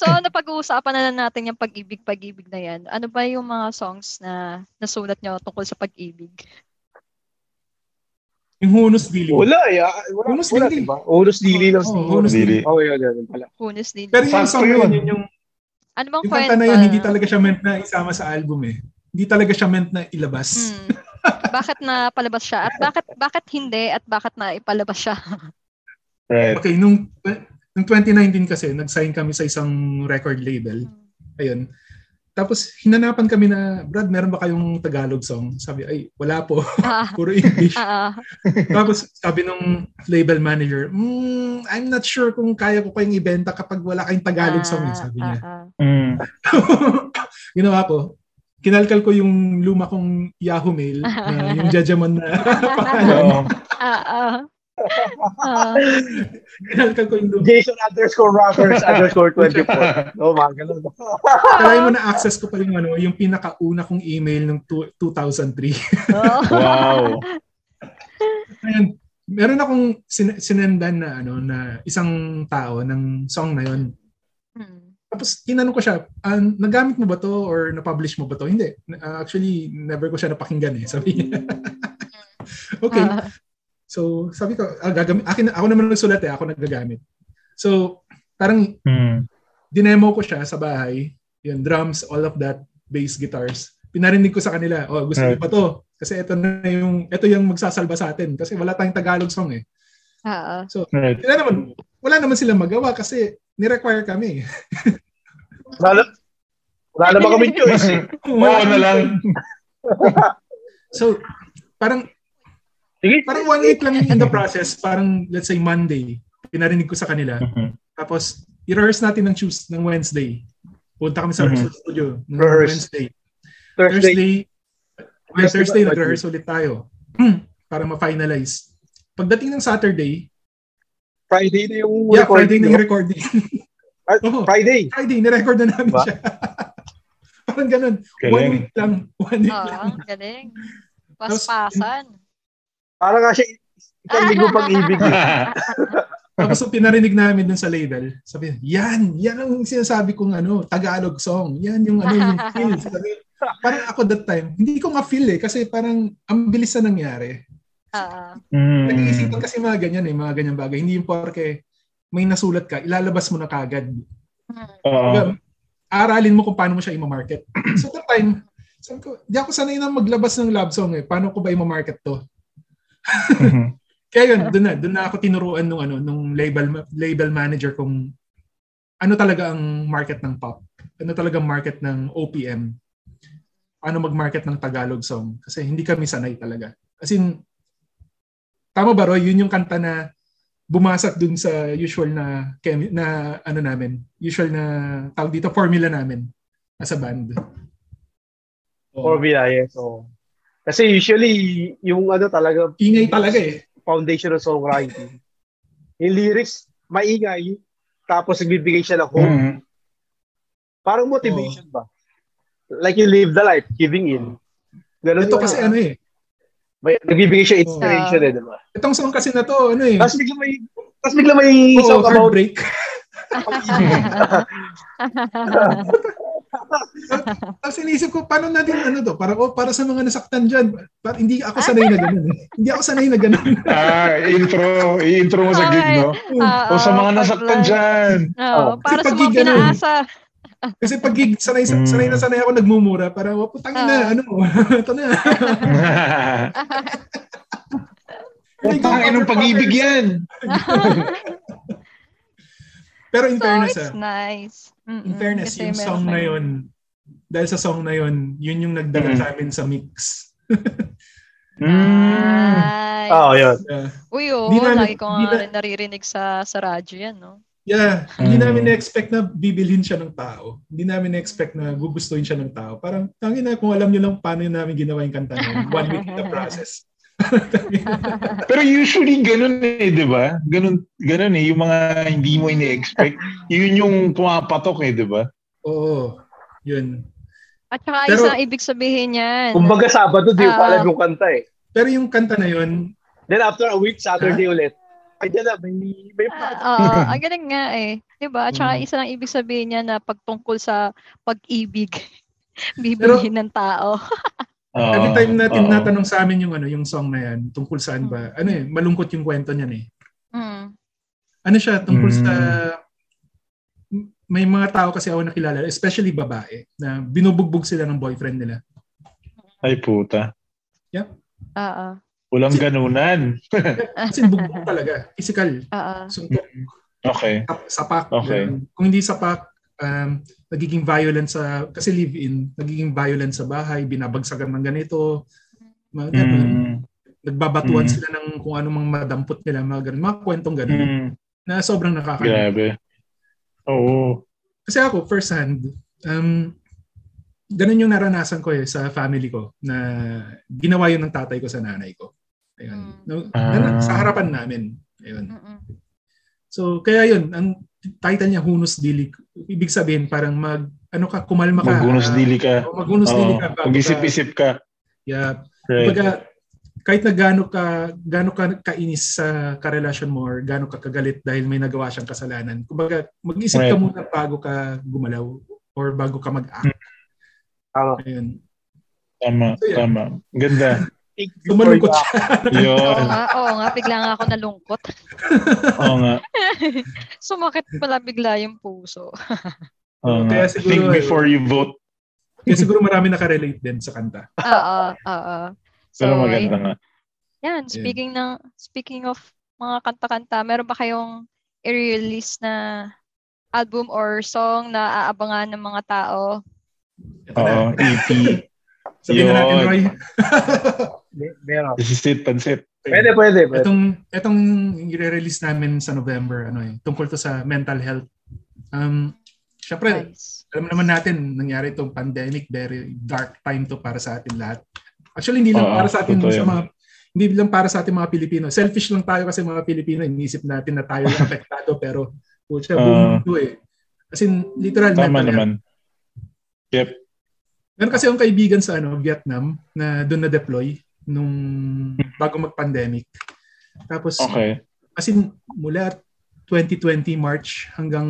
[SPEAKER 2] So, napag-uusapan na lang natin yung pag-ibig, pag-ibig na yan. Ano ba yung mga songs na nasulat nyo tungkol sa pag-ibig?
[SPEAKER 3] Yung hunos dili.
[SPEAKER 4] Wala eh. ah, Wala,
[SPEAKER 3] Bonus
[SPEAKER 4] wala,
[SPEAKER 3] dili.
[SPEAKER 4] diba? Bonus dili lang.
[SPEAKER 3] Oo,
[SPEAKER 4] siguro. Oh,
[SPEAKER 3] bonus dili.
[SPEAKER 1] Dili.
[SPEAKER 4] Oo, yun, yun, yun pala.
[SPEAKER 2] Kunis din.
[SPEAKER 3] Pero yung
[SPEAKER 1] Sakto
[SPEAKER 3] song na
[SPEAKER 1] yun.
[SPEAKER 3] yun, yun yung,
[SPEAKER 2] Ano bang
[SPEAKER 3] yung
[SPEAKER 2] kwento?
[SPEAKER 3] kanta na yun, hindi talaga siya meant na isama sa album eh. Hindi talaga siya meant na ilabas.
[SPEAKER 2] Hmm. bakit na palabas siya? At bakit bakit hindi? At bakit na ipalabas siya?
[SPEAKER 1] Right.
[SPEAKER 3] Okay, nung, nung 2019 kasi, nag-sign kami sa isang record label. Ayun. Tapos, hinanapan kami na, Brad, meron ba kayong Tagalog song? Sabi, ay, wala po.
[SPEAKER 2] Ah,
[SPEAKER 3] Puro English.
[SPEAKER 2] ah, ah.
[SPEAKER 3] Tapos sabi nung label manager, mm, I'm not sure kung kaya ko kayong ibenta kapag wala kayong Tagalog song, eh," sabi niya.
[SPEAKER 2] Ah, ah.
[SPEAKER 1] Mm.
[SPEAKER 3] Ginawa ko, kinalkal ko yung luma kong Yahoo mail, na yung Jajaman na pangalan.
[SPEAKER 1] Oo.
[SPEAKER 2] Ah, ah. Ah,
[SPEAKER 3] Kinalkan ko yung lupa.
[SPEAKER 4] Jason underscore rockers underscore 24. No, mga ganun.
[SPEAKER 3] Try mo na access ko pa yung ano, yung pinakauna kong email ng tu- 2003.
[SPEAKER 2] oo.
[SPEAKER 1] Wow.
[SPEAKER 3] Ayun, meron akong sin- sinendan na ano na isang tao ng song na yon.
[SPEAKER 2] Hmm.
[SPEAKER 3] Tapos tinanong ko siya, ah, nagamit mo ba to or na-publish mo ba to? Hindi. Ah, actually, never ko siya napakinggan eh. Sabi niya. okay.
[SPEAKER 2] Ah,
[SPEAKER 3] So, sabi ko, ah, gagamit, akin, ako naman nagsulat eh, ako nagagamit. So, parang
[SPEAKER 1] Hmm.
[SPEAKER 3] dinemo ko siya sa bahay, yung drums, all of that, bass, guitars. Pinarinig ko sa kanila, oh, gusto niyo
[SPEAKER 1] Right.
[SPEAKER 3] ba to? Kasi ito na yung, ito yung magsasalba sa atin. Kasi wala tayong Tagalog song eh.
[SPEAKER 2] oo.
[SPEAKER 1] Right.
[SPEAKER 3] Wala naman, wala naman silang magawa kasi ni-require kami.
[SPEAKER 4] Wala, wala na ba kami choice eh.
[SPEAKER 1] Oo na lang.
[SPEAKER 3] So, parang,
[SPEAKER 4] Sige.
[SPEAKER 3] parang one week lang in the process. Parang, let's say, Monday, pinarinig ko sa kanila.
[SPEAKER 1] Mhm.
[SPEAKER 3] Tapos, i-rehearse natin ng Tuesday, ng Wednesday. Punta kami sa
[SPEAKER 1] Mhm.
[SPEAKER 3] rehearsal studio ng
[SPEAKER 4] Mm-hmm. Rehearse.
[SPEAKER 3] Wednesday.
[SPEAKER 4] Thursday.
[SPEAKER 3] Thursday, well,
[SPEAKER 4] Thursday
[SPEAKER 3] Thursday,
[SPEAKER 4] ba?
[SPEAKER 3] nag-rehearse ulit tayo Hmm, para ma-finalize. Pagdating ng Saturday,
[SPEAKER 4] Friday na yung
[SPEAKER 3] yeah, Friday
[SPEAKER 4] recording.
[SPEAKER 3] na yung Oh.
[SPEAKER 4] no?
[SPEAKER 3] recording.
[SPEAKER 4] Ah,
[SPEAKER 3] Oo,
[SPEAKER 4] Friday.
[SPEAKER 3] Friday, nirecord na namin
[SPEAKER 4] Ba?
[SPEAKER 3] siya. Parang ganun. One
[SPEAKER 1] Galing.
[SPEAKER 3] week lang. One week
[SPEAKER 2] Oo,
[SPEAKER 3] lang.
[SPEAKER 2] Ah, ang galing. Paspasan.
[SPEAKER 4] Para nga siya isang linggo pag-ibig. eh.
[SPEAKER 3] Tapos yung pinarinig namin dun sa ladle, sabi niya, yan, yan ang sinasabi kong ano, Tagalog song. Yan yung ano, yung feel. Sabi, parang ako that time, hindi ko nga-feel eh, kasi parang ang bilis na nangyari.
[SPEAKER 2] Ah,
[SPEAKER 1] Hmm.
[SPEAKER 3] Nag-iisipan kasi mga ganyan eh, mga ganyan bagay. Hindi yung porke may nasulat ka, ilalabas mo na kagad.
[SPEAKER 2] hmm.
[SPEAKER 1] Oo.
[SPEAKER 3] Kumbaga, Aralin mo kung paano mo siya i-market. so that time, sabi ko, di ako sanay na maglabas ng love song eh. Paano ko ba i-market to?
[SPEAKER 1] Mhm.
[SPEAKER 3] Kaya yun, doon na, doon na ako tinuruan nung ano, nung label ma- label manager kung ano talaga ang market ng pop. Ano talaga ang market ng OPM. Paano mag-market ng Tagalog song kasi hindi kami sanay talaga. As in tama ba Roy, yun yung kanta na bumasak dun sa usual na chem- na ano namin, usual na tawag dito formula namin as a band. Oo.
[SPEAKER 4] Or via, yes. So, oh. kasi usually, yung ano talaga,
[SPEAKER 3] Ingay talaga eh.
[SPEAKER 4] foundational songwriting. Yung lyrics, maingay, tapos nagbibigay siya ng
[SPEAKER 3] Mm.
[SPEAKER 4] hope.
[SPEAKER 1] Mhm.
[SPEAKER 4] Parang motivation
[SPEAKER 3] Oh.
[SPEAKER 4] ba? Like you live the life, giving in. Ganun
[SPEAKER 3] Ito
[SPEAKER 4] yun,
[SPEAKER 3] kasi
[SPEAKER 4] ah.
[SPEAKER 3] ano eh.
[SPEAKER 4] May, nagbibigay siya inspiration eh, di ba?
[SPEAKER 3] Itong song kasi na to, ano eh.
[SPEAKER 4] Tapos bigla may, tapos bigla may
[SPEAKER 3] Oo,
[SPEAKER 4] song about
[SPEAKER 3] heartbreak. Tapos iniisip ko, paano natin ano to? Para, oh, para sa mga nasaktan dyan. Para, hindi ako sanay na ganun. eh. hindi ako sanay na ganun.
[SPEAKER 1] Ah, intro. I-intro mo sa gig, no?
[SPEAKER 2] Ah,
[SPEAKER 1] O Oh, sa mga
[SPEAKER 2] pag-
[SPEAKER 1] nasaktan dyan.
[SPEAKER 2] Oo,
[SPEAKER 4] Oh.
[SPEAKER 2] para sa
[SPEAKER 3] Kapag
[SPEAKER 2] mga
[SPEAKER 3] ganun.
[SPEAKER 2] pinaasa.
[SPEAKER 3] Kasi pag gig, sanay,
[SPEAKER 1] Mm.
[SPEAKER 3] sanay na sanay ako nagmumura. Para, oh, putang na, ano, ito na.
[SPEAKER 1] Ang tangin ng pag-ibig yan.
[SPEAKER 3] Pero
[SPEAKER 2] So,
[SPEAKER 3] in fairness,
[SPEAKER 2] it's
[SPEAKER 3] ah,
[SPEAKER 2] nice. Mm-mm,
[SPEAKER 3] in fairness,
[SPEAKER 2] kasi
[SPEAKER 3] yung
[SPEAKER 2] meron
[SPEAKER 3] song na
[SPEAKER 2] kayong-
[SPEAKER 3] yun, dahil sa song na yun, yun yung nagdala
[SPEAKER 1] Mm.
[SPEAKER 3] sa amin sa mix.
[SPEAKER 1] Mm.
[SPEAKER 2] Nice.
[SPEAKER 4] Oh, yun.
[SPEAKER 3] Yeah.
[SPEAKER 2] Uy, oo,
[SPEAKER 3] Di namin-
[SPEAKER 2] lagi ko nga
[SPEAKER 3] di na-
[SPEAKER 2] rin naririnig sa, sa radyo yan, no?
[SPEAKER 3] Yeah, hindi
[SPEAKER 1] Mm.
[SPEAKER 3] namin na-expect na bibilhin siya ng tao. Hindi namin na-expect na gugustuhin siya ng tao. Parang, tangin na, kung alam niyo lang paano yun namin ginawa yung kanta niya. One week in the process.
[SPEAKER 1] Pero usually ganun eh, di ba? Ganun, ganun eh, yung mga hindi mo ini-expect. Yun yung pumapatok eh, di ba?
[SPEAKER 3] Oo, yun.
[SPEAKER 2] At saka
[SPEAKER 3] Pero-
[SPEAKER 2] isang ibig sabihin yan.
[SPEAKER 4] Kumbaga Sabado, di ko
[SPEAKER 2] Ah.
[SPEAKER 4] alam yung kanta eh.
[SPEAKER 3] Pero yung kanta na yun,
[SPEAKER 4] Then after a week, Saturday
[SPEAKER 3] Ah.
[SPEAKER 4] ulit. Ay, dyan na, may, may
[SPEAKER 2] Ah,
[SPEAKER 4] project.
[SPEAKER 2] Oo, ang galing nga eh. 'Di ba? At saka
[SPEAKER 3] Mm.
[SPEAKER 2] isa lang ibig sabihin niya na pagtungkol sa pag-ibig, bibilhin ng tao.
[SPEAKER 1] Oo,
[SPEAKER 3] every time
[SPEAKER 1] oo.
[SPEAKER 3] na tinatanong sa amin yung ano, yung song na yan, tungkol saan ba, ano eh, malungkot yung kwento niyan eh.
[SPEAKER 2] Mm.
[SPEAKER 3] Ano siya, tungkol
[SPEAKER 1] Mm.
[SPEAKER 3] sa, may mga tao kasi ako nakilala, especially babae, na binubugbog sila ng boyfriend nila.
[SPEAKER 1] Ay puta.
[SPEAKER 2] Oo.
[SPEAKER 1] Walang ganunan.
[SPEAKER 3] Kasi bugbog talaga, physical,
[SPEAKER 2] Oo.
[SPEAKER 3] suntok.
[SPEAKER 1] Okay.
[SPEAKER 3] Sap- sapak.
[SPEAKER 1] Okay.
[SPEAKER 3] ganun. Kung hindi sapak, um, nagiging violent sa, kasi live-in, nagiging violent sa bahay, binabagsagan ng ganito, mga ganun.
[SPEAKER 1] Mm.
[SPEAKER 3] Nagbabatuan
[SPEAKER 1] Mm.
[SPEAKER 3] sila ng kung ano mang madampot nila, mga ganun. Mga kwentong ganun,
[SPEAKER 1] Mm.
[SPEAKER 3] na sobrang nakakaya.
[SPEAKER 1] Grabe. Oo.
[SPEAKER 3] Kasi ako, first hand, um, ganun yung naranasan ko eh, sa family ko, na ginawa yun ng tatay ko sa nanay ko. Ayun.
[SPEAKER 2] Mm.
[SPEAKER 3] No,
[SPEAKER 1] Ah.
[SPEAKER 3] na- sa harapan namin. Ayun.
[SPEAKER 2] Mm-mm.
[SPEAKER 3] So, kaya yun, ang title niya, Hunus Dili. Ibig sabihin, parang mag, ano ka, kumalma ka.
[SPEAKER 1] Magunos dili ka.
[SPEAKER 3] O, Maghunos dili ah, ka. bago ka-
[SPEAKER 1] Pag isip-isip ka.
[SPEAKER 3] Yeah,
[SPEAKER 1] Right.
[SPEAKER 3] Kumbaga, kahit na gaano ka gaano ka kainis sa karelasyon mo or gaano ka kagalit dahil may nagawa siyang kasalanan. Kumbaga, mag-isip
[SPEAKER 1] Right.
[SPEAKER 3] ka muna bago ka gumalaw or bago ka mag-act. Ah.
[SPEAKER 4] Tama.
[SPEAKER 3] Ayun.
[SPEAKER 1] Tama,
[SPEAKER 3] So, yeah.
[SPEAKER 1] tama. Ganda.
[SPEAKER 3] So, malungkot siya.
[SPEAKER 2] Oo
[SPEAKER 1] Yun.
[SPEAKER 2] nga, oo nga, bigla nga ako nalungkot.
[SPEAKER 1] Oo nga.
[SPEAKER 2] Sumakit pala bigla yung puso.
[SPEAKER 1] Oo
[SPEAKER 3] Kaya
[SPEAKER 1] nga.
[SPEAKER 3] siguro,
[SPEAKER 1] Think before you vote.
[SPEAKER 3] Kaya siguro marami nakarelate din sa kanta.
[SPEAKER 2] Oo, oo. So,
[SPEAKER 1] Pero maganda nga.
[SPEAKER 2] yan, speaking ng speaking of mga kanta-kanta, meron ba kayong i-release na album or song na aabangan ng mga tao?
[SPEAKER 3] Ito na.
[SPEAKER 1] Oo, E EP.
[SPEAKER 3] Sabihin na natin,
[SPEAKER 1] Yun.
[SPEAKER 3] Roy.
[SPEAKER 4] May- Meron.
[SPEAKER 1] This is it, pansit.
[SPEAKER 4] Pwede, pwede, pwede.
[SPEAKER 3] Itong, itong i-release namin sa November, ano eh, tungkol to sa mental health. Um, Siyempre,
[SPEAKER 2] Nice.
[SPEAKER 3] alam naman natin, nangyari itong pandemic, very dark time to para sa atin lahat. Actually, hindi lang
[SPEAKER 1] Oo,
[SPEAKER 3] para sa atin
[SPEAKER 1] totoo
[SPEAKER 3] sa
[SPEAKER 1] yan.
[SPEAKER 3] mga hindi lang para sa ating mga Pilipino. Selfish lang tayo kasi mga Pilipino, iniisip natin na tayo yung apektado pero putya,
[SPEAKER 1] Ah.
[SPEAKER 3] buong mundo eh. As in, literal.
[SPEAKER 1] Tama
[SPEAKER 3] mental health.
[SPEAKER 1] naman.
[SPEAKER 3] Meron kasi yung kaibigan sa ano, Vietnam na doon na-deploy nung bago mag-pandemic. Tapos,
[SPEAKER 1] Hmm. Okay.
[SPEAKER 3] as in, mula 2020 March hanggang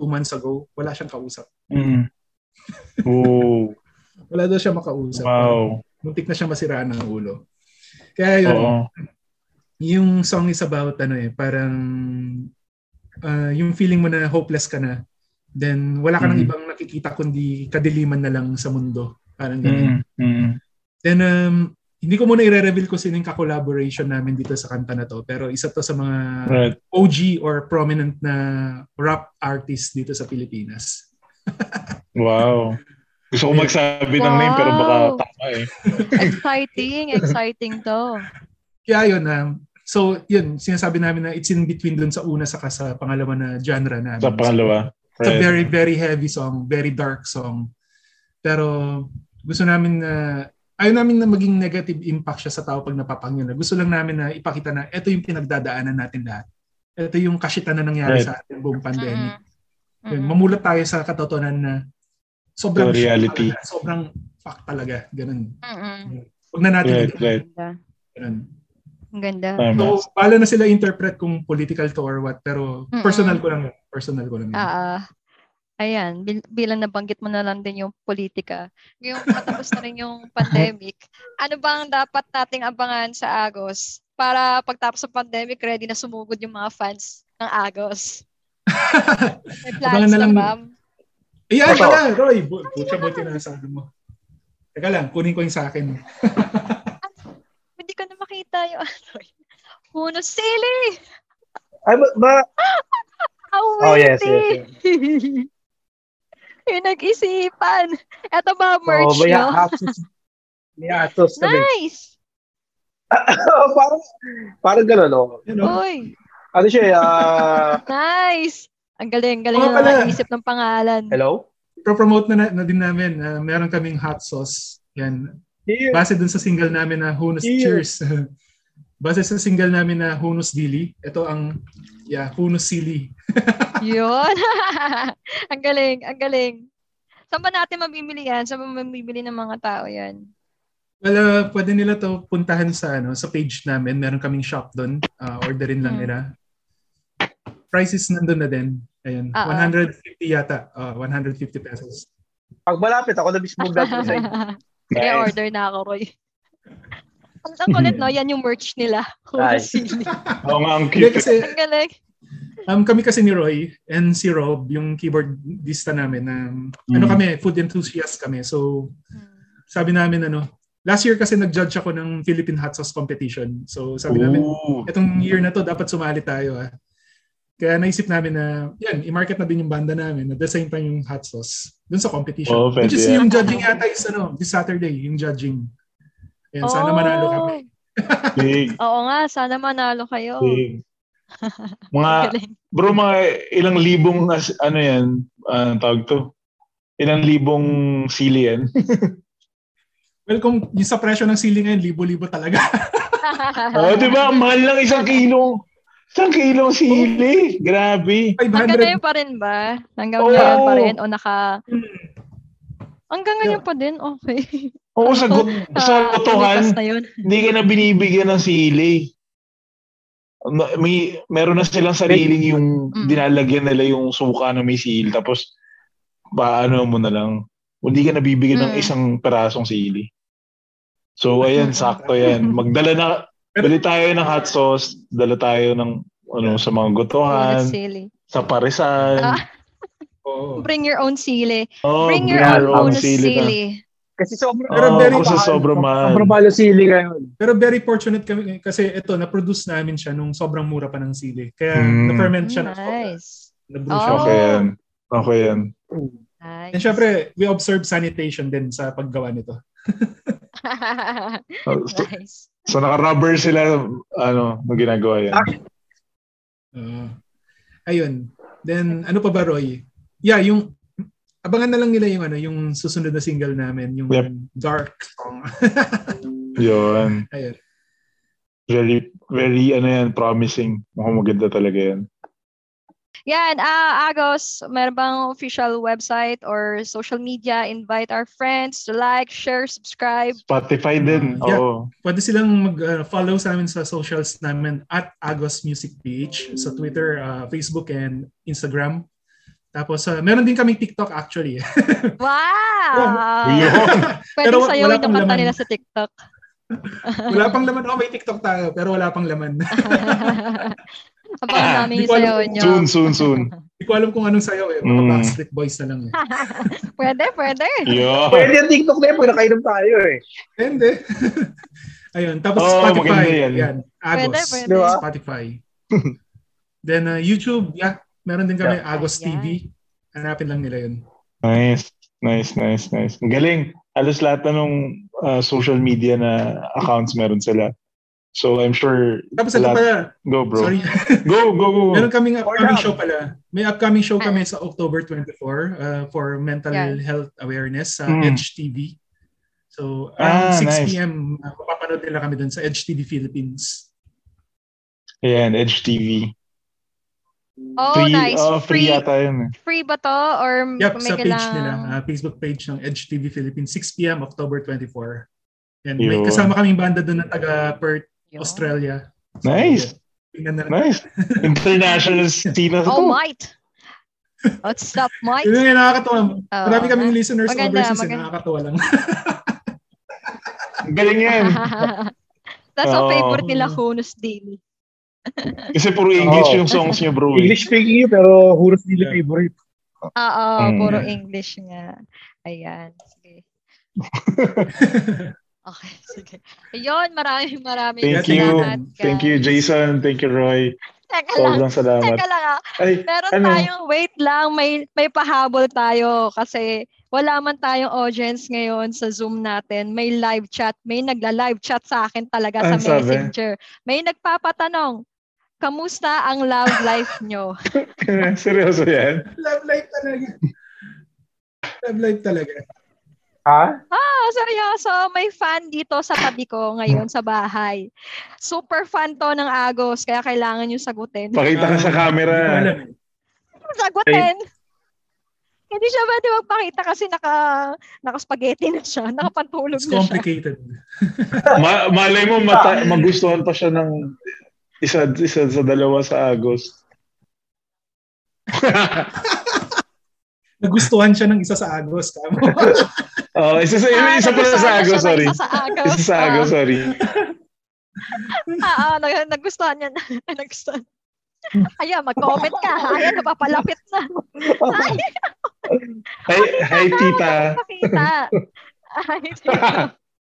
[SPEAKER 3] two months ago, wala siyang kausap.
[SPEAKER 1] Mm. Oh,
[SPEAKER 3] Wala daw siya makausap.
[SPEAKER 1] wow.
[SPEAKER 3] muntik na siya masiraan ng ulo. Kaya yun,
[SPEAKER 1] Oo.
[SPEAKER 3] yung song is about ano eh, parang ah, yung feeling mo na hopeless ka na, then wala ka nang
[SPEAKER 1] Mhm.
[SPEAKER 3] ibang nakikita kundi kadiliman na lang sa mundo. Parang ganun.
[SPEAKER 1] Mm, mm.
[SPEAKER 3] Then, um, hindi ko muna i-reveal kung sino yung collaboration namin dito sa kanta na to, pero isa to sa mga
[SPEAKER 1] Right.
[SPEAKER 3] OG or prominent na rap artist dito sa Pilipinas.
[SPEAKER 1] Wow. Gusto ko magsabi ng name pero baka
[SPEAKER 2] Wow.
[SPEAKER 1] tama eh.
[SPEAKER 2] Exciting, exciting to.
[SPEAKER 3] Kaya yun, um, so yun, sinasabi namin na it's in between dun sa una saka sa pangalawa na genre namin.
[SPEAKER 1] Sa pangalawa.
[SPEAKER 3] It's a
[SPEAKER 1] Right.
[SPEAKER 3] very, very heavy song, very dark song. Pero gusto namin na, ayaw namin na maging negative impact siya sa tao pag napapangyo na. Gusto lang namin na ipakita na ito yung pinagdadaanan natin lahat. Ito yung kasita na nangyari
[SPEAKER 1] Right.
[SPEAKER 3] sa atin buong pandemic.
[SPEAKER 2] Mm-mm.
[SPEAKER 3] Yun,
[SPEAKER 2] Mm-mm.
[SPEAKER 3] mamulat tayo sa katotohanan na sobrang
[SPEAKER 1] The reality.
[SPEAKER 3] Talaga, sobrang fact talaga. Ganun.
[SPEAKER 2] Mm-mm.
[SPEAKER 3] Huwag na natin
[SPEAKER 1] Right, right.
[SPEAKER 2] Ang ganda.
[SPEAKER 3] ganun.
[SPEAKER 2] Ang ganda.
[SPEAKER 1] Tama.
[SPEAKER 3] So, bala na sila interpret kung political to or what. Pero
[SPEAKER 2] Mm-mm.
[SPEAKER 3] personal ko lang. yun. Personal ko lang. yun.
[SPEAKER 2] Ah, ah. ayan, bil- bilang nabanggit mo na lang din yung politika. Yung matapos na rin yung pandemic, ano bang dapat nating abangan sa Agos para pagtapos ng pandemic, ready na sumugod yung mga fans ng Agos? May plans
[SPEAKER 3] Abangan na
[SPEAKER 2] na,
[SPEAKER 3] lang.
[SPEAKER 2] ma'am?
[SPEAKER 3] Ayan,
[SPEAKER 4] Ito.
[SPEAKER 3] Eh, wala, Roy. Bu- Putya, buti na sa mo. Teka lang, kunin ko yung sa akin.
[SPEAKER 2] Hindi ko na makita yung ano. Puno sili!
[SPEAKER 4] Ay, ba, ba-
[SPEAKER 2] Awiti!
[SPEAKER 4] Oh, yes, yes,
[SPEAKER 2] yung nag-isipan. Ito ba ang merch
[SPEAKER 4] oh, may
[SPEAKER 2] nyo?
[SPEAKER 4] atos. May atos kami. Oh,
[SPEAKER 2] Nice!
[SPEAKER 4] parang, parang gano'n, no?
[SPEAKER 3] Yan, oh.
[SPEAKER 2] Uy!
[SPEAKER 4] Ano siya, eh, ah,
[SPEAKER 2] Nice! Ang galing, galing
[SPEAKER 3] Oo
[SPEAKER 2] na
[SPEAKER 3] pala.
[SPEAKER 2] nakaisip ng pangalan.
[SPEAKER 4] hello?
[SPEAKER 3] Pro-promote na, na, na din namin. Ah, meron kaming hot sauce. Yan.
[SPEAKER 4] Here.
[SPEAKER 3] Base dun sa single namin na Hunus
[SPEAKER 4] Yeah.
[SPEAKER 3] Cheers. Base sa single namin na Hunus Dili. Ito ang, yeah, Hunus Sili.
[SPEAKER 2] Yun! ang galing, ang galing. Saan ba natin mabibili yan? Saan ba mabibili ng mga tao yan?
[SPEAKER 3] Well, ah, pwede nila to puntahan sa ano sa page namin. Meron kaming shop doon. Ah, orderin lang
[SPEAKER 2] Mm.
[SPEAKER 3] nila. Prices nandun na din. Ayan,
[SPEAKER 2] Oo.
[SPEAKER 3] 150 yata. Ah, 150 pesos.
[SPEAKER 4] Pag malapit ako, nabismog natin sa inyo.
[SPEAKER 2] May order na ako, Roy. Ang ang kulit, no? Yan yung merch nila. Holy
[SPEAKER 4] Nice.
[SPEAKER 2] sili.
[SPEAKER 1] Oo nga, ang cute.
[SPEAKER 3] Hindi
[SPEAKER 1] eh.
[SPEAKER 3] kasi
[SPEAKER 2] Ang galing.
[SPEAKER 3] Um, kami kasi ni Roy and si Rob, yung keyboardista namin, um, ano
[SPEAKER 1] Mm.
[SPEAKER 3] kami, food enthusiast kami. So, sabi namin ano, last year kasi nag-judge ako ng Philippine Hot Sauce Competition.
[SPEAKER 1] Oh.
[SPEAKER 3] So, sabi namin,
[SPEAKER 1] Ooh.
[SPEAKER 3] itong year na to, dapat sumali tayo ah. Kaya naisip namin na, yan, i-market na din yung banda namin. At the same time, yung hot sauce. Dun sa competition.
[SPEAKER 1] Oo,
[SPEAKER 3] Which is
[SPEAKER 1] pwede ah. yan.
[SPEAKER 3] yung judging yata is ano, this Saturday, yung judging. Ayan, sana manalo kami.
[SPEAKER 2] Oh.
[SPEAKER 1] Big,
[SPEAKER 2] Oo nga, sana manalo kayo.
[SPEAKER 1] big.
[SPEAKER 2] Ang
[SPEAKER 1] Mga,
[SPEAKER 2] galing.
[SPEAKER 1] bro, mga ilang libong, as- ano yan, ah, tawag to? Ilang libong sili yan?
[SPEAKER 3] Well, kung yung sa presyo ng ceiling ngayon, libo-libo talaga.
[SPEAKER 1] oh, di ba? Ang Mahal lang isang kilong. Isang kilong sili. Grabe.
[SPEAKER 2] Hanggang
[SPEAKER 3] 500.
[SPEAKER 2] ngayon pa rin ba? Hanggang
[SPEAKER 1] Oo.
[SPEAKER 2] ngayon pa rin? O naka... Hanggang
[SPEAKER 3] Yeah.
[SPEAKER 2] ngayon pa din? Okay.
[SPEAKER 1] Oo, sa, gut- sa
[SPEAKER 2] Likas
[SPEAKER 1] botohan,
[SPEAKER 2] Ah, na yun.
[SPEAKER 1] hindi ka na binibigyan ng sili. Ma- May, meron na silang sariling yung
[SPEAKER 2] Mm.
[SPEAKER 1] dinalagyan nila yung suka na may sili. Tapos, paano mo na lang. Hindi ka nabibigyan ng
[SPEAKER 2] Mm.
[SPEAKER 1] isang perasong sili. So, ayan, sakto yan. Magdala na, dali tayo ng hot sauce, dala tayo ng ano sa mga
[SPEAKER 2] Puro
[SPEAKER 1] gotohan,
[SPEAKER 2] sili.
[SPEAKER 1] sa parisan.
[SPEAKER 2] Ah.
[SPEAKER 3] Oo.
[SPEAKER 2] Bring your own sili.
[SPEAKER 1] Oh,
[SPEAKER 2] Bring your
[SPEAKER 1] bring
[SPEAKER 2] own
[SPEAKER 1] your own
[SPEAKER 2] bonus
[SPEAKER 1] sili. na.
[SPEAKER 2] sili.
[SPEAKER 4] Kasi sobrang,
[SPEAKER 3] Pero
[SPEAKER 1] Oo,
[SPEAKER 3] very
[SPEAKER 1] kasi
[SPEAKER 4] mahal.
[SPEAKER 1] Oh, sobrang mahal.
[SPEAKER 4] sobrang palo sili ngayon.
[SPEAKER 3] Pero very fortunate kami kasi ito, na-produce namin siya nung sobrang mura pa ng sili. Kaya
[SPEAKER 1] Mm.
[SPEAKER 3] na-ferment siya na sobra.
[SPEAKER 2] Nice.
[SPEAKER 3] Na-brew siya.
[SPEAKER 1] Okay
[SPEAKER 2] Oh.
[SPEAKER 1] yan. Okay yan.
[SPEAKER 2] Nice.
[SPEAKER 3] And syempre, we observe sanitation din sa paggawa nito.
[SPEAKER 1] So,
[SPEAKER 2] nice.
[SPEAKER 1] so naka-rubber sila, ano, nung ginagawa yan.
[SPEAKER 3] Ah. ayun. Then, ano pa ba, Roy? Yeah, yung... Abangan na lang nila yung ano, yung susunod na single namin, yung
[SPEAKER 1] Yep.
[SPEAKER 3] Dark Song.
[SPEAKER 1] Yun.
[SPEAKER 3] ayun.
[SPEAKER 1] Very, very, ano yan, promising. Mukhang maganda talaga yan.
[SPEAKER 2] Yan, ah Agos, meron bang official website or social media? Invite our friends to like, share, subscribe.
[SPEAKER 1] Spotify din.
[SPEAKER 3] Mm-hmm. Yeah.
[SPEAKER 1] Oo.
[SPEAKER 3] Pwede silang mag-follow sa amin sa socials namin at Agos Music PH sa Twitter, ah, Facebook, and Instagram. Tapos, ah, meron din kaming TikTok actually. Ah.
[SPEAKER 2] Wow!
[SPEAKER 1] Yun.
[SPEAKER 2] Pwede
[SPEAKER 3] Pero wa-
[SPEAKER 2] sa'yo
[SPEAKER 3] wala
[SPEAKER 2] yung
[SPEAKER 3] pang
[SPEAKER 2] kanta
[SPEAKER 3] laman.
[SPEAKER 2] nila sa TikTok.
[SPEAKER 3] wala pang laman. Oh, may TikTok tayo, pero wala pang laman.
[SPEAKER 1] Ah,
[SPEAKER 2] Abangan namin
[SPEAKER 3] Di
[SPEAKER 2] yung
[SPEAKER 3] ko alam
[SPEAKER 2] sayaw
[SPEAKER 3] kung
[SPEAKER 2] nyo.
[SPEAKER 1] soon, soon, soon.
[SPEAKER 3] Hindi ko alam kung anong sayo eh. Mga
[SPEAKER 1] Mm.
[SPEAKER 3] Backstreet Boys na lang eh.
[SPEAKER 2] Pwede, pwede.
[SPEAKER 1] Yun.
[SPEAKER 4] Pwede yung TikTok na yun pag nakainom tayo eh.
[SPEAKER 3] Hindi. Ayun, tapos
[SPEAKER 1] Oo,
[SPEAKER 3] Spotify.
[SPEAKER 1] Oh, maganda yan.
[SPEAKER 3] Yan, Agos.
[SPEAKER 2] Pwede, pwede.
[SPEAKER 4] Di ba?
[SPEAKER 1] Ah.
[SPEAKER 3] Spotify. Then uh, YouTube, yeah, meron din kami Agos
[SPEAKER 2] Ayan.
[SPEAKER 3] TV. Hanapin lang nila yun.
[SPEAKER 1] Nice. Nice, nice, nice. Ang galing. Alos lahat na nung ah, social media na accounts meron sila. So I'm sure
[SPEAKER 3] Tapos ito
[SPEAKER 1] Lahat.
[SPEAKER 3] pala,
[SPEAKER 1] Go, bro.
[SPEAKER 3] sorry,
[SPEAKER 1] Go, go, go.
[SPEAKER 3] meron kaming upcoming
[SPEAKER 4] Or
[SPEAKER 3] show pala. May upcoming show kami
[SPEAKER 2] Ah.
[SPEAKER 3] sa October 24 uh, for mental
[SPEAKER 2] Yan.
[SPEAKER 3] health awareness sa
[SPEAKER 1] Mm.
[SPEAKER 3] Edge TV. So,
[SPEAKER 1] Ah,
[SPEAKER 3] around 6
[SPEAKER 1] nice.
[SPEAKER 3] p.m. Uh, mapapanood nila kami dun sa Edge TV Philippines.
[SPEAKER 1] Ayan, Edge TV.
[SPEAKER 2] Oh,
[SPEAKER 1] free,
[SPEAKER 2] nice.
[SPEAKER 1] oh, free,
[SPEAKER 2] free,
[SPEAKER 1] yata yun. eh.
[SPEAKER 2] free ba to? Or
[SPEAKER 3] Yep,
[SPEAKER 2] may
[SPEAKER 3] sa page
[SPEAKER 2] kailangan-
[SPEAKER 3] nila, ah, Facebook page ng Edge TV Philippines, 6 p.m. October 24. And may
[SPEAKER 1] Yun.
[SPEAKER 3] kasama kaming banda doon na taga Perth,
[SPEAKER 2] Yun.
[SPEAKER 3] Australia.
[SPEAKER 1] Nice.
[SPEAKER 3] yun. Tingnan na lang.
[SPEAKER 1] Nice. International stina
[SPEAKER 2] Oh,
[SPEAKER 1] to.
[SPEAKER 2] might. What's up, might?
[SPEAKER 3] Yun yung nakakatawa.
[SPEAKER 2] Oh,
[SPEAKER 3] Marami kaming listeners
[SPEAKER 2] Maganda,
[SPEAKER 3] overseas, eh,
[SPEAKER 2] maganda.
[SPEAKER 3] nakakatawa lang.
[SPEAKER 1] Ang Galing yan.
[SPEAKER 2] That's ang
[SPEAKER 1] Oo.
[SPEAKER 2] favorite
[SPEAKER 1] Oh.
[SPEAKER 2] nila, Kunus Daily.
[SPEAKER 1] Kasi puro English
[SPEAKER 3] Oh.
[SPEAKER 4] Oo.
[SPEAKER 1] yung songs niyo, bro. eh.
[SPEAKER 4] English speaking yun, pero huros nila
[SPEAKER 3] Yeah.
[SPEAKER 4] favorite.
[SPEAKER 2] Oo,
[SPEAKER 1] Mm.
[SPEAKER 2] puro English nga. Ayan, sige. Okay, sige. Ayun, maraming maraming
[SPEAKER 1] Thank
[SPEAKER 3] you.
[SPEAKER 2] salamat, guys.
[SPEAKER 1] Thank you, Jason. Thank you, Roy.
[SPEAKER 2] Teka lang,
[SPEAKER 1] Sobrang salamat.
[SPEAKER 2] teka lang ah.
[SPEAKER 1] Ay,
[SPEAKER 2] Meron
[SPEAKER 1] Ano?
[SPEAKER 2] tayong, wait lang, may, may pahabol tayo kasi wala man tayong audience ngayon sa Zoom natin. May live chat. May nagla-live chat sa akin talaga sa
[SPEAKER 1] Ano sabi?
[SPEAKER 2] Messenger. May nagpapatanong, kamusta ang love life nyo?
[SPEAKER 1] seryoso yan.
[SPEAKER 3] Love life talaga. Love life talaga.
[SPEAKER 4] Ha?
[SPEAKER 2] Ah, seryoso, may fan dito sa tabi ko ngayon sa bahay. Super fan to ng Agos, kaya kailangan yung sagutin.
[SPEAKER 1] Pakita ka sa camera.
[SPEAKER 3] Hindi ko alam eh.
[SPEAKER 2] sagutin. Hindi siya pwede magpakita kasi naka, naka-spaghetti na siya. Nakapantulog
[SPEAKER 3] It's
[SPEAKER 2] na siya.
[SPEAKER 3] complicated.
[SPEAKER 1] Ma- malay mo, mata- magustuhan pa siya ng isa, isa sa dalawa sa Agos.
[SPEAKER 3] Nagustuhan siya ng isa sa Agos. Kamo.
[SPEAKER 1] oh, isa, sa,
[SPEAKER 2] Ah,
[SPEAKER 1] isa pala sa
[SPEAKER 2] nagustuhan niya
[SPEAKER 1] Agos,
[SPEAKER 2] siya ng
[SPEAKER 1] sorry.
[SPEAKER 2] Isa sa Agos.
[SPEAKER 1] Isa sa Agos, sorry.
[SPEAKER 2] Ah, ah, nag- nagustuhan niya. na. Ay, nagustuhan. Ayan, mag-comment ka. Ayan, napapalapit na. Ay,
[SPEAKER 1] Hi, hi tita.
[SPEAKER 2] pakita. Ay,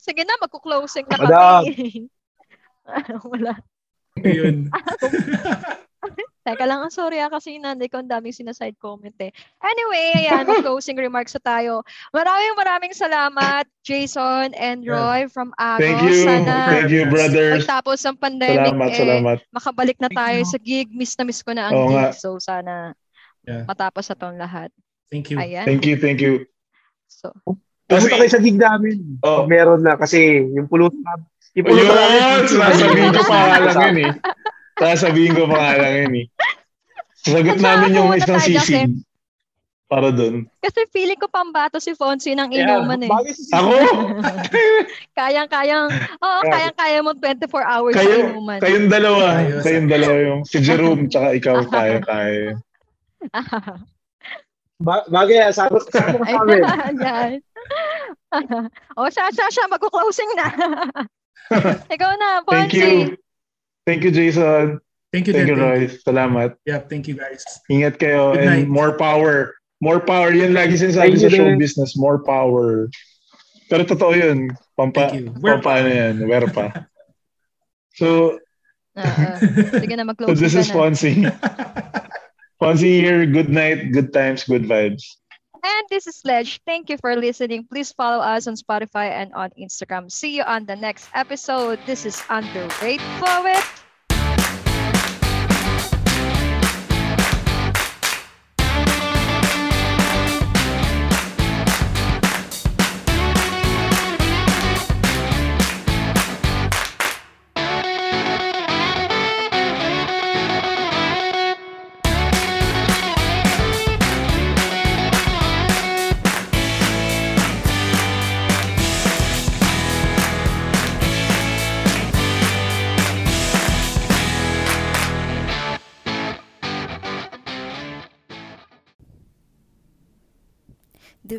[SPEAKER 2] Sige na, magkuklosing na
[SPEAKER 4] Madam.
[SPEAKER 2] kami. Wala.
[SPEAKER 3] Ayun.
[SPEAKER 2] Teka lang, ang sorry ah, kasi nanday ko ang daming sinaside comment eh. Anyway, ayan, ang closing remarks na tayo. Maraming maraming salamat, Jason and Roy from Agos.
[SPEAKER 1] Thank you.
[SPEAKER 2] Sana
[SPEAKER 1] Thank you, brothers.
[SPEAKER 2] pagtapos ang pandemic,
[SPEAKER 1] Salamat,
[SPEAKER 2] eh,
[SPEAKER 1] salamat.
[SPEAKER 2] makabalik na
[SPEAKER 3] Thank
[SPEAKER 2] tayo
[SPEAKER 3] you.
[SPEAKER 2] sa gig. Miss na miss ko na ang
[SPEAKER 1] Oo
[SPEAKER 2] gig.
[SPEAKER 1] nga.
[SPEAKER 2] So, sana
[SPEAKER 3] Yeah.
[SPEAKER 2] matapos na tong lahat.
[SPEAKER 3] Thank you.
[SPEAKER 2] Ayan.
[SPEAKER 1] Thank you, thank you.
[SPEAKER 2] So,
[SPEAKER 1] Kasi-
[SPEAKER 4] Pumunta kayo sa gig namin.
[SPEAKER 1] Oh.
[SPEAKER 4] Meron na kasi yung pulutan,
[SPEAKER 1] Yun! Sasabihin ko pa nga lang yun eh. Sasabihin ko pa nga lang yun eh. Sasagot
[SPEAKER 2] Basta
[SPEAKER 1] namin yung
[SPEAKER 2] pumunta
[SPEAKER 1] isang
[SPEAKER 2] tayo kasi-
[SPEAKER 1] sisig. Para doon.
[SPEAKER 2] Kasi feeling ko pambato si Fonzie ng inuman eh.
[SPEAKER 4] Bagay si
[SPEAKER 1] Ako?
[SPEAKER 2] Kayang-kayang, oo,
[SPEAKER 1] Yeah.
[SPEAKER 2] kayang-kaya mo 24 hours
[SPEAKER 1] Kayo,
[SPEAKER 2] sa inuman.
[SPEAKER 1] kayong dalawa.
[SPEAKER 3] Ayos.
[SPEAKER 1] Kayong dalawa yung si Jerome tsaka ikaw kaya kaya.
[SPEAKER 4] Ba- bagay, sagot ko sa amin.
[SPEAKER 2] Ayan. o, siya, siya, siya, magko-closing na. Ikaw na, Fonzie.
[SPEAKER 1] Thank you. Thank you, Jason.
[SPEAKER 3] Thank you,
[SPEAKER 1] Thank you,
[SPEAKER 3] Dente.
[SPEAKER 1] Roy. Salamat.
[SPEAKER 3] Yeah, thank you guys.
[SPEAKER 1] Ingat kayo
[SPEAKER 3] Good
[SPEAKER 1] and
[SPEAKER 3] night.
[SPEAKER 1] more power. More power. Yan lagi sinasabi sa
[SPEAKER 4] Thank you,
[SPEAKER 1] show
[SPEAKER 4] Dente.
[SPEAKER 1] business. More power. Pero totoo yun. Pampa,
[SPEAKER 3] Thank you. We're-
[SPEAKER 1] pampa na yan. Werpa. So,
[SPEAKER 2] Oo. sige
[SPEAKER 1] so
[SPEAKER 2] na, mag-close
[SPEAKER 1] this
[SPEAKER 2] ka
[SPEAKER 1] is
[SPEAKER 2] na.
[SPEAKER 1] Fonzie. Fonzie here. Good night. Good times. Good vibes.
[SPEAKER 2] And this is Sledge. Thank you for listening. Please follow us on Spotify and on Instagram. See you on the next episode. This is Underweight Poet.
[SPEAKER 5] The